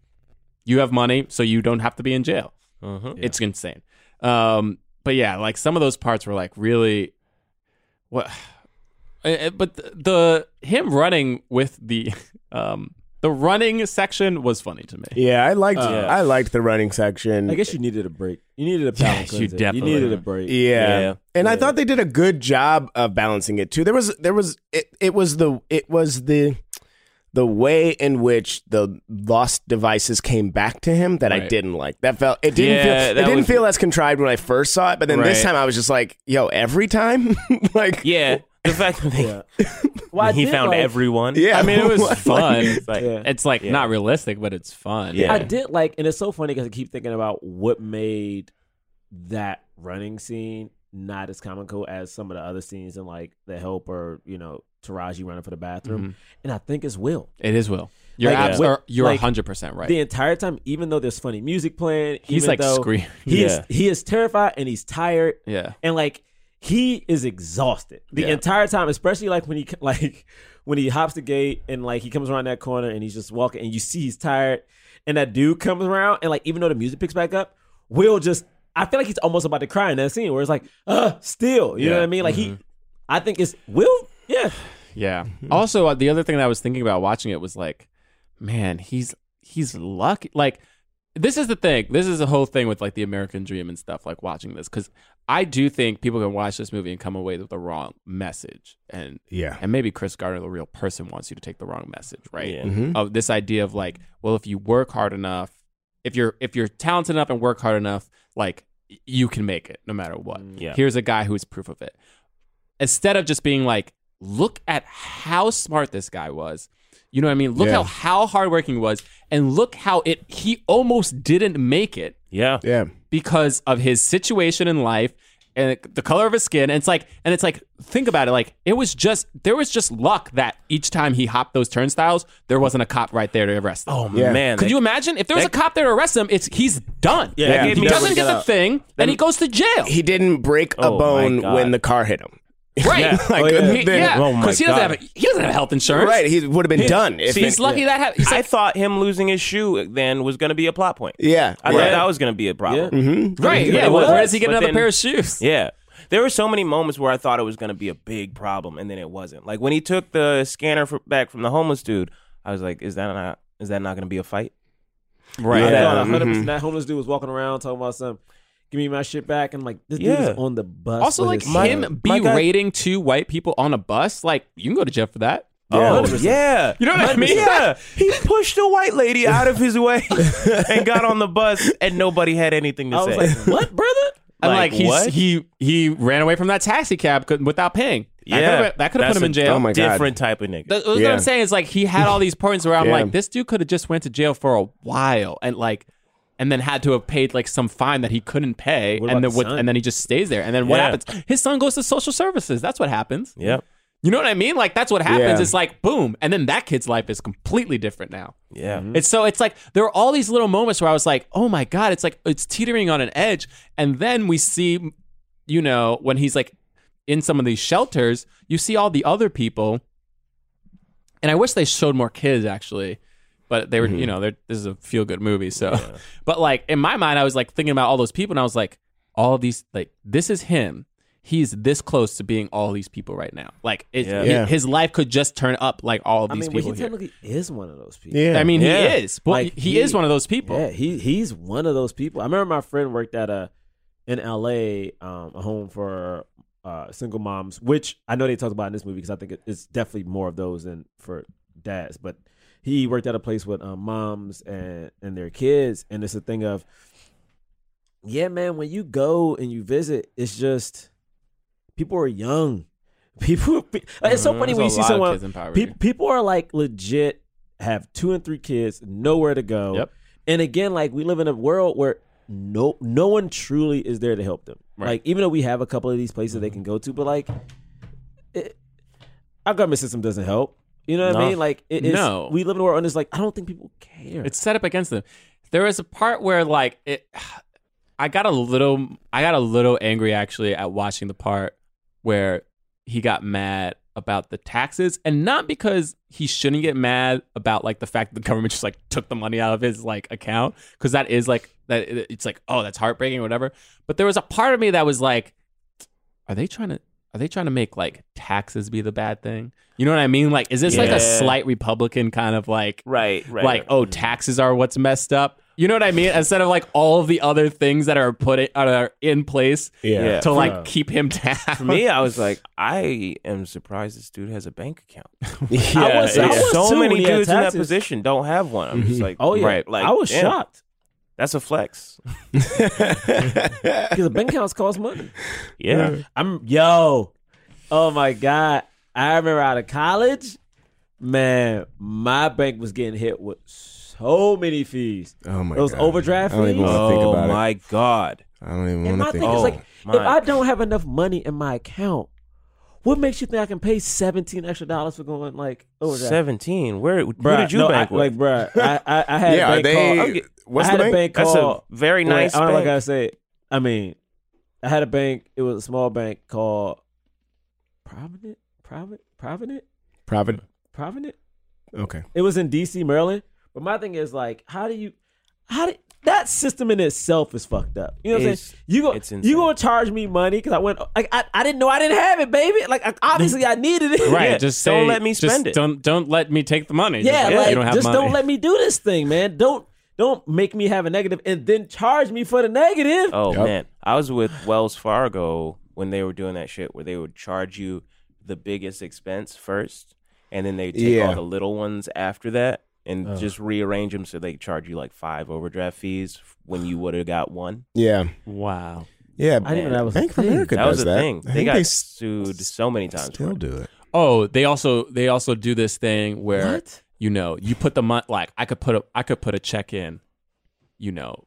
Speaker 6: you have money, so you don't have to be in jail.
Speaker 9: Mhm.
Speaker 6: It's insane. Um, but yeah, like some of those parts were like really what. [sighs] eh, eh, But the, the him running with the [laughs] um the running section was funny to me.
Speaker 8: Yeah, I liked
Speaker 6: Uh,
Speaker 8: I liked the running section.
Speaker 6: I guess
Speaker 7: you needed a break. You needed
Speaker 6: [laughs]
Speaker 7: a palate
Speaker 6: you
Speaker 7: cleanser.
Speaker 6: definitely-
Speaker 7: you needed a break.
Speaker 8: Yeah. And I thought they did a good job of balancing it too. There was there was it, it was the it was the the way in which the lost devices came back to him that I
Speaker 9: Right.
Speaker 8: didn't like. That felt it didn't
Speaker 9: Yeah,
Speaker 8: feel it
Speaker 9: that
Speaker 8: didn't
Speaker 9: was-
Speaker 8: feel as contrived when I first saw it, but then this
Speaker 9: Right.
Speaker 8: time I was just like, yo, every time? like
Speaker 9: Yeah. The fact that they,
Speaker 7: I
Speaker 9: he
Speaker 7: did
Speaker 9: found
Speaker 7: like-
Speaker 9: everyone.
Speaker 8: Yeah.
Speaker 6: I mean,
Speaker 7: [laughs]
Speaker 6: it was
Speaker 9: Like,
Speaker 6: fun.
Speaker 9: it's like-
Speaker 6: It's like not realistic, but it's fun.
Speaker 7: I did like, and it's so funny because I keep thinking about what made that running scene not as comical as some of the other scenes in like The Help or you know Taraji running for the bathroom.
Speaker 6: Mhm.
Speaker 7: And I think it's Will.
Speaker 6: It is Will. You're
Speaker 7: Like,
Speaker 6: abs-
Speaker 7: Will-
Speaker 6: are- you're
Speaker 7: like,
Speaker 6: 100% right.
Speaker 7: The entire time, even though there's funny music playing,
Speaker 6: He's,
Speaker 7: even
Speaker 6: like,
Speaker 7: though [laughs]
Speaker 6: screaming.
Speaker 7: He
Speaker 6: Yeah.
Speaker 7: is he is terrified and he's tired.
Speaker 6: Yeah.
Speaker 7: and like he is exhausted the
Speaker 6: Yeah.
Speaker 7: entire time, especially like when he [laughs] like when he hops the gate and like he comes around that corner and he's just walking and you see he's tired and that dude comes around and like even though the music picks back up, Will just I feel like he's almost about to cry in that scene where it's like uh still
Speaker 6: Yeah.
Speaker 7: you know
Speaker 6: Mm-hmm.
Speaker 7: what I mean like he I think it's Will yeah
Speaker 6: Yeah. Also, uh, the other thing that I was thinking about watching it was like, man, he's he's lucky. Like, this is the thing. This is the whole thing with like the American dream and stuff. Like watching this because I do think people can watch this movie and come away with the wrong message. And
Speaker 8: Yeah.
Speaker 6: and maybe Chris Gardner, the real person, wants you to take the wrong message, right?
Speaker 9: Yeah. Mhm.
Speaker 6: Of this idea of like, well, if you work hard enough, if you're if you're talented enough and work hard enough, like y- you can make it no matter what.
Speaker 9: Mm, Yeah.
Speaker 6: Here's a guy who is proof of it instead of just being like, look at how smart this guy was. You know what I mean? Look
Speaker 9: Yeah.
Speaker 6: how how hardworking he was, and look how it he almost didn't make it
Speaker 9: Yeah.
Speaker 8: [laughs] Yeah.
Speaker 6: because of his situation in life and the color of his skin. And it's like, and it's like, think about it. Like it was just there was just luck that each time he hopped those turnstiles, there wasn't a cop right there to arrest him.
Speaker 9: Oh man.
Speaker 6: Could
Speaker 9: that-
Speaker 6: you imagine if there was a cop there to arrest him? It's he's done.
Speaker 9: Yeah, that gave
Speaker 6: he
Speaker 9: me
Speaker 6: doesn't
Speaker 9: double
Speaker 6: get
Speaker 9: get
Speaker 6: the
Speaker 9: out.
Speaker 6: thing, and he goes to jail.
Speaker 8: He didn't break a
Speaker 6: Oh, my
Speaker 8: bone
Speaker 6: God.
Speaker 8: when the car hit him. [laughs]
Speaker 6: Right.
Speaker 8: Like,
Speaker 6: Oh,
Speaker 9: uh,
Speaker 6: yeah.
Speaker 8: then-
Speaker 6: Yeah, 'cause he doesn't have a- he doesn't have health insurance.
Speaker 8: Right, he would have been
Speaker 6: He-
Speaker 8: done. if
Speaker 6: he's
Speaker 8: it-
Speaker 6: lucky that happened. He's
Speaker 9: I thought him losing his shoe then was going to be a plot point.
Speaker 8: Yeah.
Speaker 9: I
Speaker 8: Right.
Speaker 9: thought that was going to be a problem.
Speaker 8: Mm-hmm.
Speaker 6: Right,
Speaker 9: But
Speaker 6: yeah,
Speaker 9: it
Speaker 6: where- where
Speaker 9: wasn't.
Speaker 6: does he get
Speaker 9: But
Speaker 6: another
Speaker 9: then-
Speaker 6: pair of shoes?
Speaker 9: Yeah. There were so many moments where I thought it was going to be a big problem, and then it wasn't. Like when he took the scanner for, back from the homeless dude, I was like, "Is that not? Is that not going to be a fight?" Yeah.
Speaker 7: I thought
Speaker 8: Mm-hmm.
Speaker 7: 100%
Speaker 9: Mhm.
Speaker 7: that homeless dude was walking around talking about some give me my shit back and like this dude
Speaker 9: Yeah.
Speaker 7: is on the bus
Speaker 6: Also,
Speaker 7: with
Speaker 6: like
Speaker 7: his son.
Speaker 6: him berating two white people on a bus, like you can go to jail for that.
Speaker 9: Oh [laughs] yeah,
Speaker 6: You know what I mean?
Speaker 9: Yeah, he pushed a white lady out of
Speaker 6: [laughs]
Speaker 9: his way and got on the bus, and nobody had anything to
Speaker 6: I
Speaker 9: say.
Speaker 6: was like,
Speaker 7: what, brother?
Speaker 6: [laughs] And like,
Speaker 9: [laughs] Like,
Speaker 6: he's,
Speaker 9: what?
Speaker 6: he he ran away from that taxi cab co- without paying. Yeah, could've- that could've put
Speaker 7: that's
Speaker 6: him in
Speaker 7: a
Speaker 6: jail. Oh my God.
Speaker 7: different type of nigga.
Speaker 6: That's what I'm saying. It's like he had all these points where I'm
Speaker 7: Yeah.
Speaker 6: like, this dude could have just went to jail for a while and like, and then had to have paid like some fine that he couldn't pay, and
Speaker 7: about
Speaker 6: then
Speaker 7: the
Speaker 6: what-
Speaker 7: son?
Speaker 6: and then he just stays there. And then what
Speaker 7: Yeah.
Speaker 6: happens? His son goes to social services. That's what happens.
Speaker 7: Yep.
Speaker 6: You know what I mean? Like that's what happens.
Speaker 7: Yeah.
Speaker 6: It's like boom, and then that kid's life is completely different now. Mm-hmm.
Speaker 7: Yeah.
Speaker 6: It's so it's like there are all these little moments where I was like, oh my god, it's like it's teetering on an edge, and then we see, you know, when he's like in some of these shelters, you see all the other people, and I wish they showed more kids actually, but they were, you know, they're, this is a feel good movie, so. [laughs] But like in my mind, I was like thinking about all those people, and I was like, all these like this is him. He's this close to being all these people right now. Like it,
Speaker 7: Yeah.
Speaker 6: hi-
Speaker 7: Yeah.
Speaker 6: his life could just turn up like all of
Speaker 7: I
Speaker 6: these
Speaker 7: mean, well,
Speaker 6: people.
Speaker 7: he
Speaker 6: here.
Speaker 7: technically is one of those people.
Speaker 6: Yeah. I mean, he is. Well, he- he is one of those people.
Speaker 7: Yeah, he he's one of those people. I remember my friend worked at a in L.A. Um, a home for uh, single moms, which I know they talked about in this movie because I think it- it's definitely more of those than for dads. But he worked at a place with um, moms and and their kids, and it's a thing of yeah, man. When you go and you visit, it's just people are young. [laughs] People, it's so
Speaker 6: Mhm.
Speaker 7: funny
Speaker 6: There's
Speaker 7: when
Speaker 6: a
Speaker 7: you see
Speaker 6: lot of
Speaker 7: someone.
Speaker 6: kids in poverty.
Speaker 7: Pe- people are like legit have two and three kids, nowhere to go.
Speaker 6: Yep.
Speaker 7: And again, like we live in a world where no no one truly is there to help them.
Speaker 6: Right. Mm-hmm.
Speaker 7: Like even though we have a couple of these places they can go to, but like it, our government system doesn't help. You know what I
Speaker 6: No.
Speaker 7: mean? Like it is.
Speaker 6: No.
Speaker 7: We live in a world and it's like I don't think people care.
Speaker 6: It's set up against them. There was a part where like it I got a little I got a little angry actually at watching the part where he got mad about the taxes and not because he shouldn't get mad about like the fact that the government just like took the money out of his like account cuz that is like that it's like oh that's heartbreaking or whatever but there was a part of me that was like are they trying to are they trying to make like taxes be the bad thing? You know what I mean? Like, is this like
Speaker 7: Yeah.
Speaker 6: a slight Republican kind of like
Speaker 7: right, right,
Speaker 6: like
Speaker 7: right.
Speaker 6: oh taxes are what's messed up? You know what I mean? Instead of like all of the other things that are put in, are in place
Speaker 9: Yeah. Yeah.
Speaker 6: to like
Speaker 9: Yeah.
Speaker 6: keep him down.
Speaker 9: [laughs] For me, I was like, I am surprised this dude has a bank account.
Speaker 7: I was- I was
Speaker 9: so
Speaker 7: too
Speaker 9: many
Speaker 7: when he had
Speaker 9: dudes in that
Speaker 7: taxes.
Speaker 9: position don't have one. I'm just
Speaker 6: Mm-hmm.
Speaker 7: Mhm.
Speaker 9: like,
Speaker 7: Oh, yeah.
Speaker 9: right, like
Speaker 7: I was
Speaker 9: damn.
Speaker 7: shocked.
Speaker 9: That's
Speaker 6: [laughs]
Speaker 9: a flex. [laughs]
Speaker 7: because the bank accounts cost money.
Speaker 9: Yeah.
Speaker 7: I'm yo. Oh my god! I remember out of college, man. My bank was getting hit with so many fees.
Speaker 9: Oh, my
Speaker 7: those
Speaker 9: God.
Speaker 7: overdraft
Speaker 9: I don't
Speaker 7: fees.
Speaker 9: even wanna think about it.
Speaker 7: my
Speaker 9: god! I don't even
Speaker 7: And my thing is like, if I don't have enough money in my account, what makes you think I can pay seventeen extra dollars for going like overdraft?
Speaker 9: seventeen, where who
Speaker 7: Bruh,
Speaker 9: did you
Speaker 7: no,
Speaker 9: bank
Speaker 7: I,
Speaker 9: with?
Speaker 7: Like, bruh, I, I,
Speaker 17: [laughs]
Speaker 7: I
Speaker 9: [laughs]
Speaker 7: had
Speaker 9: Yeah,
Speaker 7: a
Speaker 9: are
Speaker 7: bank
Speaker 9: they-
Speaker 7: call. I'm get-
Speaker 9: what's
Speaker 7: I had
Speaker 9: the
Speaker 7: a
Speaker 9: bank?
Speaker 7: bank
Speaker 9: That's a
Speaker 7: call.
Speaker 9: very
Speaker 7: Wait,
Speaker 9: nice
Speaker 7: I don't know
Speaker 9: bank.
Speaker 7: like I say. I mean, I had a bank. It was a small bank called Provident, Provident, Provident,
Speaker 17: Private.
Speaker 7: Provident.
Speaker 17: Okay.
Speaker 7: It was in D.C., Maryland. But my thing is like, how do you, how do that system in itself is fucked up. You know what I'm
Speaker 9: It's-
Speaker 7: saying? You go,
Speaker 9: it's insane.
Speaker 7: you gonna charge me money because I went like I, I didn't know I didn't have it, baby. Like I, obviously I needed it.
Speaker 6: [laughs] right?
Speaker 7: [laughs] Yeah.
Speaker 6: Just say, just Don't don't let me take the money.
Speaker 7: Yeah,
Speaker 6: just, like,
Speaker 7: like,
Speaker 6: you don't have
Speaker 7: just
Speaker 6: money.
Speaker 7: don't let me do this thing, man. Don't don't make me have a negative and then charge me for the negative.
Speaker 9: Oh man, I was with Wells Fargo when they were doing that shit where they would charge you the biggest expense first, and then they take
Speaker 7: Yeah.
Speaker 9: all the little ones after that, and
Speaker 7: Oh.
Speaker 17: Ugh.
Speaker 9: just rearrange them so they charge you like five overdraft fees when you would have got one.
Speaker 17: Yeah.
Speaker 6: Wow.
Speaker 17: Yeah.
Speaker 9: Man.
Speaker 17: Bank of America
Speaker 9: That
Speaker 17: does
Speaker 9: was a
Speaker 17: that.
Speaker 9: thing.
Speaker 17: I
Speaker 9: They
Speaker 17: think
Speaker 9: got
Speaker 17: they
Speaker 9: sued so many times.
Speaker 17: still do it.
Speaker 6: Oh, they also they also do this thing where you know you put the month like I could put a I could put a check in, you know,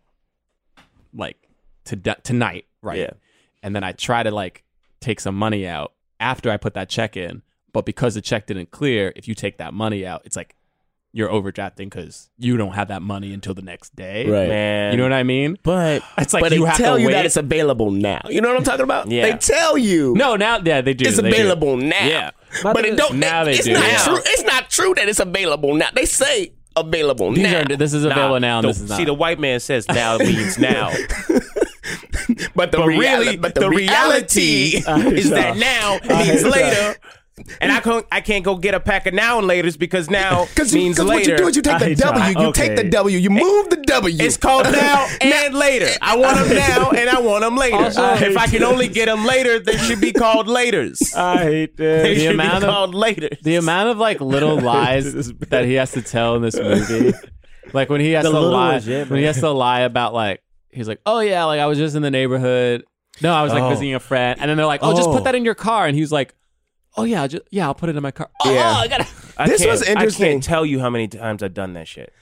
Speaker 6: like to tonight, right?
Speaker 9: Yeah.
Speaker 6: And then I try to like take some money out after I put that check in, but because the check didn't clear, if you take that money out, it's like you're overdrafting because you don't have that money until the next day,
Speaker 9: Right. Man.
Speaker 6: You know what I mean?
Speaker 8: [sighs]
Speaker 9: But
Speaker 6: it's like
Speaker 9: but
Speaker 6: you
Speaker 9: they
Speaker 6: have
Speaker 9: tell
Speaker 6: to
Speaker 9: you
Speaker 6: wait.
Speaker 9: that it's
Speaker 8: available now. You know what I'm talking about?
Speaker 6: Yeah.
Speaker 8: They tell you.
Speaker 6: No, now yeah, they do.
Speaker 8: It's
Speaker 6: They do.
Speaker 8: available now.
Speaker 6: Yeah.
Speaker 8: But it don't.
Speaker 6: Now
Speaker 8: it-
Speaker 6: they
Speaker 8: it's
Speaker 6: do.
Speaker 8: not
Speaker 6: Yeah.
Speaker 8: true. It's not true that it's available now. They say available
Speaker 6: These
Speaker 8: now.
Speaker 6: are- this is available now and
Speaker 9: The-
Speaker 6: this is not.
Speaker 9: See, the white man [laughs] says now means now.
Speaker 8: [laughs] but the
Speaker 9: reali-
Speaker 8: really-
Speaker 9: but the reality [laughs]
Speaker 8: [laughs]
Speaker 9: is that now means later. And I can't, I can't go get a pack of now and laters
Speaker 8: [laughs]
Speaker 9: because now means later.
Speaker 8: what you do is you take the W, you take the W, you [laughs] move the W. [laughs]
Speaker 9: It's called now and later. I want them now and I want them later.
Speaker 8: Also-
Speaker 9: if I can only get them later, they should be called laters.
Speaker 7: I hate that.
Speaker 9: They
Speaker 6: uh, The
Speaker 9: should
Speaker 6: amount
Speaker 9: be
Speaker 6: of-
Speaker 9: called laters.
Speaker 6: The amount of like
Speaker 8: [laughs]
Speaker 6: little lies that he has to tell in this movie, like when he has
Speaker 7: The
Speaker 6: to
Speaker 7: little
Speaker 6: lie,
Speaker 7: ones, yeah,
Speaker 6: when he
Speaker 7: man.
Speaker 6: has to lie about like he's like, oh yeah, like I was just in the neighborhood. No, I was like
Speaker 7: Oh.
Speaker 6: visiting a friend, and then they're like, oh, just
Speaker 7: Oh.
Speaker 6: put that in your car, and he's like, oh yeah, I'll just, yeah, I'll put it in my car. Oh,
Speaker 9: Yeah.
Speaker 6: I gotta.
Speaker 9: I can't- I can't tell you how many times I've done that shit.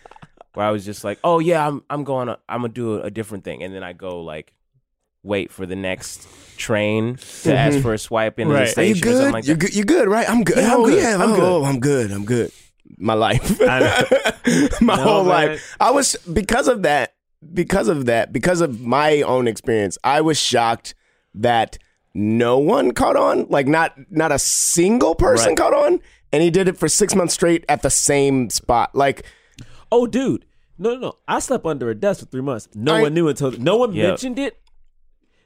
Speaker 9: Where I was just like, "Oh yeah, I'm I'm going. To, I'm gonna do a, a different thing," and then I go like, wait for the next train to ask
Speaker 7: Mm-hmm.
Speaker 8: Mhm.
Speaker 9: for a swipe in the
Speaker 8: Right. Are you
Speaker 9: station or something
Speaker 8: good?
Speaker 9: like that.
Speaker 8: you good? You good? Right? I'm good.
Speaker 9: Yeah,
Speaker 8: I'm,
Speaker 9: I'm
Speaker 8: good.
Speaker 9: good.
Speaker 8: Yeah, I'm,
Speaker 9: I'm
Speaker 8: good.
Speaker 9: good.
Speaker 8: Oh, I'm good. I'm good. [laughs] My
Speaker 7: [laughs]
Speaker 8: life. [laughs] my
Speaker 9: No,
Speaker 8: whole
Speaker 9: man.
Speaker 8: life. I was because of that. Because of that. Because of my own experience, I was shocked that no one caught on. Like not not a single person
Speaker 9: Right.
Speaker 8: caught on. And he did it for six months straight at the same spot. Like,
Speaker 7: oh, dude, no, no, no. I slept under a desk for three months. No
Speaker 8: I-
Speaker 7: one knew until no one
Speaker 8: Yeah.
Speaker 7: mentioned it.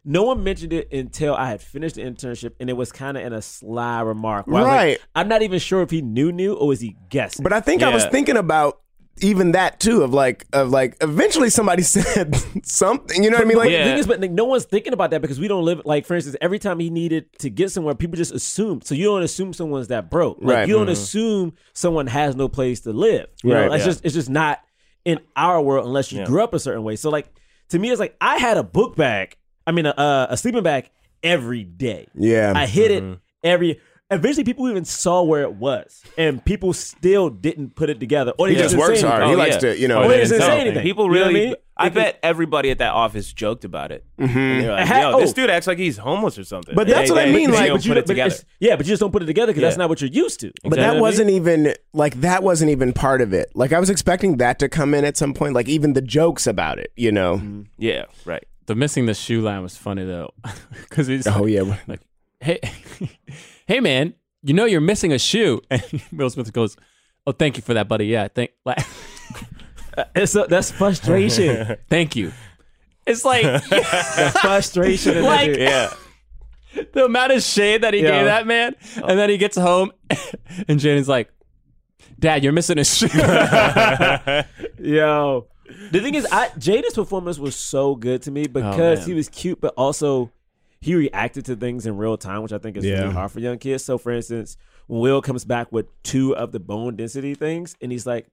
Speaker 7: No one mentioned it until I had finished the internship, and it was kind of in a sly remark. where I was like,
Speaker 8: Right.
Speaker 7: I'm not even sure if he knew knew or was he guessing.
Speaker 8: But I think I was thinking about even that too of like of like eventually somebody [laughs] said something. You know what I mean? Like
Speaker 7: the thing is, but like, no one's thinking about that because we don't live like, for instance, every time he needed to get somewhere, people just assumed. So you don't assume someone's that broke, like,
Speaker 8: Right.
Speaker 7: You don't
Speaker 9: Mm-hmm.
Speaker 8: Mhm.
Speaker 7: assume someone has no place to live. You
Speaker 8: Right.
Speaker 7: know? it's
Speaker 8: Yeah.
Speaker 7: just it's just not in our world unless you
Speaker 8: Yeah.
Speaker 7: grew up a certain way. So like to me, it's like I had a book bag. I mean, a, uh, a sleeping bag every day.
Speaker 8: Yeah.
Speaker 7: I hid
Speaker 9: Mm-hmm.
Speaker 8: Mhm.
Speaker 7: it every. Eventually, people even saw where it was, and people still didn't put it together. Or they
Speaker 8: He just
Speaker 7: didn't say
Speaker 8: works hard.
Speaker 7: anything.
Speaker 8: He likes
Speaker 9: Oh,
Speaker 8: to, you know-
Speaker 7: Or
Speaker 8: Or
Speaker 7: they
Speaker 8: they
Speaker 7: just
Speaker 8: didn't
Speaker 7: didn't
Speaker 8: tell
Speaker 7: say
Speaker 8: anything.
Speaker 7: anything.
Speaker 9: People
Speaker 7: You know what
Speaker 9: really.
Speaker 7: I mean?
Speaker 9: I
Speaker 7: It- it-
Speaker 9: bet everybody at that office joked about it.
Speaker 8: Mhm.
Speaker 9: And they were like,
Speaker 7: It had-
Speaker 9: "Yo, this
Speaker 7: oh.
Speaker 9: dude acts like he's homeless or something."
Speaker 8: But that's what I mean, like-
Speaker 9: you don't
Speaker 8: But you
Speaker 9: put it
Speaker 8: don't- but
Speaker 9: together.
Speaker 8: it's-
Speaker 7: Yeah, but you just don't put it together because that's
Speaker 9: Yeah.
Speaker 7: not what you're used to.
Speaker 8: But that [laughs] wasn't even like that wasn't even part of it. Like I was expecting that to come in at some point. Like even the jokes about it, you know.
Speaker 7: Mm-hmm.
Speaker 9: Yeah, right.
Speaker 6: The missing the shoe line was funny though, [laughs] because he's
Speaker 8: oh yeah,
Speaker 6: like hey, [laughs] hey man, you know you're missing a shoe, [laughs] and Will Smith goes, oh thank you for that buddy, yeah, thank like [laughs]
Speaker 7: it's that's frustration.
Speaker 6: thank you. It's
Speaker 7: [laughs]
Speaker 6: like
Speaker 7: The frustration in the
Speaker 6: like
Speaker 7: dude. Yeah.
Speaker 6: [laughs] the amount of shade that he
Speaker 7: Yeah.
Speaker 6: gave that man, and then he gets home, [laughs] and Jaden's like, Dad, you're missing a shoe.
Speaker 8: [laughs]
Speaker 7: Yo, the thing is, I Jada's performance was so good to me because
Speaker 6: man.
Speaker 7: he was cute, but also he reacted to things in real time, which I think is
Speaker 6: Yeah.
Speaker 7: really hard for young kids. So, for instance, when Will comes back with two of the bone density things, and he's like.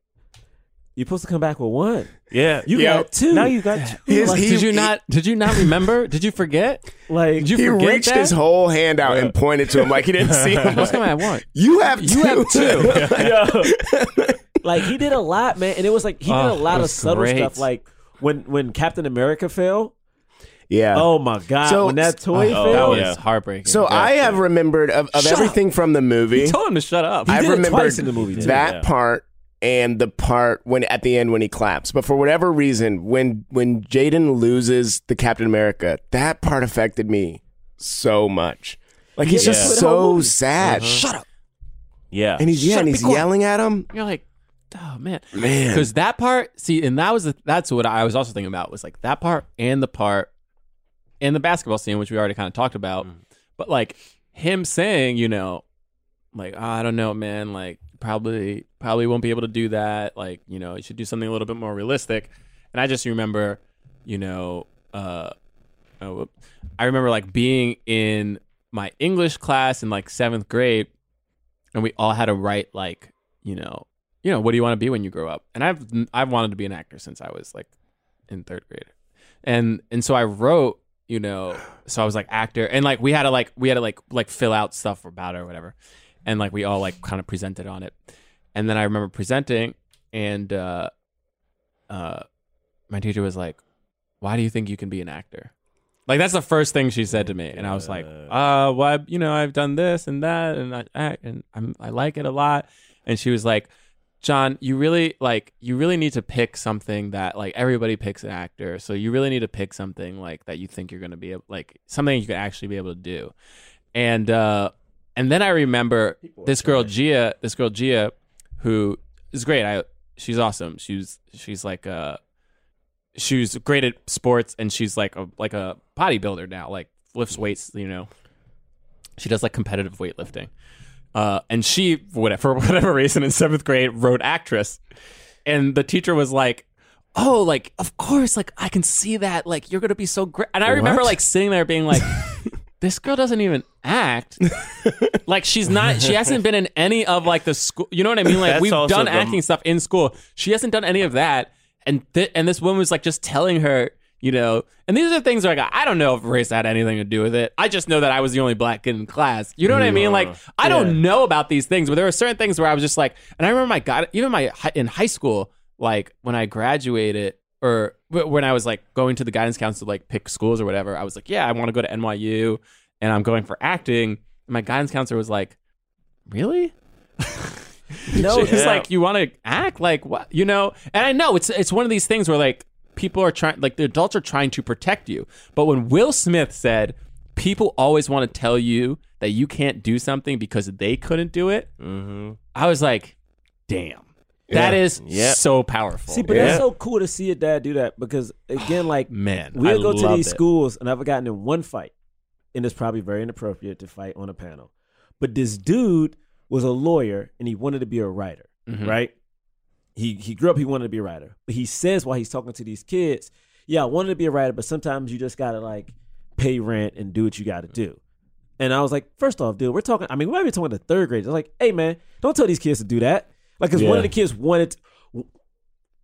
Speaker 7: You're supposed to come back with one.
Speaker 9: Yeah,
Speaker 7: you
Speaker 9: Yeah.
Speaker 7: got two.
Speaker 9: Now you got two. His-
Speaker 6: Like,
Speaker 9: he-
Speaker 6: did you
Speaker 9: he-
Speaker 6: not? Did you
Speaker 8: [laughs]
Speaker 6: not remember? Did you forget?
Speaker 7: Like
Speaker 6: did you
Speaker 8: he
Speaker 6: forget
Speaker 8: reached
Speaker 6: that?
Speaker 8: his whole hand out and pointed to him like he didn't
Speaker 6: [laughs]
Speaker 8: see him.
Speaker 6: What's
Speaker 8: Like,
Speaker 6: coming at once?
Speaker 8: You have two.
Speaker 7: You
Speaker 8: [laughs]
Speaker 7: have two. like he did a lot, man, and it was like he
Speaker 8: Oh,
Speaker 7: did a
Speaker 8: it
Speaker 7: lot of
Speaker 8: was
Speaker 7: subtle
Speaker 8: great.
Speaker 7: stuff. Like when when Captain America fell.
Speaker 8: Yeah.
Speaker 7: Oh my god! when that toy
Speaker 8: oh,
Speaker 7: fell,
Speaker 8: that was
Speaker 6: heartbreaking.
Speaker 8: So I have remembered of, of
Speaker 7: Shut up.
Speaker 8: everything from the movie.
Speaker 6: You told him to shut up.
Speaker 8: I
Speaker 6: He did it
Speaker 8: remembered
Speaker 6: twice in the movie, too.
Speaker 8: that
Speaker 6: Yeah.
Speaker 8: part and the part when at the end when he claps. But for whatever reason, when when Jaden loses the Captain America, that part affected me so much. Like he's
Speaker 9: Yeah.
Speaker 8: just
Speaker 9: Yeah. The whole
Speaker 8: so
Speaker 9: movie.
Speaker 8: sad.
Speaker 9: Uh-huh. Shut
Speaker 6: up.
Speaker 9: Yeah,
Speaker 8: And he's yeah, and he's yelling at him.
Speaker 6: You're like, oh man,
Speaker 8: Man.
Speaker 6: Because that part, see, and that was the, that's what I was also thinking about was like that part and the part and the basketball scene, which we already kind of talked about. But like him saying, you know, like "Oh, I don't know, man, like probably probably won't be able to do that. Like you know, you should do something a little bit more realistic. And I just remember, you know, uh, oh, whoop. I remember like being in my English class in like seventh grade, and we all had to write like you know you know what do you want to be when you grow up and i've i've wanted to be an actor since i was like in third grade and and so i wrote you know so i was like actor and like we had to like we had to like like fill out stuff about it or whatever and like we all like kind of presented on it and then i remember presenting and uh uh my teacher was like why do you think you can be an actor like that's the first thing she said to me and i was like uh well I, you know i've done this and that and i act and I'm, i like it a lot and she was like john you really like you really need to pick something that like everybody picks an actor so you really need to pick something like that you think you're going to be able like something you can actually be able to do and uh and then i remember this girl gia this girl gia who is great i she's awesome she's she's like uh she was great at sports and she's like a like a bodybuilder now, like lifts weights, you know. She does like competitive weightlifting. Uh, and she whatever for whatever reason in seventh grade wrote actress. And the teacher was like, Oh, like of course, like I can see that, like you're gonna be so great. And I remember
Speaker 9: What?
Speaker 6: like sitting there being like, This girl doesn't even act. like she's not she hasn't been in any of like the school you know what I mean? Like
Speaker 9: [laughs] That's
Speaker 6: we've
Speaker 9: also
Speaker 6: done
Speaker 9: the-
Speaker 6: acting stuff in school. She hasn't done any of that. And th- and this woman was like just telling her, you know. And these are the things where like I don't know if race had anything to do with it. I just know that I was the only black kid in class. You know what I mean? Like I don't know about these things, but there were certain things where I was just like, and I remember my God, even my hi- in high school, like when I graduated or wh- when I was like going to the guidance council to like pick schools or whatever, I was like, yeah, I want to go to NYU and I'm going for acting. And my guidance counselor was like, really? [laughs] no, it's
Speaker 7: Yeah.
Speaker 6: like you want to act like what you know. And I know it's it's one of these things where like people are trying, like the adults are trying to protect you. But when Will Smith said, "People always want to tell you that you can't do something because they couldn't do it," I was like, "Damn, that
Speaker 7: Mm-hmm. Yeah.
Speaker 6: is
Speaker 7: Yep.
Speaker 6: so powerful." Oh,
Speaker 7: See, but that's so cool to see your dad do that because again, like
Speaker 6: Man,
Speaker 7: we'll
Speaker 6: I
Speaker 7: go to
Speaker 6: love
Speaker 7: these
Speaker 6: it.
Speaker 7: schools, and I've gotten in one fight, and it's probably very inappropriate to fight on a panel. But this dude was a lawyer, and he wanted to be a writer,
Speaker 6: Mhm.
Speaker 7: right? He he grew up, he wanted to be a writer, but he says while he's talking to these kids, "Yeah, I wanted to be a writer, but sometimes you just gotta like pay rent and do what you gotta do." And I was like, first off, dude, we're talking. I mean, we might be talking to third graders. I was like, hey, man, don't tell these kids to do that. Like, because one
Speaker 6: Yeah.
Speaker 7: of the kids wanted,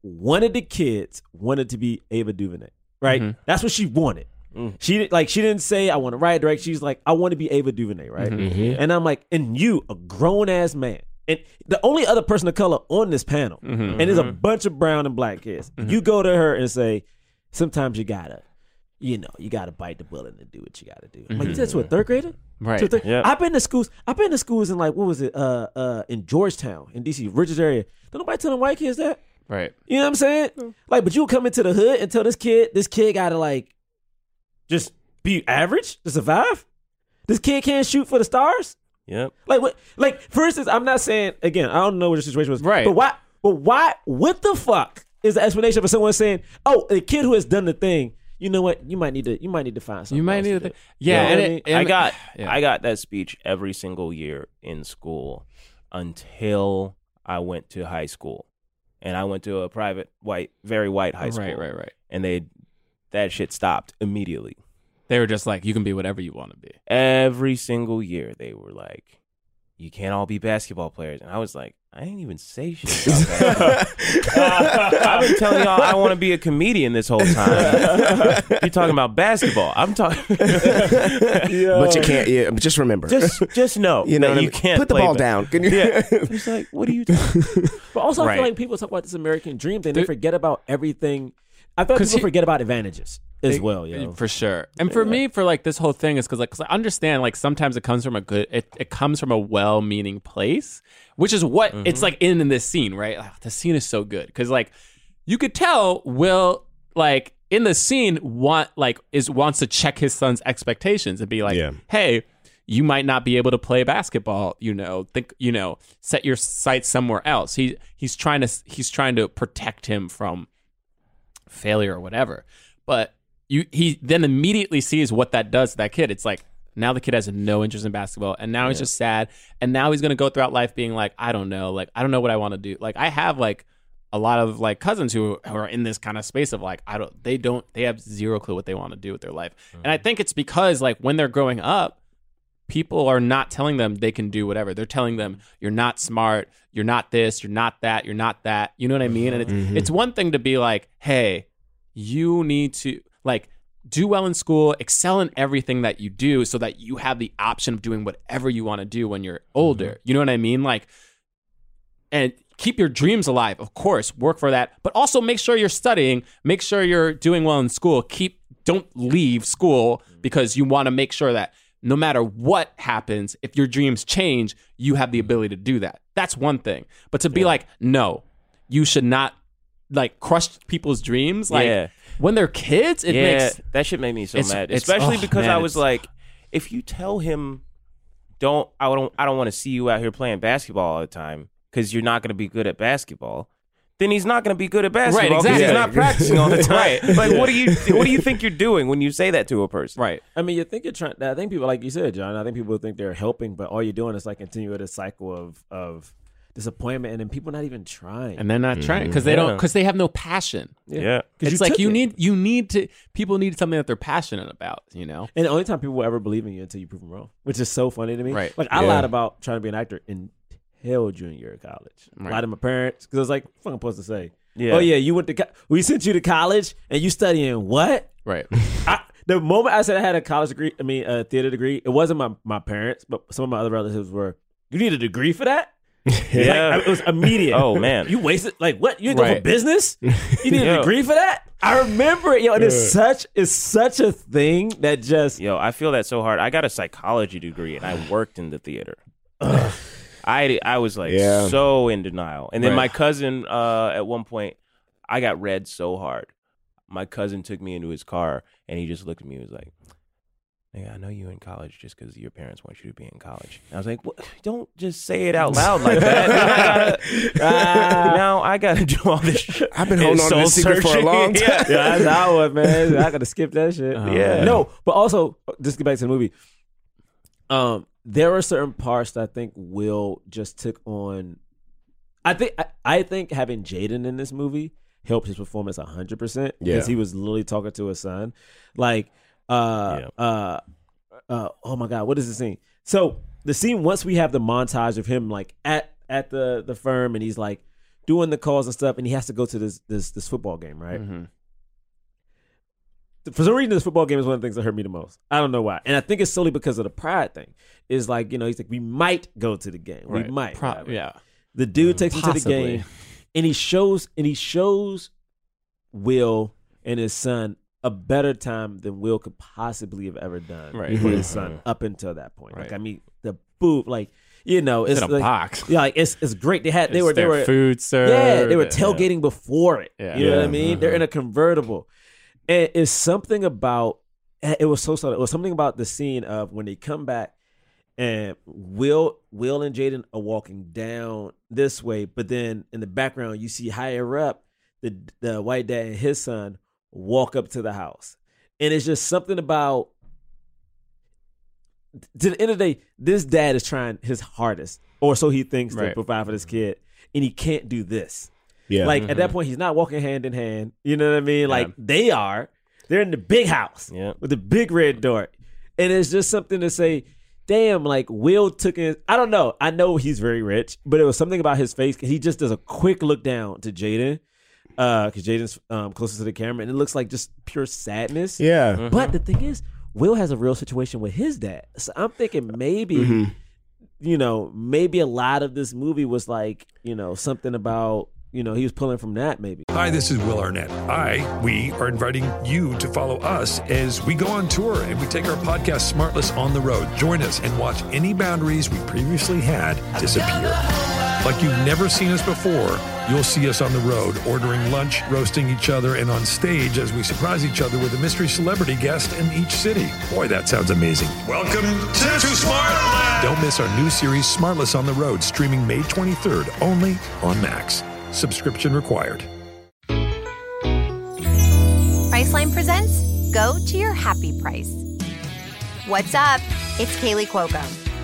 Speaker 7: one of the kids wanted to be Ava DuVernay, right?
Speaker 6: Mhm.
Speaker 7: That's what she wanted. She didn't like. She didn't say I want to write direct. She's like, I want to be Ava DuVernay, right?
Speaker 6: Mhm. Mhm.
Speaker 7: And I'm like, and you, a grown ass man, and the only other person of color on this panel,
Speaker 6: Mhm.
Speaker 7: and there's a bunch of brown and black kids. You go to her and say, sometimes you gotta, you know, you gotta bite the bullet and do what you gotta do. I'm
Speaker 9: Mm-hmm.
Speaker 7: Like you said to a third grader.
Speaker 6: Right.
Speaker 7: To a third-
Speaker 6: Yeah.
Speaker 7: I've been to schools. I've been to schools in like what was it? Uh, uh, in Georgetown, in DC, Richards area. Don't nobody tell them white kids that.
Speaker 6: right.
Speaker 7: You know what I'm saying? Like, but you come into the hood and tell this kid, this kid gotta like just be average to survive. This kid can't shoot for the stars.
Speaker 9: Yep.
Speaker 7: Like what? Like for instance, I'm not saying again. I don't know what the situation was.
Speaker 6: Right.
Speaker 7: But why? But why? What the fuck is the explanation for someone saying, "Oh, the kid who has done the thing." You know what? You might need to. You might need to find something. You might need to. do."
Speaker 6: Yeah,
Speaker 7: You know
Speaker 6: and
Speaker 7: what
Speaker 6: it-
Speaker 7: mean?
Speaker 6: and-
Speaker 9: I got
Speaker 6: [sighs] Yeah.
Speaker 9: I got that speech every single year in school until I went to high school. And I went to a private white very white high
Speaker 6: Right,
Speaker 9: school.
Speaker 6: right, right.
Speaker 9: And they that shit stopped immediately.
Speaker 6: They were just like, you can be whatever you want to be.
Speaker 9: Every single year they were like you can't all be basketball players. And I was like, I didn't even say shit
Speaker 6: [laughs]
Speaker 9: about basketball. I've been telling y'all I want to be a comedian this whole time. You're talking about basketball. I'm talking
Speaker 8: But you can't. Yeah, just remember. [laughs]
Speaker 9: just just know
Speaker 8: you know,
Speaker 9: that
Speaker 8: what I
Speaker 9: you
Speaker 8: mean?
Speaker 9: can't
Speaker 8: put the
Speaker 9: play
Speaker 8: ball
Speaker 9: bas-
Speaker 8: down. Can you? [laughs]
Speaker 9: Yeah.
Speaker 7: It's like, what are you? Talking? but also, I
Speaker 9: Right.
Speaker 7: feel like people talk about this American dream thing. They forget about everything. I feel like people forget about advantages as
Speaker 6: They-
Speaker 7: well. Yo.
Speaker 6: for sure. And for me, for like this whole thing is because like 'cause I understand like sometimes it comes from a good, it, it comes from a well-meaning place, which is what
Speaker 7: Mm-hmm.
Speaker 6: it's like in in this scene, right? Ah, the scene is so good because like you could tell Will like in the scene want like is wants to check his son's expectations and be like, hey. You might not be able to play basketball, you know. Think, you know, set your sights somewhere else. He he's trying to he's trying to protect him from failure or whatever. But you he then immediately sees what that does to that kid. It's like now the kid has no interest in basketball and now he's just sad and now he's going to go throughout life being like I don't know, like I don't know what I want to do. Like I have like a lot of like cousins who, who are in this kind of space of like I don't they don't they have zero clue what they want to do with their life. And I think it's because like when they're growing up people are not telling them they can do whatever. They're telling them you're not smart, you're not this, you're not that, you're not that. You know what I mean? And it's
Speaker 1: Mhm.
Speaker 6: it's one thing to be like, hey, you need to like do well in school, excel in everything that you do, so that you have the option of doing whatever you want to do when you're older. You know what I mean? Like and keep your dreams alive of course work for that but also make sure you're studying make sure you're doing well in school keep don't leave school because you want to make sure that no matter what happens if your dreams change you have the ability to do that that's one thing but to be like no you should not like crush people's dreams like
Speaker 9: Yeah.
Speaker 6: when they're kids it
Speaker 9: yeah,
Speaker 6: makes
Speaker 9: that shit made me so
Speaker 6: it's-
Speaker 9: mad,
Speaker 6: it's-
Speaker 9: especially
Speaker 6: oh,
Speaker 9: because
Speaker 6: man,
Speaker 9: I was
Speaker 6: it's-
Speaker 9: like, if you tell him, don't I don't I don't want to see you out here playing basketball all the time because you're not going to be good at basketball. Then he's not going to be good at basketball because
Speaker 7: exactly.
Speaker 9: he's not
Speaker 6: [laughs]
Speaker 9: practicing all the time.
Speaker 7: Right.
Speaker 9: Like, what do you what do you think you're doing when you say that to a person?
Speaker 6: Right.
Speaker 7: I mean, you think you're trying. I think people, like you said, John. I think people think they're helping, but all you're doing is like continue this cycle of of disappointment, and then people not even trying.
Speaker 6: and they're not trying because they don't
Speaker 7: Yeah.
Speaker 6: because they have no passion
Speaker 7: Yeah. Yeah. 'Cause
Speaker 6: it's
Speaker 7: you
Speaker 6: like
Speaker 7: took
Speaker 6: you
Speaker 7: it.
Speaker 6: need you need to people need something that they're passionate about you know
Speaker 7: And the only time people will ever believe in you until you prove them wrong, which is so funny to me.
Speaker 6: Right.
Speaker 7: Like I
Speaker 6: Yeah.
Speaker 7: lied about trying to be an actor until junior year of college.
Speaker 6: Right.
Speaker 7: Lied to my parents because I was like, "What am I supposed to say?" Yeah. Oh yeah, you went to co- we sent you to college and you studying what?
Speaker 6: Right.
Speaker 7: I, the moment I said I had a college degree, I mean a theater degree, it wasn't my my parents, but some of my other relatives were. You need a degree
Speaker 9: [laughs]
Speaker 7: for that?
Speaker 9: Yeah.
Speaker 7: Like, I- it was immediate.
Speaker 9: Oh, man.
Speaker 7: you wasted like what? You didn't go for
Speaker 9: Right. [laughs]
Speaker 7: business? You need a
Speaker 9: Yo.
Speaker 7: degree for that? I remember it, yo. And it's
Speaker 9: Yeah.
Speaker 7: such it's such a thing that just
Speaker 9: yo, I feel that so hard. I got a psychology degree and I worked in the theater. I I was like
Speaker 7: Yeah.
Speaker 9: so in denial. And then
Speaker 7: Right.
Speaker 9: my cousin uh, at one point, I got read so hard. My cousin took me into his car and he just looked at me and was like, "Nigga, I know you in college just because your parents want you to be in college." And I was like, what? "Don't just say it out loud like that."
Speaker 7: [laughs]
Speaker 9: now I gotta [laughs] do all this. Shit. [laughs]
Speaker 7: I've
Speaker 9: been holding on to this secret for a [laughs] long
Speaker 7: [laughs]
Speaker 9: time.
Speaker 7: yeah, that's how I was,
Speaker 9: [laughs]
Speaker 7: man. I gotta skip that shit.
Speaker 9: Oh, Yeah.
Speaker 7: No, but also just get back to the movie. Um, there are certain parts that I think Will just took on. I think I, I think having Jaden in this movie helped his performance hundred percent
Speaker 15: Yeah.
Speaker 7: because he was literally talking to his son, like, uh, uh, uh, oh my god, what is the scene? So the scene once we have the montage of him like at at the the firm and he's like doing the calls and stuff, and he has to go to this this this football game, right? for some reason, this football game is one of the things that hurt me the most. I don't know why, and I think it's solely because of the pride thing. Is like you know he's like we might go to the game,
Speaker 6: Right.
Speaker 7: we might,
Speaker 6: Pro-
Speaker 7: whatever.
Speaker 6: yeah.
Speaker 7: The dude takes him to the
Speaker 6: Possibly.
Speaker 7: game, and he shows and he shows Will and his son a better time than Will could possibly have ever done
Speaker 6: Right.
Speaker 7: for his
Speaker 6: Mhm.
Speaker 7: son up until that point. Like
Speaker 6: Right.
Speaker 7: I mean the booth, like you know,
Speaker 6: It's
Speaker 7: it's
Speaker 6: in a
Speaker 7: like,
Speaker 6: box.
Speaker 7: Yeah, like it's it's great. They had they
Speaker 6: It's
Speaker 7: were they
Speaker 6: their
Speaker 7: were
Speaker 6: food
Speaker 7: Yeah,
Speaker 6: served,
Speaker 7: they were
Speaker 6: yeah.
Speaker 7: tailgating before it.
Speaker 6: Yeah.
Speaker 7: You know what I
Speaker 6: Yeah. Mm-hmm.
Speaker 7: mean? They're in a convertible, and it's something about eh, it was so subtle. It was something about the scene of when they come back and Will Will and Jaden are walking down this way, but then in the background you see higher up the the white dad and his son walk up to the house, and it's just something about to the end of the day, this dad is trying his hardest, or so he thinks to
Speaker 6: Right.
Speaker 7: provide for this kid, and he can't do this.
Speaker 6: Yeah.
Speaker 7: Like at
Speaker 9: Mm-hmm.
Speaker 7: that
Speaker 6: Mhm.
Speaker 7: point, he's not walking hand in hand. You know what I mean? Like they are. They're in the big house with the big red door. And it's just something to say, damn, like Will took it. I don't know. I know he's very rich, but it was something about his face. He just does a quick look down to Jaden. Uh, cause Jaden's um closest to the camera, and it looks like just pure sadness.
Speaker 15: Yeah. Mhm.
Speaker 7: But the thing is, Will has a real situation with his dad. So I'm thinking maybe,
Speaker 8: Mm-hmm.
Speaker 15: Mhm.
Speaker 7: you know, maybe a lot of this movie was like, you know, something about, you know, he was pulling from that maybe.
Speaker 1: Hi, this is Will Arnett. I, we are inviting you to follow us as we go on tour and we take our podcast Smartless on the road. Join us and watch any boundaries we previously had disappear. Like you've never seen us before, you'll see us on the road ordering lunch, roasting each other, and on stage as we surprise each other with a mystery celebrity guest in each city. Boy, that sounds amazing. Welcome to Smartless. Don't miss our new series, Smartless on the Road, streaming May 23rd, only on Max. Subscription required.
Speaker 23: Priceline presents Go to Your Happy Price. What's up? It's Kaylee Cuoco.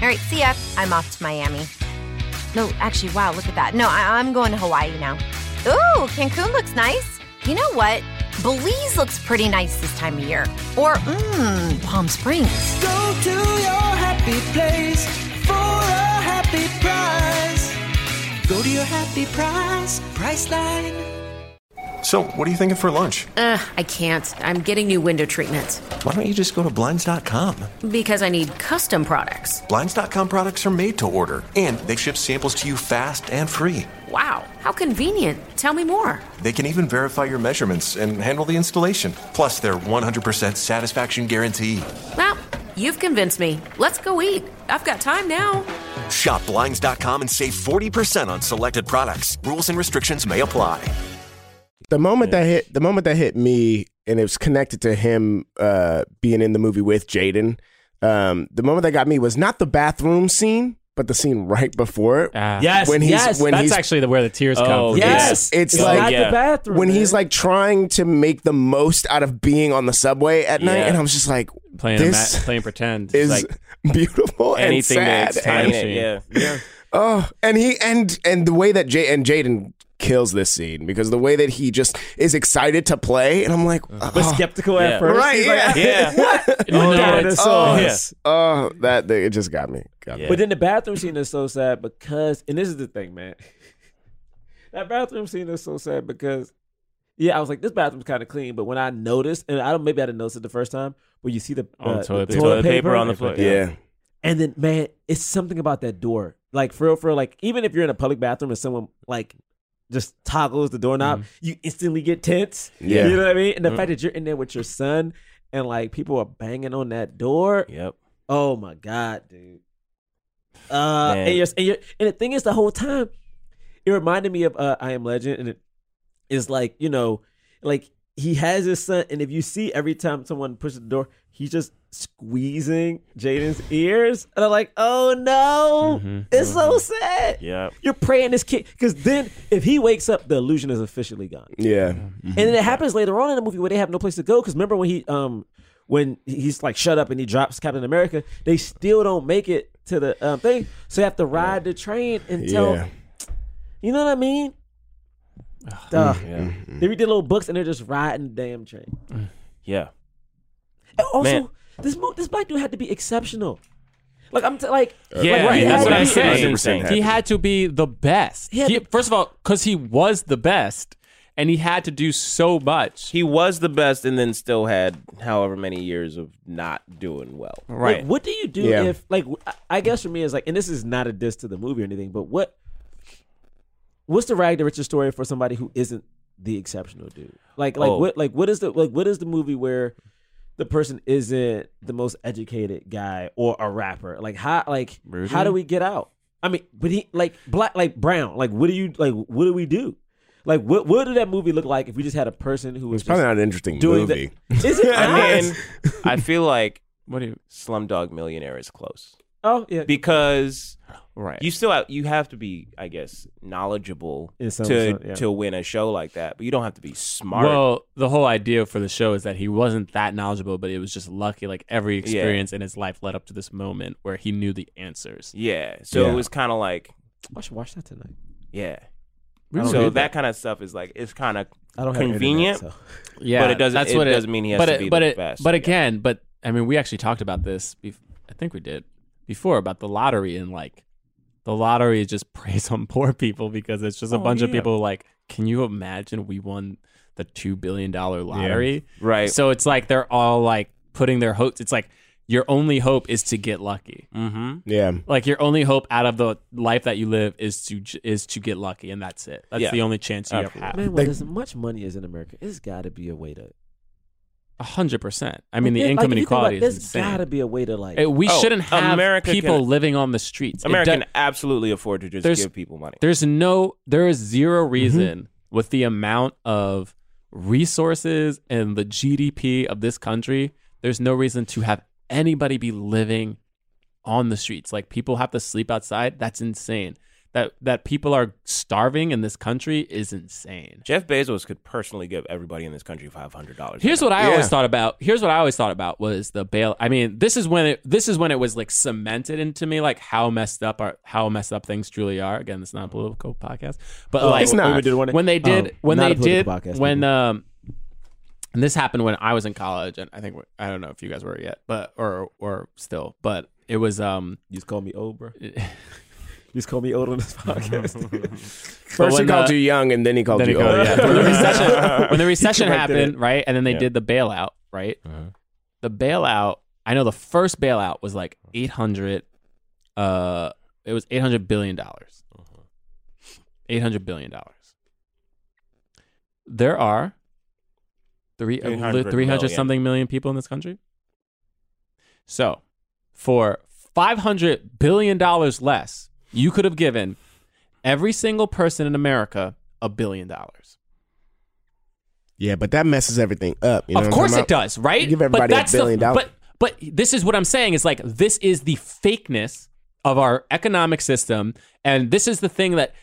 Speaker 23: All right, see ya. I'm off to Miami. No, actually, wow, look at that. No, I- I'm going to Hawaii now. Ooh, Cancun looks nice. You know what? Belize looks pretty nice this time of year. Or, mmm, Palm Springs.
Speaker 24: Go to your happy place for a happy price. Go to your happy price, Priceline.
Speaker 25: So, what are you thinking for lunch?
Speaker 26: Ugh, I can't. I'm getting new window treatments
Speaker 25: Why don't you just go to Blinds.com?
Speaker 26: because I need custom products.
Speaker 25: Blinds.com products are made to order, and they ship samples to you fast and free.
Speaker 26: Wow, how convenient. Tell me more.
Speaker 25: They can even verify your measurements and handle the installation. Plus, their 100% satisfaction guarantee.
Speaker 26: Well, you've convinced me. Let's go eat. I've got time now.
Speaker 25: Shop Blinds.com and save 40% on selected products. Rules and restrictions may apply.
Speaker 8: The moment that hit the moment that hit me, and it was connected to him uh, being in the movie with Jaden. Um, the moment that got me was not the bathroom scene but the scene right before it,
Speaker 6: Yes,
Speaker 8: when he's
Speaker 6: yes,
Speaker 8: when
Speaker 6: that's
Speaker 8: he's Oh,
Speaker 6: actually the where the tears come.
Speaker 8: It's- it's, like
Speaker 7: bathroom,
Speaker 8: when he's like trying to make the most out of being on the subway at night,
Speaker 6: Yeah.
Speaker 8: and I'm just like,
Speaker 6: playing
Speaker 8: this
Speaker 6: a ma- playing pretend
Speaker 8: is
Speaker 6: like
Speaker 8: [laughs] beautiful and
Speaker 6: anything
Speaker 8: sad.
Speaker 6: that's time
Speaker 8: and,
Speaker 6: machine. Yeah.
Speaker 8: Oh, and he and and the way that Jay and Jaden kills this scene because the way that he just is excited to play, and I'm like,
Speaker 7: But
Speaker 8: oh.
Speaker 7: skeptical at
Speaker 8: Yeah.
Speaker 7: first.
Speaker 8: Right,
Speaker 7: He's
Speaker 8: [laughs]
Speaker 7: like,
Speaker 8: yeah.
Speaker 7: [laughs] What?
Speaker 8: Oh,
Speaker 7: Dinosaurs.
Speaker 8: oh, oh, that thing, it just got me. Got me.
Speaker 7: But then the bathroom scene is so sad because, and this is the thing, man. [laughs] that bathroom scene is so sad because, yeah, I was like, this bathroom's kind of clean, but when I noticed, and I don't, maybe I didn't notice it the first time, but you see the,
Speaker 6: Oh,
Speaker 7: uh,
Speaker 6: toilet
Speaker 7: the
Speaker 6: paper. Toilet paper on the floor.
Speaker 7: Yeah.
Speaker 6: Yeah.
Speaker 7: And then, man, it's something about that door. Like for real, for real, like even if you're in a public bathroom and someone like just toggles the doorknob,
Speaker 9: Mm-hmm.
Speaker 7: you instantly get tense.
Speaker 8: Yeah.
Speaker 7: You know what I mean? And the
Speaker 8: Mm.
Speaker 7: fact that you're in there with your son and like people are banging on that door.
Speaker 9: Yep.
Speaker 7: Oh my God, dude. Uh,
Speaker 9: Man.
Speaker 7: and, you're, and, you're, and the thing is, the whole time, it reminded me of uh, I Am Legend, and it is like you know, like he has his son, and if you see every time someone pushes the door, he's just squeezing Jaden's ears, and I'm like, oh no,
Speaker 9: Mm-hmm.
Speaker 7: it's
Speaker 8: Mm-hmm.
Speaker 7: so sad.
Speaker 9: Yeah.
Speaker 7: You're praying this kid because then if he wakes up, the illusion is officially gone.
Speaker 8: yeah,
Speaker 7: And then it happens later on in the movie where they have no place to go. Because remember when he um when he's like shut up and he drops Captain America, they still don't make it to the um, thing. So they have to ride the train until
Speaker 8: Yeah.
Speaker 7: you know what I mean.
Speaker 9: Mm-hmm.
Speaker 7: Duh.
Speaker 8: Mm.
Speaker 7: They read their little books and they're just riding the damn train.
Speaker 9: Yeah.
Speaker 7: And also,
Speaker 9: Man.
Speaker 7: this mo- this black dude had to be exceptional. Like I'm t- like
Speaker 8: Uh,
Speaker 6: Yeah,
Speaker 7: like, he had
Speaker 6: that's
Speaker 7: to
Speaker 6: what I
Speaker 7: be-
Speaker 6: said. He had to be the best.
Speaker 7: He had
Speaker 6: He- first of all, because he was the best, and he had to do so much.
Speaker 9: He was the best and then still had however many years of not doing well.
Speaker 7: Like, what do you do
Speaker 9: Yeah.
Speaker 7: if like w- I- I guess for me is like, and this is not a diss to the movie or anything, but what what's the rag the riches story for somebody who isn't the exceptional dude? Like like
Speaker 9: Oh.
Speaker 7: what like what is the like what is the movie where the person isn't the most educated guy or a rapper? Like how like how
Speaker 9: Rudy?
Speaker 7: do we get out? I mean, but he like black like brown like what do you like what do we do? Like what what did that movie look like if we just had a person who was
Speaker 8: it's probably
Speaker 7: just
Speaker 8: not an interesting
Speaker 7: doing the-
Speaker 8: movie.
Speaker 9: [laughs]
Speaker 7: Is it?
Speaker 9: I
Speaker 7: not?
Speaker 9: mean, I feel like
Speaker 6: what do you,
Speaker 9: Slumdog Millionaire is close.
Speaker 7: Oh, yeah.
Speaker 9: because
Speaker 6: right,
Speaker 9: you still have, you have to be, I guess, knowledgeable
Speaker 7: In some
Speaker 9: to
Speaker 7: sort, yeah.
Speaker 9: to win a show like that. But you don't have to be smart.
Speaker 6: Well, the whole idea for the show is that he wasn't that knowledgeable, but it was just lucky. Like every experience in his life led up to this moment where he knew the answers.
Speaker 9: yeah, so it was kind of like
Speaker 7: I should watch that tonight.
Speaker 9: yeah.
Speaker 6: We don't
Speaker 9: so
Speaker 6: do
Speaker 9: that, kind of stuff is like it's kind of
Speaker 7: I don't have internet,
Speaker 9: convenient.
Speaker 7: so.
Speaker 6: Yeah,
Speaker 9: but it doesn't.
Speaker 6: That's
Speaker 9: it
Speaker 6: what
Speaker 9: doesn't mean he has
Speaker 6: but
Speaker 9: to
Speaker 6: it-
Speaker 9: be
Speaker 6: but
Speaker 9: the
Speaker 6: it-
Speaker 9: best.
Speaker 6: But again, but I mean, we actually talked about this. Bef- I think we did before about the lottery and like the lottery is just [laughs] preys on poor people because it's just a
Speaker 9: Oh,
Speaker 6: bunch of
Speaker 9: yeah.
Speaker 6: people like, can you imagine we won the two billion dollar lottery?
Speaker 9: Right.
Speaker 6: So it's like they're all like putting their hopes. It's like your only hope is to get lucky.
Speaker 9: Mm-hmm.
Speaker 8: Yeah.
Speaker 6: Like your only hope out of the life that you live is to j- is to get lucky, and that's it. That's
Speaker 9: Yeah.
Speaker 6: the only chance
Speaker 7: Uh,
Speaker 6: you ever
Speaker 9: Absolutely.
Speaker 6: have.
Speaker 7: Man, with as much money as in America, it's got to be a way to.
Speaker 6: A hundred percent. I mean, the
Speaker 7: Like,
Speaker 6: income
Speaker 7: if you think about
Speaker 6: inequality
Speaker 7: it,
Speaker 6: is
Speaker 7: There's
Speaker 6: insane.
Speaker 7: got to be a way to like.
Speaker 6: It- we
Speaker 9: Oh,
Speaker 6: shouldn't have
Speaker 9: America
Speaker 6: people
Speaker 9: can-
Speaker 6: living on the streets. It
Speaker 9: America
Speaker 6: do-
Speaker 9: can absolutely afford to just
Speaker 6: There's-
Speaker 9: give people money.
Speaker 6: There's no, there is zero
Speaker 7: Mm-hmm.
Speaker 6: reason with the amount of resources and the GDP of this country. There's no reason to have anybody be living on the streets. Like people have to sleep outside. That's insane. That that people are starving in this country is insane.
Speaker 9: Jeff Bezos could personally give everybody in this country five hundred dollars.
Speaker 6: Here's what I
Speaker 9: Yeah.
Speaker 6: always thought about. Here's what I always thought about was the bail. I mean, this is when it this is when it was like cemented into me, like how messed up are how messed up things truly are. Again, it's not a political podcast, but
Speaker 7: Oh,
Speaker 6: like
Speaker 7: it's not. We did one-
Speaker 6: when they did
Speaker 7: Oh,
Speaker 6: when
Speaker 7: not
Speaker 6: they
Speaker 7: a
Speaker 6: did
Speaker 7: political podcast,
Speaker 6: when
Speaker 7: people.
Speaker 6: um and this happened when I was in college, and I think I don't know if you guys were yet, but or or still, but it was um
Speaker 7: you just call me
Speaker 6: [laughs]
Speaker 7: old, bro. [laughs] Just call me old on [laughs] this podcast.
Speaker 8: [laughs] First he
Speaker 6: when
Speaker 8: called
Speaker 6: the-
Speaker 8: you young, and then he called
Speaker 6: uh, Then
Speaker 8: you
Speaker 6: he
Speaker 8: old.
Speaker 6: called- yeah. when
Speaker 8: [laughs]
Speaker 6: the recession, when the recession
Speaker 8: Corrected
Speaker 6: happened,
Speaker 8: it.
Speaker 6: right, and then they
Speaker 8: Yeah. Uh-huh.
Speaker 6: did the bailout, right? The bailout. I know the first bailout was like eight hundred. Uh, it was eight hundred billion dollars.
Speaker 8: Uh-huh.
Speaker 6: Eight hundred billion dollars. There are three uh,
Speaker 9: 300
Speaker 6: three hundred
Speaker 9: million.
Speaker 6: something million people in this country. So, for five hundred billion dollars less, you could have given every single person in America a billion dollars.
Speaker 8: Yeah, but that messes everything up. you know
Speaker 6: of
Speaker 8: what I'm
Speaker 6: course
Speaker 8: talking
Speaker 6: it
Speaker 8: about?
Speaker 6: does, right?
Speaker 8: You give everybody a
Speaker 6: the-
Speaker 8: billion dollars.
Speaker 6: But but this is what I'm saying is like this is the fakeness of our economic system, and this is the thing that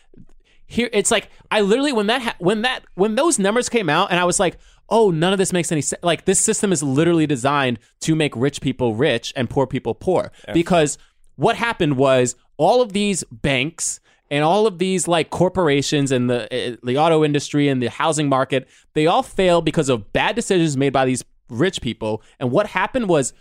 Speaker 6: here it's like I literally when that ha- when that when those numbers came out, and I was like. Oh, none of this makes any sense. Like this system is literally designed to make rich people rich and poor people poor. Because what happened was all of these banks and all of these like corporations and the uh, the auto industry and the housing market they all failed because of bad decisions made by these rich people and what happened was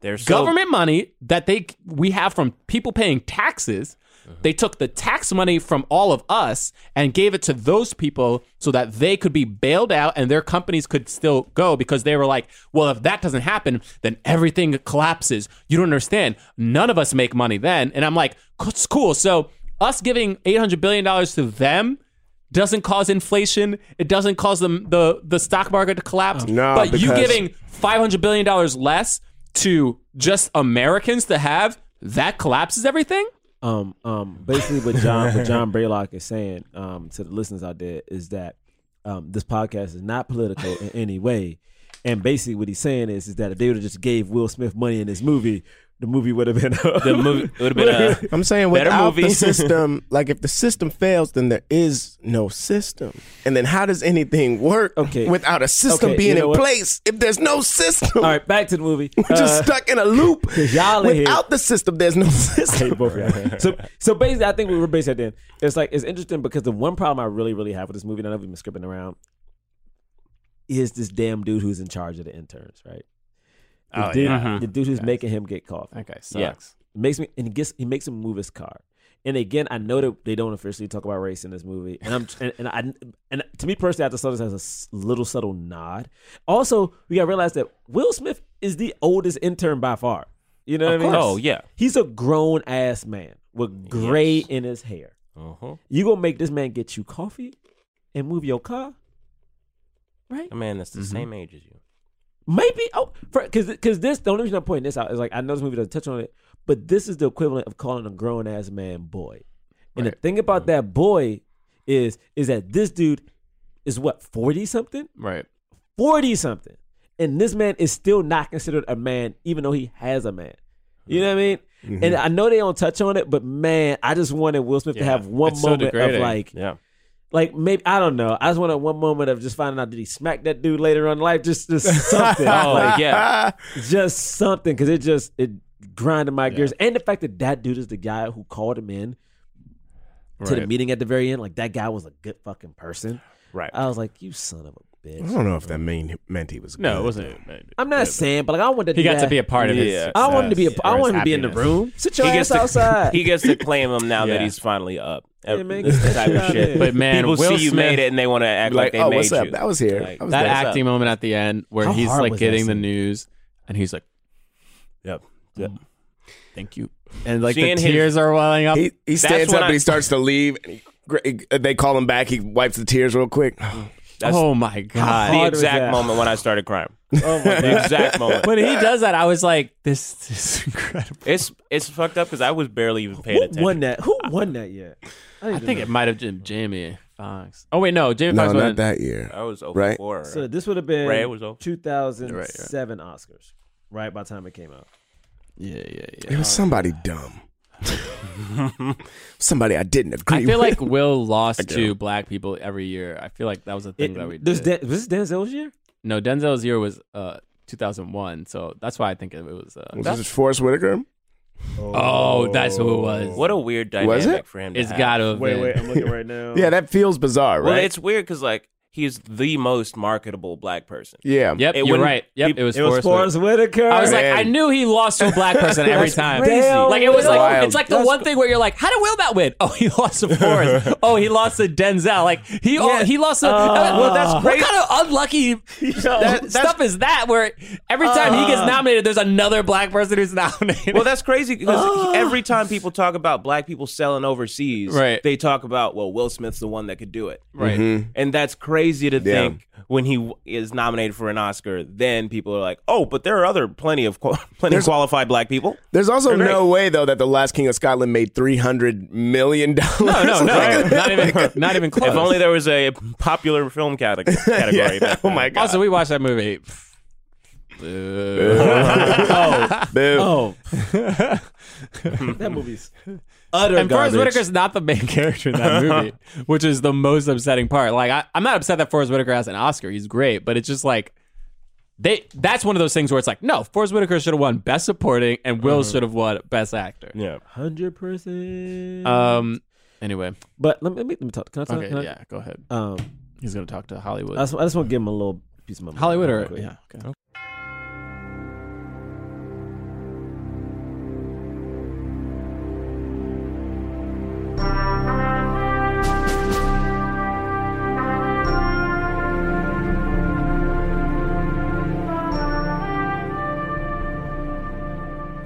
Speaker 7: There's
Speaker 6: government money that they we have from people paying taxes they took the tax money from all of us and gave it to those people so that they could be bailed out and their companies could still go because they were like, well, if that doesn't happen, then everything collapses. You don't understand. None of us make money then. And I'm like, it's cool. So us giving $800 billion to them doesn't cause inflation. It doesn't cause them the, the stock market to collapse.
Speaker 8: No,
Speaker 6: but you
Speaker 8: because-
Speaker 6: giving $500 billion less to just Americans to have, that collapses everything?
Speaker 7: um um basically what John what
Speaker 8: [laughs]
Speaker 7: John Braylock is saying um to the listeners out there is that um this podcast is not political in any way. And basically what he's saying is is that if they would have just gave Will Smith money in this movie, the movie would have been the [laughs]
Speaker 14: movie would have [laughs]
Speaker 8: I'm saying without the system, like if the system fails, then there is no system. And then how does anything work okay. without a system
Speaker 7: Okay, you
Speaker 8: being
Speaker 7: know
Speaker 8: in
Speaker 7: what?
Speaker 8: place? If there's no system,
Speaker 7: All right, back to the movie.
Speaker 8: [laughs] we're just
Speaker 7: Uh,
Speaker 8: stuck in a loop.
Speaker 7: [laughs] y'all are here.
Speaker 8: without the system, there's
Speaker 7: [laughs]
Speaker 8: no system.
Speaker 7: I hate both of
Speaker 8: [laughs]
Speaker 7: y'all. So, so basically, I think we were based at then. It's like it's interesting because the one problem I really, really have with this movie, and I know we've been skipping around, is this damn dude who's in charge of the interns, right? The
Speaker 6: Oh,
Speaker 7: dude,
Speaker 6: yeah. Uh-huh.
Speaker 7: the dude who's making him get coffee.
Speaker 6: That guy
Speaker 7: Yeah.
Speaker 6: sucks.
Speaker 7: It makes me and he gets he makes him move his car. And again, I know that they don't officially talk about race in this movie, and I'm and, and I and to me personally, I have to saw this as a s- little subtle nod. Also, we gotta realize that Will Smith is the oldest intern by far. You know what
Speaker 14: Of
Speaker 7: I mean?
Speaker 14: course. Oh, yeah.
Speaker 7: he's a grown ass man with gray in his hair.
Speaker 14: Uh-huh.
Speaker 7: You gonna make this man get you coffee and move your car? Right.
Speaker 14: A man that's the
Speaker 7: Mm-hmm.
Speaker 14: same age as you.
Speaker 7: Maybe oh, because because this the only reason I'm pointing this out is like I know this movie doesn't touch on it, but this is the equivalent of calling a grown ass man boy. And the thing about
Speaker 6: Mm-hmm.
Speaker 7: that boy is is that this dude is what forty something,
Speaker 6: right?
Speaker 7: Forty something, and this man is still not considered a man, even though he has a man. You know what I mean?
Speaker 6: Mm-hmm.
Speaker 7: And I know they don't touch on it, but man, I just wanted Will Smith to have one
Speaker 6: It's so
Speaker 7: moment of
Speaker 6: degrading.
Speaker 7: like,
Speaker 14: yeah.
Speaker 7: like maybe I don't know. I just wanted one moment of just finding out did he smack that dude later on in life? Just just something.
Speaker 14: Oh,
Speaker 7: Like,
Speaker 14: yeah.
Speaker 7: just something because it just it grinded my gears. And the fact that that dude is the guy who called him in to the
Speaker 14: Right.
Speaker 7: meeting at the very end, like that guy was a good fucking person. Right. I was like, you son of a bitch.
Speaker 8: I don't know if that mean, meant he was.
Speaker 7: No, it
Speaker 8: good,
Speaker 7: wasn't-
Speaker 8: though.
Speaker 7: I'm not saying, but like I wanted.
Speaker 8: He got
Speaker 7: that.
Speaker 8: to be a part of his
Speaker 7: Yeah. I wanted to be. A, I
Speaker 14: Or his
Speaker 7: wanted to be in the
Speaker 14: happiness.
Speaker 7: room. Sit your
Speaker 14: gets
Speaker 7: ass
Speaker 14: to- [laughs]
Speaker 9: [laughs]
Speaker 7: outside.
Speaker 14: He gets to claim him now that
Speaker 7: Yeah.
Speaker 14: he's finally up.
Speaker 7: Yeah, man,
Speaker 14: This
Speaker 7: get
Speaker 14: type
Speaker 7: that
Speaker 14: of
Speaker 7: shit out of
Speaker 14: shit.
Speaker 7: here. But man,
Speaker 14: people
Speaker 7: Will
Speaker 14: see you
Speaker 7: Smith-
Speaker 14: made it and they want to act like, they made you. Like,
Speaker 6: "Oh, that
Speaker 14: what's up?
Speaker 6: acting moment at the end where
Speaker 14: How
Speaker 6: he's
Speaker 14: hard
Speaker 6: like
Speaker 14: was that
Speaker 6: getting the
Speaker 14: scene?
Speaker 6: news and he's like,
Speaker 14: Yep. Yep.
Speaker 6: Thank you. Um, And like
Speaker 8: Seeing
Speaker 6: the
Speaker 8: his-
Speaker 6: tears are welling up.
Speaker 8: He, he stands up and he starts to leave. And he, gra- they call him back. He wipes the tears real quick.
Speaker 14: Mm.
Speaker 8: [sighs]
Speaker 6: oh my God.
Speaker 14: The exact moment when I started
Speaker 7: [laughs]
Speaker 14: crying. Oh my the exact moment.
Speaker 6: When he does that, I was like, this is incredible.
Speaker 14: It's it's fucked up because I was barely even paying attention.
Speaker 7: won that? Who won that yet?
Speaker 6: [laughs] I think it might have been Jamie Foxx. Oh, wait, no. Jamie
Speaker 8: No,
Speaker 6: Foxx
Speaker 8: not
Speaker 6: wasn't-
Speaker 8: that year.
Speaker 6: Oh.
Speaker 14: I was over
Speaker 8: Right?
Speaker 14: four.
Speaker 7: So this would have been
Speaker 14: Ray was oh over.
Speaker 7: 2007 Oscars, right? By the time it
Speaker 14: [laughs]
Speaker 7: came out.
Speaker 6: Yeah, yeah, yeah.
Speaker 8: It was somebody dumb. [laughs] somebody I didn't agree.
Speaker 6: I feel like
Speaker 8: with. [laughs]
Speaker 6: Will lost
Speaker 8: do.
Speaker 6: to black people every year. I feel like that was a thing
Speaker 7: It-
Speaker 6: that we
Speaker 7: this
Speaker 6: did.
Speaker 7: Dan- was this Denzel's year?
Speaker 6: no, Denzel's year was uh, 2001. So that's why I think it was. Uh,
Speaker 8: Was this Forrest Whitaker?
Speaker 6: Oh, that's who it was.
Speaker 14: What a weird dynamic
Speaker 8: Was it?
Speaker 14: for him to
Speaker 6: It's
Speaker 14: have.
Speaker 6: got to have been.
Speaker 17: [laughs]
Speaker 7: right now.
Speaker 8: Yeah, that feels bizarre,
Speaker 14: Well,
Speaker 8: right?
Speaker 14: it's weird because like he's the most marketable black person.
Speaker 8: Yeah.
Speaker 6: Yep,
Speaker 14: It
Speaker 6: you're
Speaker 14: wouldn't-
Speaker 6: right. Yep,
Speaker 14: peop-
Speaker 6: it was
Speaker 7: It was Forrest Whitaker.
Speaker 6: I was like, I knew he lost to a black
Speaker 14: [laughs]
Speaker 6: person every
Speaker 14: That's
Speaker 6: time.
Speaker 14: crazy.
Speaker 6: Like it was like
Speaker 14: Wild.
Speaker 6: it's like the
Speaker 14: That's
Speaker 6: one thing where you're like, how did Will not win? Oh, he lost
Speaker 14: [laughs]
Speaker 6: to Forrest. oh, he lost to Denzel. Like he oh, he lost to.
Speaker 14: Uh, well, that's
Speaker 6: what
Speaker 14: great.
Speaker 6: kind of unlucky stuff is that? Where every time he gets
Speaker 14: Uh.
Speaker 6: nominated, there's another black person who's nominated.
Speaker 14: Well, that's crazy
Speaker 9: [gasps]
Speaker 14: because every time people talk about black people selling overseas,
Speaker 6: Right.
Speaker 14: they talk about, well, Will Smith's the one that could do it.
Speaker 8: Mm-hmm.
Speaker 6: Right.
Speaker 17: Mm-hmm.
Speaker 6: Mhm.
Speaker 14: And that's crazy to
Speaker 6: Yeah.
Speaker 14: think when he w- is nominated for an Oscar, then people are like, oh, but there are other plenty of qual- [laughs] plenty of qualified black people.
Speaker 8: There's also
Speaker 14: They're
Speaker 8: no way though that the Last King of Scotland made three hundred million dollars.
Speaker 17: [laughs]
Speaker 8: Oh,
Speaker 14: no,
Speaker 8: No,
Speaker 14: no,
Speaker 6: not
Speaker 9: [laughs]
Speaker 6: even not even close.
Speaker 14: If only there was a popular film cate- category. back
Speaker 8: Oh my
Speaker 14: then.
Speaker 8: God.
Speaker 6: Also, we watched that movie.
Speaker 14: Oh. [laughs]
Speaker 6: oh,
Speaker 7: [laughs]
Speaker 8: Boo.
Speaker 7: Oh. [laughs]
Speaker 27: that movie's
Speaker 6: utter and Forrest
Speaker 27: garbage.
Speaker 6: Whitaker's not the main [laughs] character in that
Speaker 7: [laughs]
Speaker 6: movie, which is the most upsetting part. Like, I, I'm not upset that Forrest Whitaker has an Oscar; he's great, but it's just like they. That's one of those things where it's like, no, Forrest Whitaker should have won Best Supporting, and Will should have won Best Actor.
Speaker 7: Mm-hmm. Yeah, hundred percent.
Speaker 6: Um. Anyway,
Speaker 7: but let me let me, let me talk. Can I talk?
Speaker 6: Okay,
Speaker 7: can I-
Speaker 6: yeah, go ahead.
Speaker 7: Um,
Speaker 6: he's gonna talk to Hollywood.
Speaker 7: I just, I just want to give him a little piece of my mind
Speaker 6: Hollywood
Speaker 7: real
Speaker 6: or-
Speaker 7: quick.
Speaker 6: yeah, okay.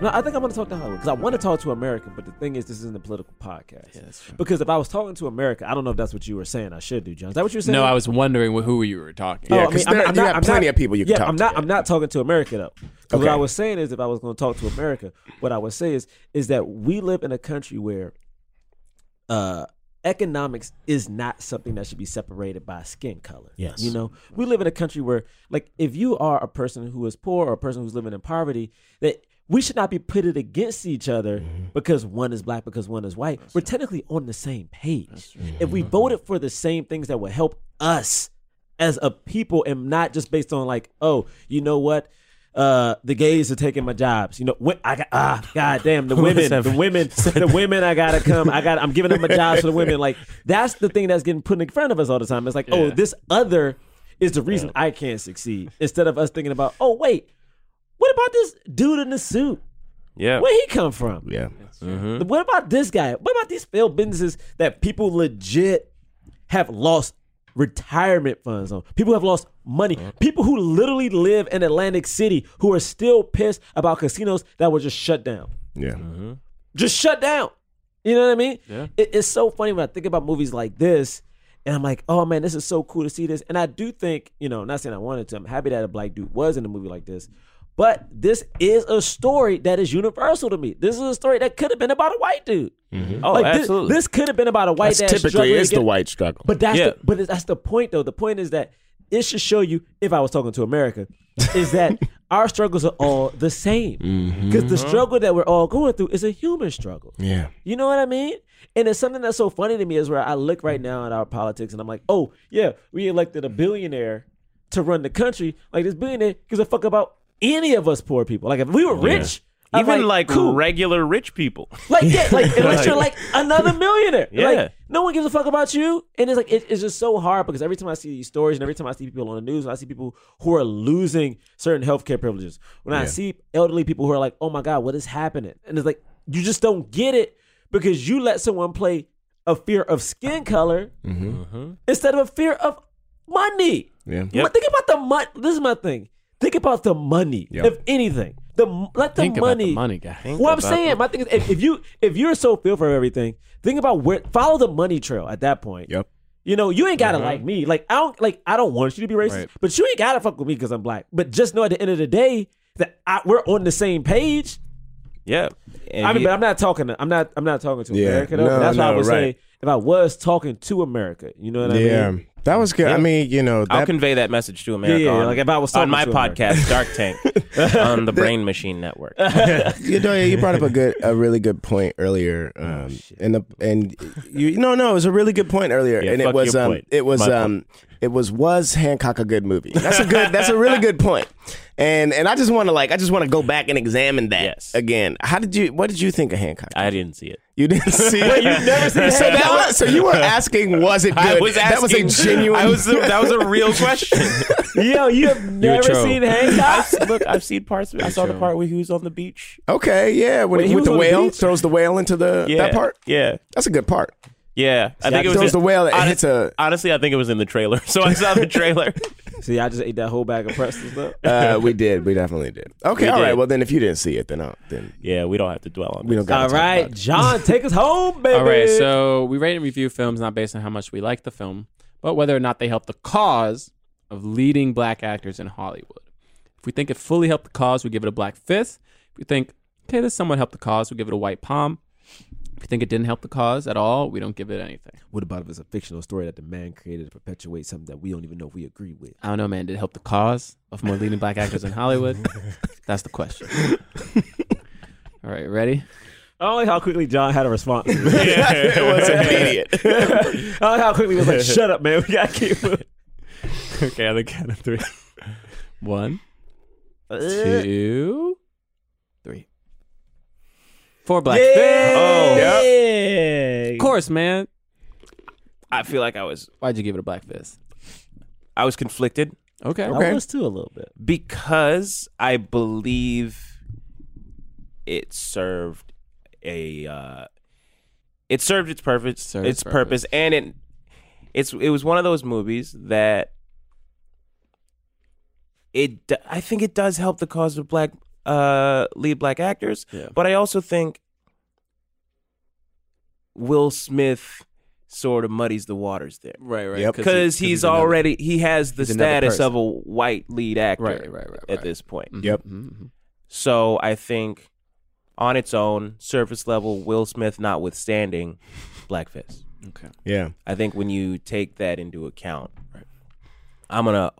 Speaker 7: No, I think I'm going to talk to Hollywood because I want to talk to America. But the thing is, this isn't a political podcast. Yeah,
Speaker 6: that's true.
Speaker 7: Because if I was talking to America, I don't know if that's what you were saying. I should do, John. Is that what you're saying?
Speaker 6: No, I was wondering wh- who you were talking.
Speaker 7: Oh, I mean, I'm not- I'm not- I'm not- yeah, I'm not. I'm not talking to America though. 'Cause
Speaker 6: Okay.
Speaker 7: What I was saying is, if I was going to talk to America, what I would say is, is that we live in a country where uh, economics is not something that should be separated by skin color.
Speaker 28: Yes.
Speaker 7: you know, we live in a country where, like, if you are a person who is poor or a person who's living in poverty, that we should not be pitted against each other because one is black because one is white. We're technically on the same page. If we voted for the same things that would help us as a people and not just based on like, oh, you know what? Uh, the gays are taking my jobs. You know, wh- I got ah, goddamn
Speaker 9: [laughs]
Speaker 7: the
Speaker 9: Who
Speaker 7: women,
Speaker 9: is that?
Speaker 7: the women, [laughs] the women. I gotta come. I got. I'm giving them a job for the women. Like that's the thing that's getting put in front of us all the time. It's like, oh,
Speaker 9: Yeah.
Speaker 7: this other is the reason I can't succeed. Instead of us thinking about, oh wait, what about this dude in the suit?
Speaker 9: Yeah.
Speaker 7: Where he come from?
Speaker 9: Yeah.
Speaker 7: Th- What about this guy? What about these failed businesses that people legit have lost retirement funds on? People have lost money. People who literally live in Atlantic City who are still pissed about casinos that were just shut down.
Speaker 17: Yeah.
Speaker 7: Just shut down. You know what I mean?
Speaker 17: Yeah.
Speaker 7: It, it's so funny when I think about movies like this, and I'm like, oh man, this is so cool to see this. And I do think, you know, not saying I wanted to, I'm happy that a black dude was in a movie like this. But this is a story that is universal to me. This is a story that could have been about a white dude.
Speaker 9: Oh,
Speaker 7: Like, thi-
Speaker 9: absolutely.
Speaker 7: This, could have been about a white.
Speaker 9: That's
Speaker 7: dad
Speaker 9: typically
Speaker 7: struggling
Speaker 9: is the
Speaker 7: against-
Speaker 9: white struggle.
Speaker 7: But that's
Speaker 9: Yeah.
Speaker 7: the, but that's the point though. The point is that it should show you. If I was talking to America, is that
Speaker 9: [laughs]
Speaker 7: our struggles are all the same because
Speaker 9: Mm-hmm.
Speaker 7: the struggle that we're all going through is a human struggle.
Speaker 17: Mm-hmm. Yeah.
Speaker 7: You know what I mean? And it's something that's so funny to me is where I look right now at our politics and I'm like, oh yeah, we elected a billionaire to run the country. Like this billionaire gives a fuck about any of us poor people. Like if we were rich,
Speaker 9: Yeah.
Speaker 7: I'm
Speaker 9: Even like,
Speaker 7: cool.
Speaker 9: regular rich people.
Speaker 7: Like yeah, [laughs]
Speaker 9: [laughs]
Speaker 7: like unless you're like another millionaire.
Speaker 9: Yeah.
Speaker 7: Like no one gives a fuck about you. And it's like it- it's just so hard because every time I see these stories and every time I see people on the news and I see people who are losing certain healthcare privileges. When I
Speaker 9: Yeah.
Speaker 7: see elderly people who are like, Oh my God, what is happening? And it's like you just don't get it because you let someone play a fear of skin color
Speaker 17: Mm-hmm.
Speaker 14: Mm-hmm.
Speaker 6: Mm-hmm.
Speaker 7: instead of a fear of money.
Speaker 17: Yeah.
Speaker 7: Mo- Think about the money. This is my thing. Think about the money. If anything, the m- let the
Speaker 6: Think about
Speaker 7: money.
Speaker 6: the money, guys. Think
Speaker 7: What I'm
Speaker 6: about
Speaker 7: saying,
Speaker 6: the-
Speaker 7: my thing is, if, if you if you're so feel for everything, think about where follow the money trail. At that point,
Speaker 17: yep.
Speaker 7: You know, you ain't gotta
Speaker 6: Mhm.
Speaker 7: like me. Like I don't like I don't want you to be racist,
Speaker 6: Right.
Speaker 7: but you ain't gotta fuck with me because I'm black. But just know at the end of the day that I, we're on the same page.
Speaker 9: Yeah.
Speaker 7: I mean, but I'm not talking. To, I'm not. I'm not talking to
Speaker 9: Yeah.
Speaker 7: America. Though.
Speaker 9: No,
Speaker 7: That's why I
Speaker 9: no,
Speaker 7: would
Speaker 9: right.
Speaker 7: say if I was talking to America, you know what I
Speaker 9: Yeah.
Speaker 7: mean?
Speaker 9: That was good. I mean,
Speaker 17: you know,
Speaker 9: I'll
Speaker 7: that-
Speaker 9: convey that message to America.
Speaker 7: Yeah, yeah,
Speaker 9: on,
Speaker 7: like if I was
Speaker 9: on
Speaker 7: talking
Speaker 9: my
Speaker 7: to
Speaker 9: podcast,
Speaker 7: America.
Speaker 9: Dark
Speaker 7: [laughs]
Speaker 9: Tank, on the Brain Machine Network.
Speaker 17: you know, yeah, you brought
Speaker 14: [laughs]
Speaker 17: up a good, a really good point earlier,
Speaker 14: Oh,
Speaker 17: um, and the and you no, no, it was a really good point earlier,
Speaker 9: Yeah,
Speaker 17: and
Speaker 9: fuck
Speaker 17: it was,
Speaker 9: your
Speaker 17: um,
Speaker 9: point.
Speaker 17: it was,
Speaker 9: My point.
Speaker 17: um, it was, was Hancock a good movie?
Speaker 14: [laughs]
Speaker 17: That's a good, that's a really good point, and and I just want to like, I just want to go back and examine that again. How did you? What did you think of Hancock?
Speaker 9: I didn't see it.
Speaker 17: You didn't see
Speaker 9: [laughs]
Speaker 17: it.
Speaker 9: Wait, you've never seen
Speaker 17: so that
Speaker 9: Hancock?
Speaker 17: was, So you were asking, was it good?
Speaker 9: [laughs] I was
Speaker 17: that was a
Speaker 9: asking-
Speaker 17: genuine.
Speaker 9: I was- that
Speaker 17: [laughs]
Speaker 9: was a real [laughs] question.
Speaker 7: Yo, you have
Speaker 9: You're a never troll. seen [laughs] Hancock?
Speaker 17: I've, look, I've seen parts. Of
Speaker 9: I saw the part
Speaker 17: where he was on the beach. Okay, yeah, when
Speaker 9: Wait,
Speaker 17: he,
Speaker 9: he
Speaker 17: with
Speaker 9: was
Speaker 17: the
Speaker 9: on the
Speaker 17: whale
Speaker 9: beach?
Speaker 17: throws the whale into the
Speaker 9: Yeah,
Speaker 17: that part.
Speaker 9: yeah.
Speaker 17: that's a good part.
Speaker 9: Yeah, I
Speaker 17: See,
Speaker 9: think
Speaker 17: I
Speaker 9: it was
Speaker 17: chose the whale that
Speaker 9: Honest-
Speaker 17: hits a-
Speaker 9: Honestly, I think it was in the trailer. [laughs] So I saw the trailer.
Speaker 7: See, I just ate that whole bag of pretzels.
Speaker 9: [laughs]
Speaker 7: Though.
Speaker 17: Uh, we did, we definitely did. Okay,
Speaker 9: We
Speaker 17: all right.
Speaker 9: did.
Speaker 17: Well, then if you didn't see it, then I'll, then
Speaker 9: yeah, we don't have to dwell on.
Speaker 17: We don't got.
Speaker 7: All right, John, take us home, baby.
Speaker 6: All right, so we rate and review films not based on how much we like the film, but whether or not they help the cause of leading black actors in Hollywood. If we think it fully helped the cause, we give it a black fifth. If we think, okay, this somewhat helped the cause, we give it a white palm. If we think it didn't help the cause at all, we don't give it anything.
Speaker 7: What about if it's a fictional story that the man created to perpetuate something that we don't even know if we agree
Speaker 9: [laughs]
Speaker 7: with?
Speaker 6: I don't know, man. Did it help the cause of more [laughs] leading black actors in Hollywood? That's the question. [laughs] All right, ready?
Speaker 7: I like how quickly John had
Speaker 6: [laughs]
Speaker 7: a response. yeah,
Speaker 17: it was immediate.
Speaker 7: [laughs] I like how quickly he was like, "Shut up, man. We gotta keep moving."
Speaker 6: [laughs] okay, on the count of three. [laughs] One,
Speaker 7: Uh.
Speaker 6: two, three. Four black.
Speaker 7: Yeah.
Speaker 6: Fist.
Speaker 7: Oh.
Speaker 6: Of course, man.
Speaker 9: I feel like I was.
Speaker 6: Why'd you give it a black fist?
Speaker 9: I was conflicted.
Speaker 6: Okay.
Speaker 7: I was too a little bit.
Speaker 9: because I believe it served a uh, it served its purpose
Speaker 6: Served its
Speaker 9: its purpose.
Speaker 6: purpose.
Speaker 9: and it it's it was one of those movies that it d- I think it does help the cause of black uh lead black actors but I also think Will Smith sort of muddies the waters there
Speaker 6: Right, right.
Speaker 9: because he's, already he has the
Speaker 6: he's another
Speaker 9: status
Speaker 6: person.
Speaker 9: of a white lead actor
Speaker 6: Right, right, right, right,
Speaker 9: at this point.
Speaker 6: Mhm, Yep. mhm, mhm.
Speaker 9: So I think on its own surface level, Will Smith notwithstanding, Black Fist.
Speaker 6: Okay.
Speaker 17: Yeah.
Speaker 9: I think when you take that into account, I'm gonna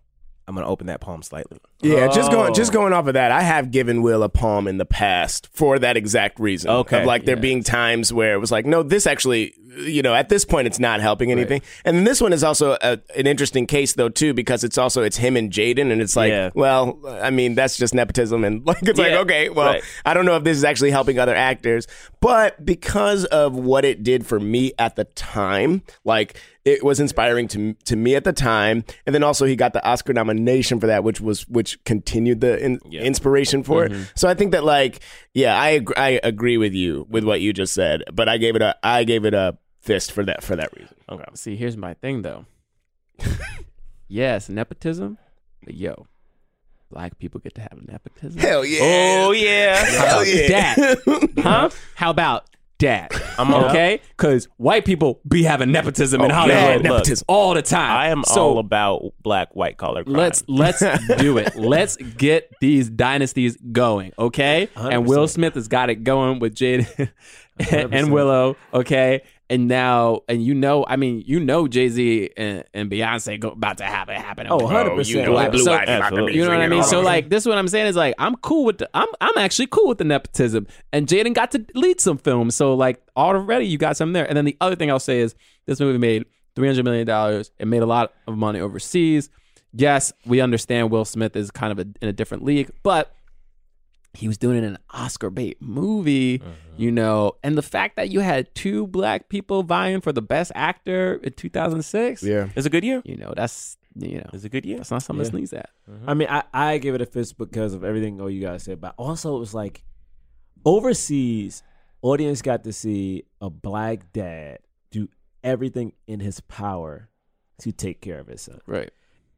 Speaker 9: I'm gonna open that palm slightly.
Speaker 17: Yeah, just
Speaker 9: Oh.
Speaker 17: going
Speaker 6: Oh.
Speaker 17: just going off of that, I have given Will a palm in the past for that exact reason.
Speaker 9: Okay.
Speaker 17: Of like there being times where it was like, no, this actually, you know, at this point it's not helping anything. And then this one is also a, an interesting case though too because it's also it's him and Jaden and it's like, well, I mean, that's just nepotism and [laughs] like it's like,
Speaker 9: Yeah,
Speaker 17: okay, well,
Speaker 9: right.
Speaker 17: I don't know if this is actually helping other actors, but because of what it did for me at the time, like it was inspiring to to me at the time, and then also he got the Oscar nomination for that, which was which continued the in, inspiration for
Speaker 6: Mhm.
Speaker 17: it. So I think that like yeah, I ag- I agree with you with what you just said, but I gave it a I gave it a fist for that for that reason.
Speaker 9: Okay.
Speaker 6: See, here's my thing though. yes, nepotism, but yo, black people get to have nepotism.
Speaker 17: Hell yeah.
Speaker 9: Oh yeah.
Speaker 6: How about that?
Speaker 17: [laughs]
Speaker 6: huh? How about that? I'm
Speaker 9: all-
Speaker 6: okay because white people be having nepotism in
Speaker 9: Oh,
Speaker 6: Hollywood
Speaker 9: man, nepotism.
Speaker 6: all the time.
Speaker 9: I am
Speaker 6: So-
Speaker 9: all about black white collar crime.
Speaker 6: Let's let's
Speaker 7: [laughs]
Speaker 6: do it. Let's get these dynasties going, okay? And Will Smith has got it going with Jade [laughs] and, Willow, okay? And now, and you know, I mean, you know, Jay Z and, and Beyonce go, about to have it happen.
Speaker 7: Oh, 100%.
Speaker 6: You know,
Speaker 7: Blue
Speaker 6: so,
Speaker 7: eyes, Absolutely.
Speaker 6: you know what I mean? So,
Speaker 7: Absolutely.
Speaker 6: like, this is what I'm saying is like, I'm cool with the, I'm I'm actually cool with the nepotism. And Jaden got to lead some films, so like already you got something there. And then the other thing I'll say is this movie made three hundred million dollars. It made a lot of money overseas. Yes, we understand Will Smith is kind of a, in a different league, but he was doing it in an Oscar bait movie, you know, and the fact that you had two black people vying for the best actor in 2006,
Speaker 17: yeah,
Speaker 9: it's a good year.
Speaker 6: You know, that's you know,
Speaker 9: it's a good year.
Speaker 6: That's not something to
Speaker 7: Yeah.
Speaker 6: sneeze at.
Speaker 7: I mean, I, I give it a fist because of everything all you guys said, but also it was like overseas, audience got to see a black dad do everything in his power to take care of his son.
Speaker 6: Right.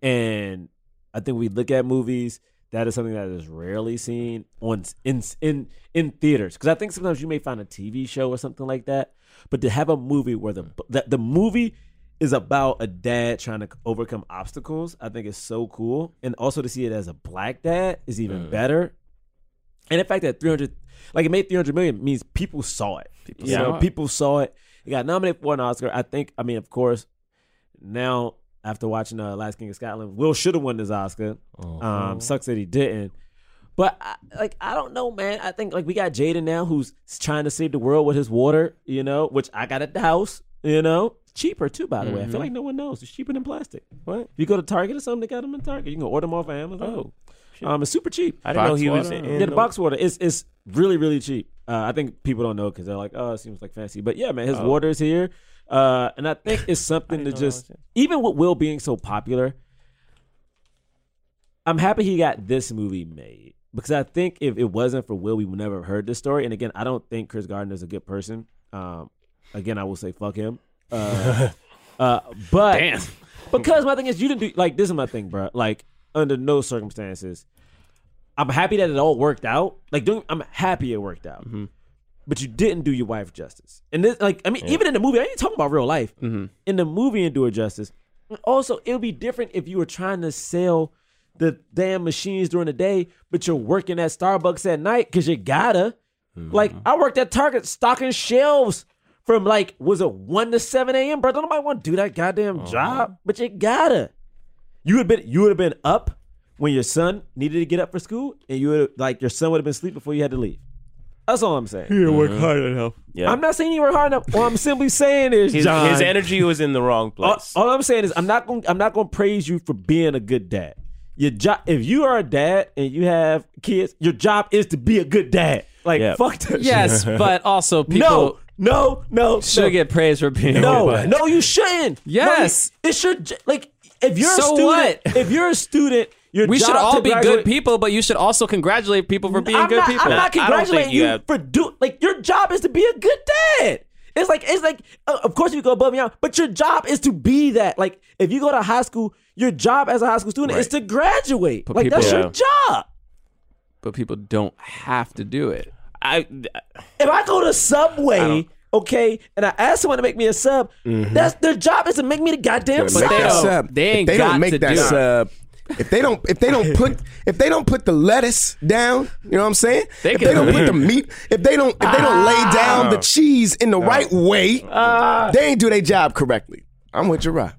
Speaker 7: And I think we look at movies. That is something that is rarely seen on in in in theaters because I think sometimes you may find a TV show or something like that, but to have a movie where the that the movie is about a dad trying to overcome obstacles, I think is so cool, and also to see it as a black dad is even better. And the fact that three hundred, like it made three hundred million, means people saw it. People
Speaker 9: saw it.
Speaker 7: people saw it. It got nominated for an Oscar. I think. I mean, of course, now after watching uh, Last King of Scotland, Will should have won this Oscar.
Speaker 9: Uh-huh.
Speaker 7: Um, sucks that he didn't. But I, like I don't know, man. I think like we got Jaden now who's trying to save the world with his water, you know, which I got at the house, you know, cheaper too. By the way, I
Speaker 9: Mhm.
Speaker 8: Mm-hmm.
Speaker 7: feel like no one knows it's cheaper than plastic. What if you go to Target or something? They got them in Target. You can order them off of Amazon.
Speaker 9: Oh, shit.
Speaker 7: um, it's super cheap.
Speaker 9: I didn't know Box he was water. in-
Speaker 7: yeah, the box water. It's it's really really cheap. Uh, I think people don't know because they're like, oh, it seems like fancy. But yeah, man, his
Speaker 9: Oh.
Speaker 7: water's here, uh, and I think
Speaker 9: [laughs]
Speaker 7: it's something to
Speaker 9: didn't know that
Speaker 7: just even with Will being so popular, I'm happy he got this movie made because I think if it wasn't for Will, we would never have heard this story. And again, I don't think Chris Gardner is a good person. Um, again, I will say fuck him.
Speaker 9: [laughs]
Speaker 7: Uh, uh, but because my thing is, you didn't do like this is my thing, bro. Like under no circumstances, I'm happy that it all worked out. Like doing, I'm happy it worked out. But you didn't do your wife justice. And this, like, I mean, even in the movie, I ain't talking about real life. In the movie, and do her justice. Also, it would be different if you were trying to sell the damn machines during the day, but you're working at Starbucks at night because you gotta. Like, I worked at Target stocking shelves from like, was it 1 to 7 a.m., bro? Don't nobody want to do that goddamn job, but you gotta. You would have been you would have been up when your son needed to get up for school, and you would have like your son would have been asleep before you had to leave. That's all I'm saying.
Speaker 9: He didn't work hard enough.
Speaker 7: Yeah. I'm not saying you were hard enough. What I'm simply saying is,
Speaker 9: His-
Speaker 7: John,
Speaker 9: his energy
Speaker 7: was in the wrong
Speaker 8: Oh,
Speaker 9: place.
Speaker 7: All, all I'm saying is, I'm not going. to I'm not going to praise you for being a good dad. Your job, if you are a dad and you have kids, your job is to be a good dad. Like
Speaker 6: Yeah.
Speaker 7: fuck that.
Speaker 6: Yes,
Speaker 7: shit.
Speaker 6: but also people
Speaker 7: no, no, no,
Speaker 6: should
Speaker 7: no.
Speaker 6: get praised for being
Speaker 7: No,
Speaker 6: good.
Speaker 7: no, you shouldn't.
Speaker 6: Yes.
Speaker 7: No, you- it's your j- like if you're
Speaker 6: So
Speaker 7: a student.
Speaker 6: what?
Speaker 7: If you're a student, your
Speaker 6: we
Speaker 7: job
Speaker 6: should
Speaker 7: to
Speaker 6: all be
Speaker 7: graduate-
Speaker 6: good people, but you should also congratulate people for being
Speaker 7: I'm
Speaker 6: good
Speaker 7: not,
Speaker 6: people.
Speaker 7: I'm not congratulating you, for do like your job is to be a good dad. It's like it's like uh, of course you go above and beyond, but your job is to be that. Like if you go to high school, your job as a high school student is to graduate.
Speaker 6: But
Speaker 7: like
Speaker 6: people-
Speaker 7: that's your
Speaker 6: Yeah.
Speaker 7: job.
Speaker 6: But people don't have to do it.
Speaker 7: I if I go to Subway, okay, and I ask someone to make me a sub, that's their job is to make me the goddamn
Speaker 8: But
Speaker 7: sub.
Speaker 8: Mm-hmm. that sub, if they don't make that sub. If they don't, if they don't put, if they don't put the lettuce down, you know what I'm saying? if they
Speaker 17: can-
Speaker 8: don't put the meat, if they don't, if they don't lay down
Speaker 6: Ah.
Speaker 8: the cheese in the right way, they ain't do their job correctly. I'm with Gerard.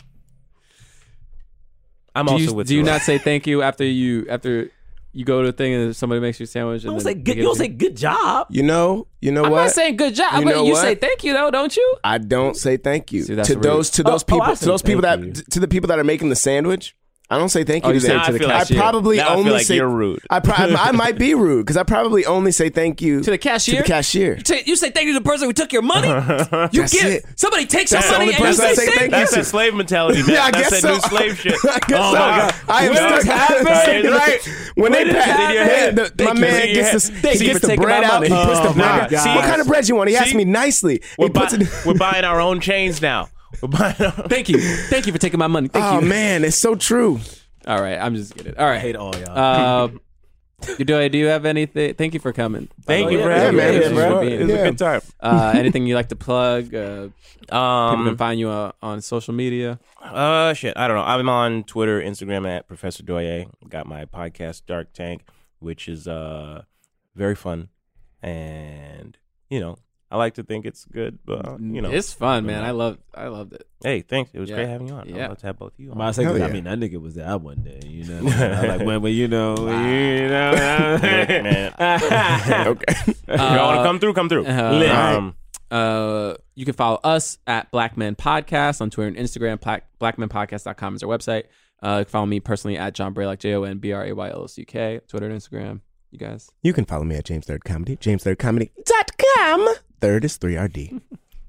Speaker 6: I'm do also you, with. Do you not say thank you
Speaker 8: [laughs]
Speaker 6: after you after you go to a thing and somebody makes you a sandwich? and
Speaker 7: don't
Speaker 6: then
Speaker 7: say good-
Speaker 6: they give
Speaker 7: you don't
Speaker 6: it
Speaker 7: say good job.
Speaker 8: You know, you know
Speaker 6: I'm
Speaker 8: what?
Speaker 6: not saying good job, but you say thank you though, don't you?
Speaker 8: I don't say thank you
Speaker 6: that's
Speaker 8: to
Speaker 6: rude.
Speaker 8: those to
Speaker 6: Oh,
Speaker 8: those
Speaker 6: oh,
Speaker 8: people
Speaker 6: I
Speaker 8: to
Speaker 6: say
Speaker 8: those people that
Speaker 6: thank you.
Speaker 8: to the people that are making the sandwich. I don't say thank you
Speaker 6: Oh, you
Speaker 8: to
Speaker 6: say
Speaker 8: them.
Speaker 6: it to Now I the feel cashier.
Speaker 8: I probably
Speaker 6: Now I feel
Speaker 8: only
Speaker 6: like
Speaker 8: say
Speaker 6: you're rude.
Speaker 8: I, pro- I might be rude because I probably only say thank you to the
Speaker 6: cashier?
Speaker 8: To the cashier.
Speaker 6: You, ta- you say thank you to the person who took your
Speaker 8: [laughs]
Speaker 6: money. You get
Speaker 8: That's it.
Speaker 6: somebody takes
Speaker 8: That's the
Speaker 6: your money
Speaker 8: only
Speaker 6: and you
Speaker 8: person
Speaker 6: say
Speaker 8: I
Speaker 6: thank,
Speaker 8: say thank
Speaker 6: you.
Speaker 8: you
Speaker 14: That's that slave mentality, man.
Speaker 8: Yeah, I
Speaker 14: That's
Speaker 8: guess
Speaker 14: that new
Speaker 8: so.
Speaker 14: slave shit.
Speaker 8: [laughs] I guess
Speaker 14: oh
Speaker 8: so.
Speaker 14: my god.
Speaker 8: I am
Speaker 14: When
Speaker 8: stuck.
Speaker 14: this happened-
Speaker 8: [laughs] Right, right. When they
Speaker 14: this
Speaker 8: pass-
Speaker 14: happened-
Speaker 8: man, the-
Speaker 14: Thank
Speaker 8: my
Speaker 14: you.
Speaker 8: man
Speaker 14: See,
Speaker 8: gets
Speaker 14: yeah.
Speaker 8: the- they
Speaker 14: See,
Speaker 8: gets
Speaker 14: for
Speaker 8: the
Speaker 14: taking
Speaker 8: bread
Speaker 14: my
Speaker 8: out and he
Speaker 14: money.
Speaker 8: puts the
Speaker 14: Oh,
Speaker 8: bread
Speaker 14: my
Speaker 8: out. What
Speaker 14: God.
Speaker 8: kind of bread you want? He asked
Speaker 14: See?
Speaker 8: me nicely.
Speaker 14: We're, buy- we're buying our own chains now. We're buying our own.
Speaker 6: Thank you. Thank you for taking my money. Thank
Speaker 8: Oh
Speaker 6: you.
Speaker 8: man, it's so true.
Speaker 6: All right, I'm just kidding. All right,
Speaker 7: hate all y'all.
Speaker 6: Um,
Speaker 7: [laughs]
Speaker 6: do I do you have anything? Thank you for coming.
Speaker 7: Thank
Speaker 6: By
Speaker 7: you
Speaker 6: the way.
Speaker 7: for having
Speaker 6: Thank
Speaker 7: me.
Speaker 6: you
Speaker 7: Yeah,
Speaker 6: for
Speaker 7: bro.
Speaker 6: being
Speaker 7: It was a
Speaker 6: here.
Speaker 7: good time.
Speaker 6: Uh, anything you like to plug? Uh, people
Speaker 9: Um,
Speaker 6: can find you uh, on social media.
Speaker 9: Uh, shit. I don't know. I'm on Twitter, Instagram at Professor Doye. Got my podcast Dark Tank, which is uh very fun, and you know I like to think it's good, but uh, you know
Speaker 6: It's fun, man. I love. I loved it.
Speaker 9: Hey, thanks. It was
Speaker 6: Yeah.
Speaker 9: great having you on.
Speaker 6: Yeah.
Speaker 9: I'd love to have both of you
Speaker 7: I'm
Speaker 9: on.
Speaker 7: about to say, 'cause I mean, that nigga was there. I wasn't there. You know, what I'm saying? I like when, when you know, you know, [laughs]
Speaker 9: man. Okay. [laughs] If y'all wanna come through, come through. Lit. Um,
Speaker 6: uh, you can follow us at Black Men Podcast on Twitter and Instagram. Black, blackmenpodcast.com is our website. Uh, you can follow me personally at John Braylock, J O N B R A Y L O C K, Twitter and Instagram. You guys.
Speaker 8: You can follow me at James Third Comedy, jamesthirdcomedy.com. Third is 3RD.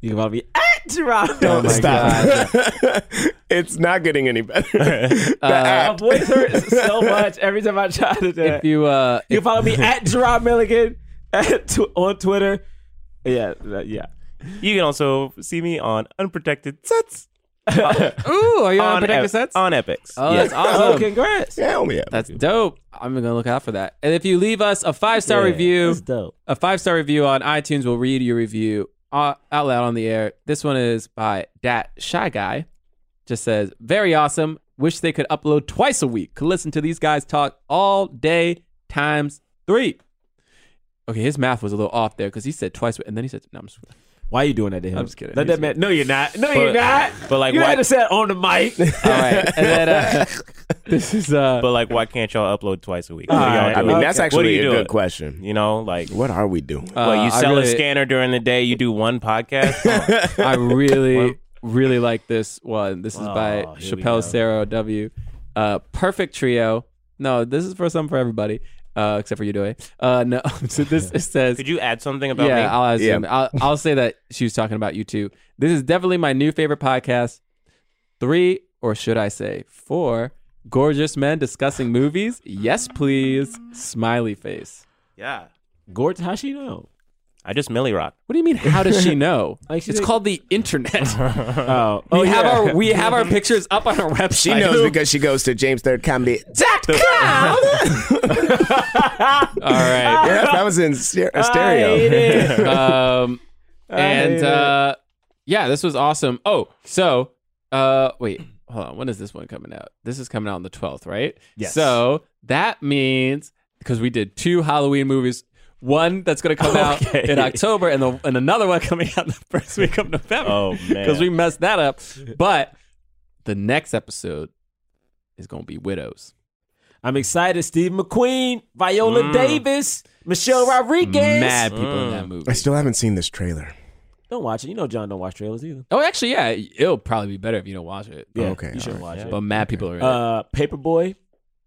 Speaker 7: You can follow me at
Speaker 8: [laughs]
Speaker 7: Gerard.
Speaker 8: Don't
Speaker 6: my
Speaker 8: stop. [laughs] it's not getting any better. [laughs] The
Speaker 6: Uh,
Speaker 7: My
Speaker 6: Oh,
Speaker 8: app.
Speaker 7: voice hurts so much every time I try to do that.
Speaker 6: If you uh,
Speaker 7: You can
Speaker 6: [laughs]
Speaker 7: follow me at Gerard Milligan at tw- on Twitter. Yeah, uh, yeah.
Speaker 9: You can also see me on unprotected sets.
Speaker 6: Ooh, are you on,
Speaker 9: On
Speaker 6: Protective
Speaker 9: Ep-
Speaker 6: Sets?
Speaker 9: on Epics.
Speaker 6: Oh,
Speaker 9: Yeah.
Speaker 6: that's awesome.
Speaker 9: Oh,
Speaker 7: congrats.
Speaker 8: Yeah, yeah.
Speaker 6: That's dope. I'm going to look out for that. And if you leave us a five star
Speaker 9: Yeah,
Speaker 6: review,
Speaker 9: that's dope.
Speaker 6: a five star review on iTunes, we'll read your review out out loud on the air. This one is by Dat Shy Guy. Just says, very awesome. Wish they could upload twice a week. Could listen to these guys talk all day times three. Okay, his math was a little off there because he said twice, and then he said, "No, I'm just."
Speaker 7: Why are you doing that to him?
Speaker 6: I'm just kidding.
Speaker 7: Let that man. No, you're not. No, you're
Speaker 6: But-
Speaker 7: not.
Speaker 6: but, like,
Speaker 7: you
Speaker 6: why-
Speaker 7: had to say it on the mic.
Speaker 6: All right, and then
Speaker 7: [laughs]
Speaker 6: uh, this is uh
Speaker 9: But like why can't y'all upload twice a week?
Speaker 8: All
Speaker 9: What are y'all
Speaker 8: right. Uh, I
Speaker 9: doing?
Speaker 8: mean, that's
Speaker 9: What are
Speaker 8: actually a
Speaker 9: you
Speaker 8: good
Speaker 9: doing?
Speaker 8: question.
Speaker 9: You know, like
Speaker 8: What are we doing?
Speaker 14: Uh,
Speaker 9: well, you
Speaker 6: Uh, I
Speaker 9: sell
Speaker 6: really-
Speaker 9: a scanner during the day, you do one podcast.
Speaker 6: Oh, I
Speaker 9: [laughs]
Speaker 6: really, really like this one. This is by
Speaker 9: oh, here we
Speaker 6: Chappelle Sarah W. Uh, perfect trio. No, this is for some for everybody, uh, except for you, Doy. Uh, no, [laughs] so
Speaker 9: [laughs]
Speaker 6: this it says.
Speaker 9: Could you add something about
Speaker 6: yeah,
Speaker 9: me?
Speaker 6: I'll ask him. I'll, I'll say that she was talking about you too. This is definitely my new favorite podcast. Three, or should I say four, gorgeous men discussing movies. Yes, please. Smiley face.
Speaker 9: Yeah.
Speaker 7: Gorge, how she know?
Speaker 9: I just Millie Rock.
Speaker 6: What do you mean? How does
Speaker 9: [laughs]
Speaker 6: she know?
Speaker 7: Like she
Speaker 6: it's
Speaker 7: said-
Speaker 6: called the
Speaker 7: [laughs]
Speaker 6: internet.
Speaker 7: Oh,
Speaker 6: we
Speaker 7: oh,
Speaker 6: have
Speaker 7: yeah.
Speaker 6: our we
Speaker 7: [laughs]
Speaker 6: have our pictures up on our website.
Speaker 8: [laughs] She knows because she goes to
Speaker 7: [laughs]
Speaker 8: jamesthirdcomedy.com.
Speaker 6: All right.
Speaker 8: yeah, that was
Speaker 6: [laughs]
Speaker 8: in ster- stereo.
Speaker 7: I hate it.
Speaker 6: um,
Speaker 7: I hate
Speaker 6: and
Speaker 7: it.
Speaker 6: uh, yeah, this was awesome. Oh, so uh, wait, hold on. When is this one coming out? This is coming out on the twelfth, right?
Speaker 7: Yes.
Speaker 6: So that means because we did two Halloween movies. One that's going to
Speaker 7: [laughs]
Speaker 6: come out
Speaker 9: Okay.
Speaker 6: in October, and, the, and another one [laughs] coming out the first week of November.
Speaker 9: Oh
Speaker 6: [laughs]
Speaker 9: man.
Speaker 6: because we messed that up. But the next episode is going to be widows.
Speaker 7: I'm excited. Steve McQueen, Viola
Speaker 17: Mm.
Speaker 7: Davis, Michelle Rodriguez.
Speaker 17: Mad people in that
Speaker 6: movie.
Speaker 17: I still haven't seen this trailer.
Speaker 7: Don't watch it. You know John don't watch trailers either.
Speaker 6: Oh, actually, yeah, it'll probably be better if you don't watch it.
Speaker 7: Yeah, Oh, Okay, you should all right. watch it.
Speaker 6: But mad people are in it.
Speaker 7: Uh, Paperboy.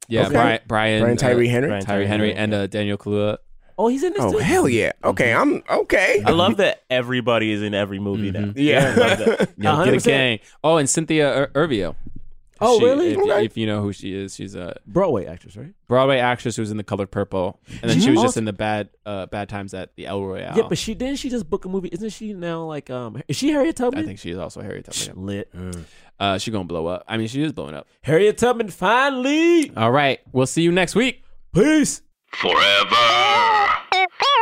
Speaker 6: Yeah,
Speaker 7: Okay.
Speaker 6: Brian, Brian,
Speaker 17: Brian Tyree
Speaker 6: uh,
Speaker 17: Henry?
Speaker 6: Brian Tyree Henry, and uh, Daniel Kaluuya.
Speaker 7: Oh, he's in this.
Speaker 17: Oh
Speaker 7: too?
Speaker 17: hell yeah! Okay, I'm
Speaker 6: Mm-hmm.
Speaker 17: okay.
Speaker 14: I love that everybody is in every movie
Speaker 9: Mm-hmm.
Speaker 14: now.
Speaker 17: Yeah.
Speaker 14: [laughs] I love that.
Speaker 6: You know, get a
Speaker 14: 100%.
Speaker 6: gang. Oh, and Cynthia Ir- Irvio.
Speaker 7: Oh,
Speaker 6: She-
Speaker 7: really?
Speaker 6: If,
Speaker 7: Okay.
Speaker 6: if you know who she is, she's a
Speaker 7: Broadway actress, right?
Speaker 6: Broadway actress who was in The Color Purple, and then
Speaker 7: Did
Speaker 6: she
Speaker 7: you
Speaker 6: was just
Speaker 7: also-
Speaker 6: in the bad, uh, bad times at the El Royale.
Speaker 7: Yeah, but she didn't she just book a movie? Isn't she now like um? Is she Harriet Tubman?
Speaker 6: I think she is also Harriet Tubman.
Speaker 7: Lit.
Speaker 6: Uh, she gonna blow up. I mean, she is blowing up.
Speaker 7: Harriet Tubman finally.
Speaker 6: All right, we'll see you next week.
Speaker 7: Peace.
Speaker 28: Forever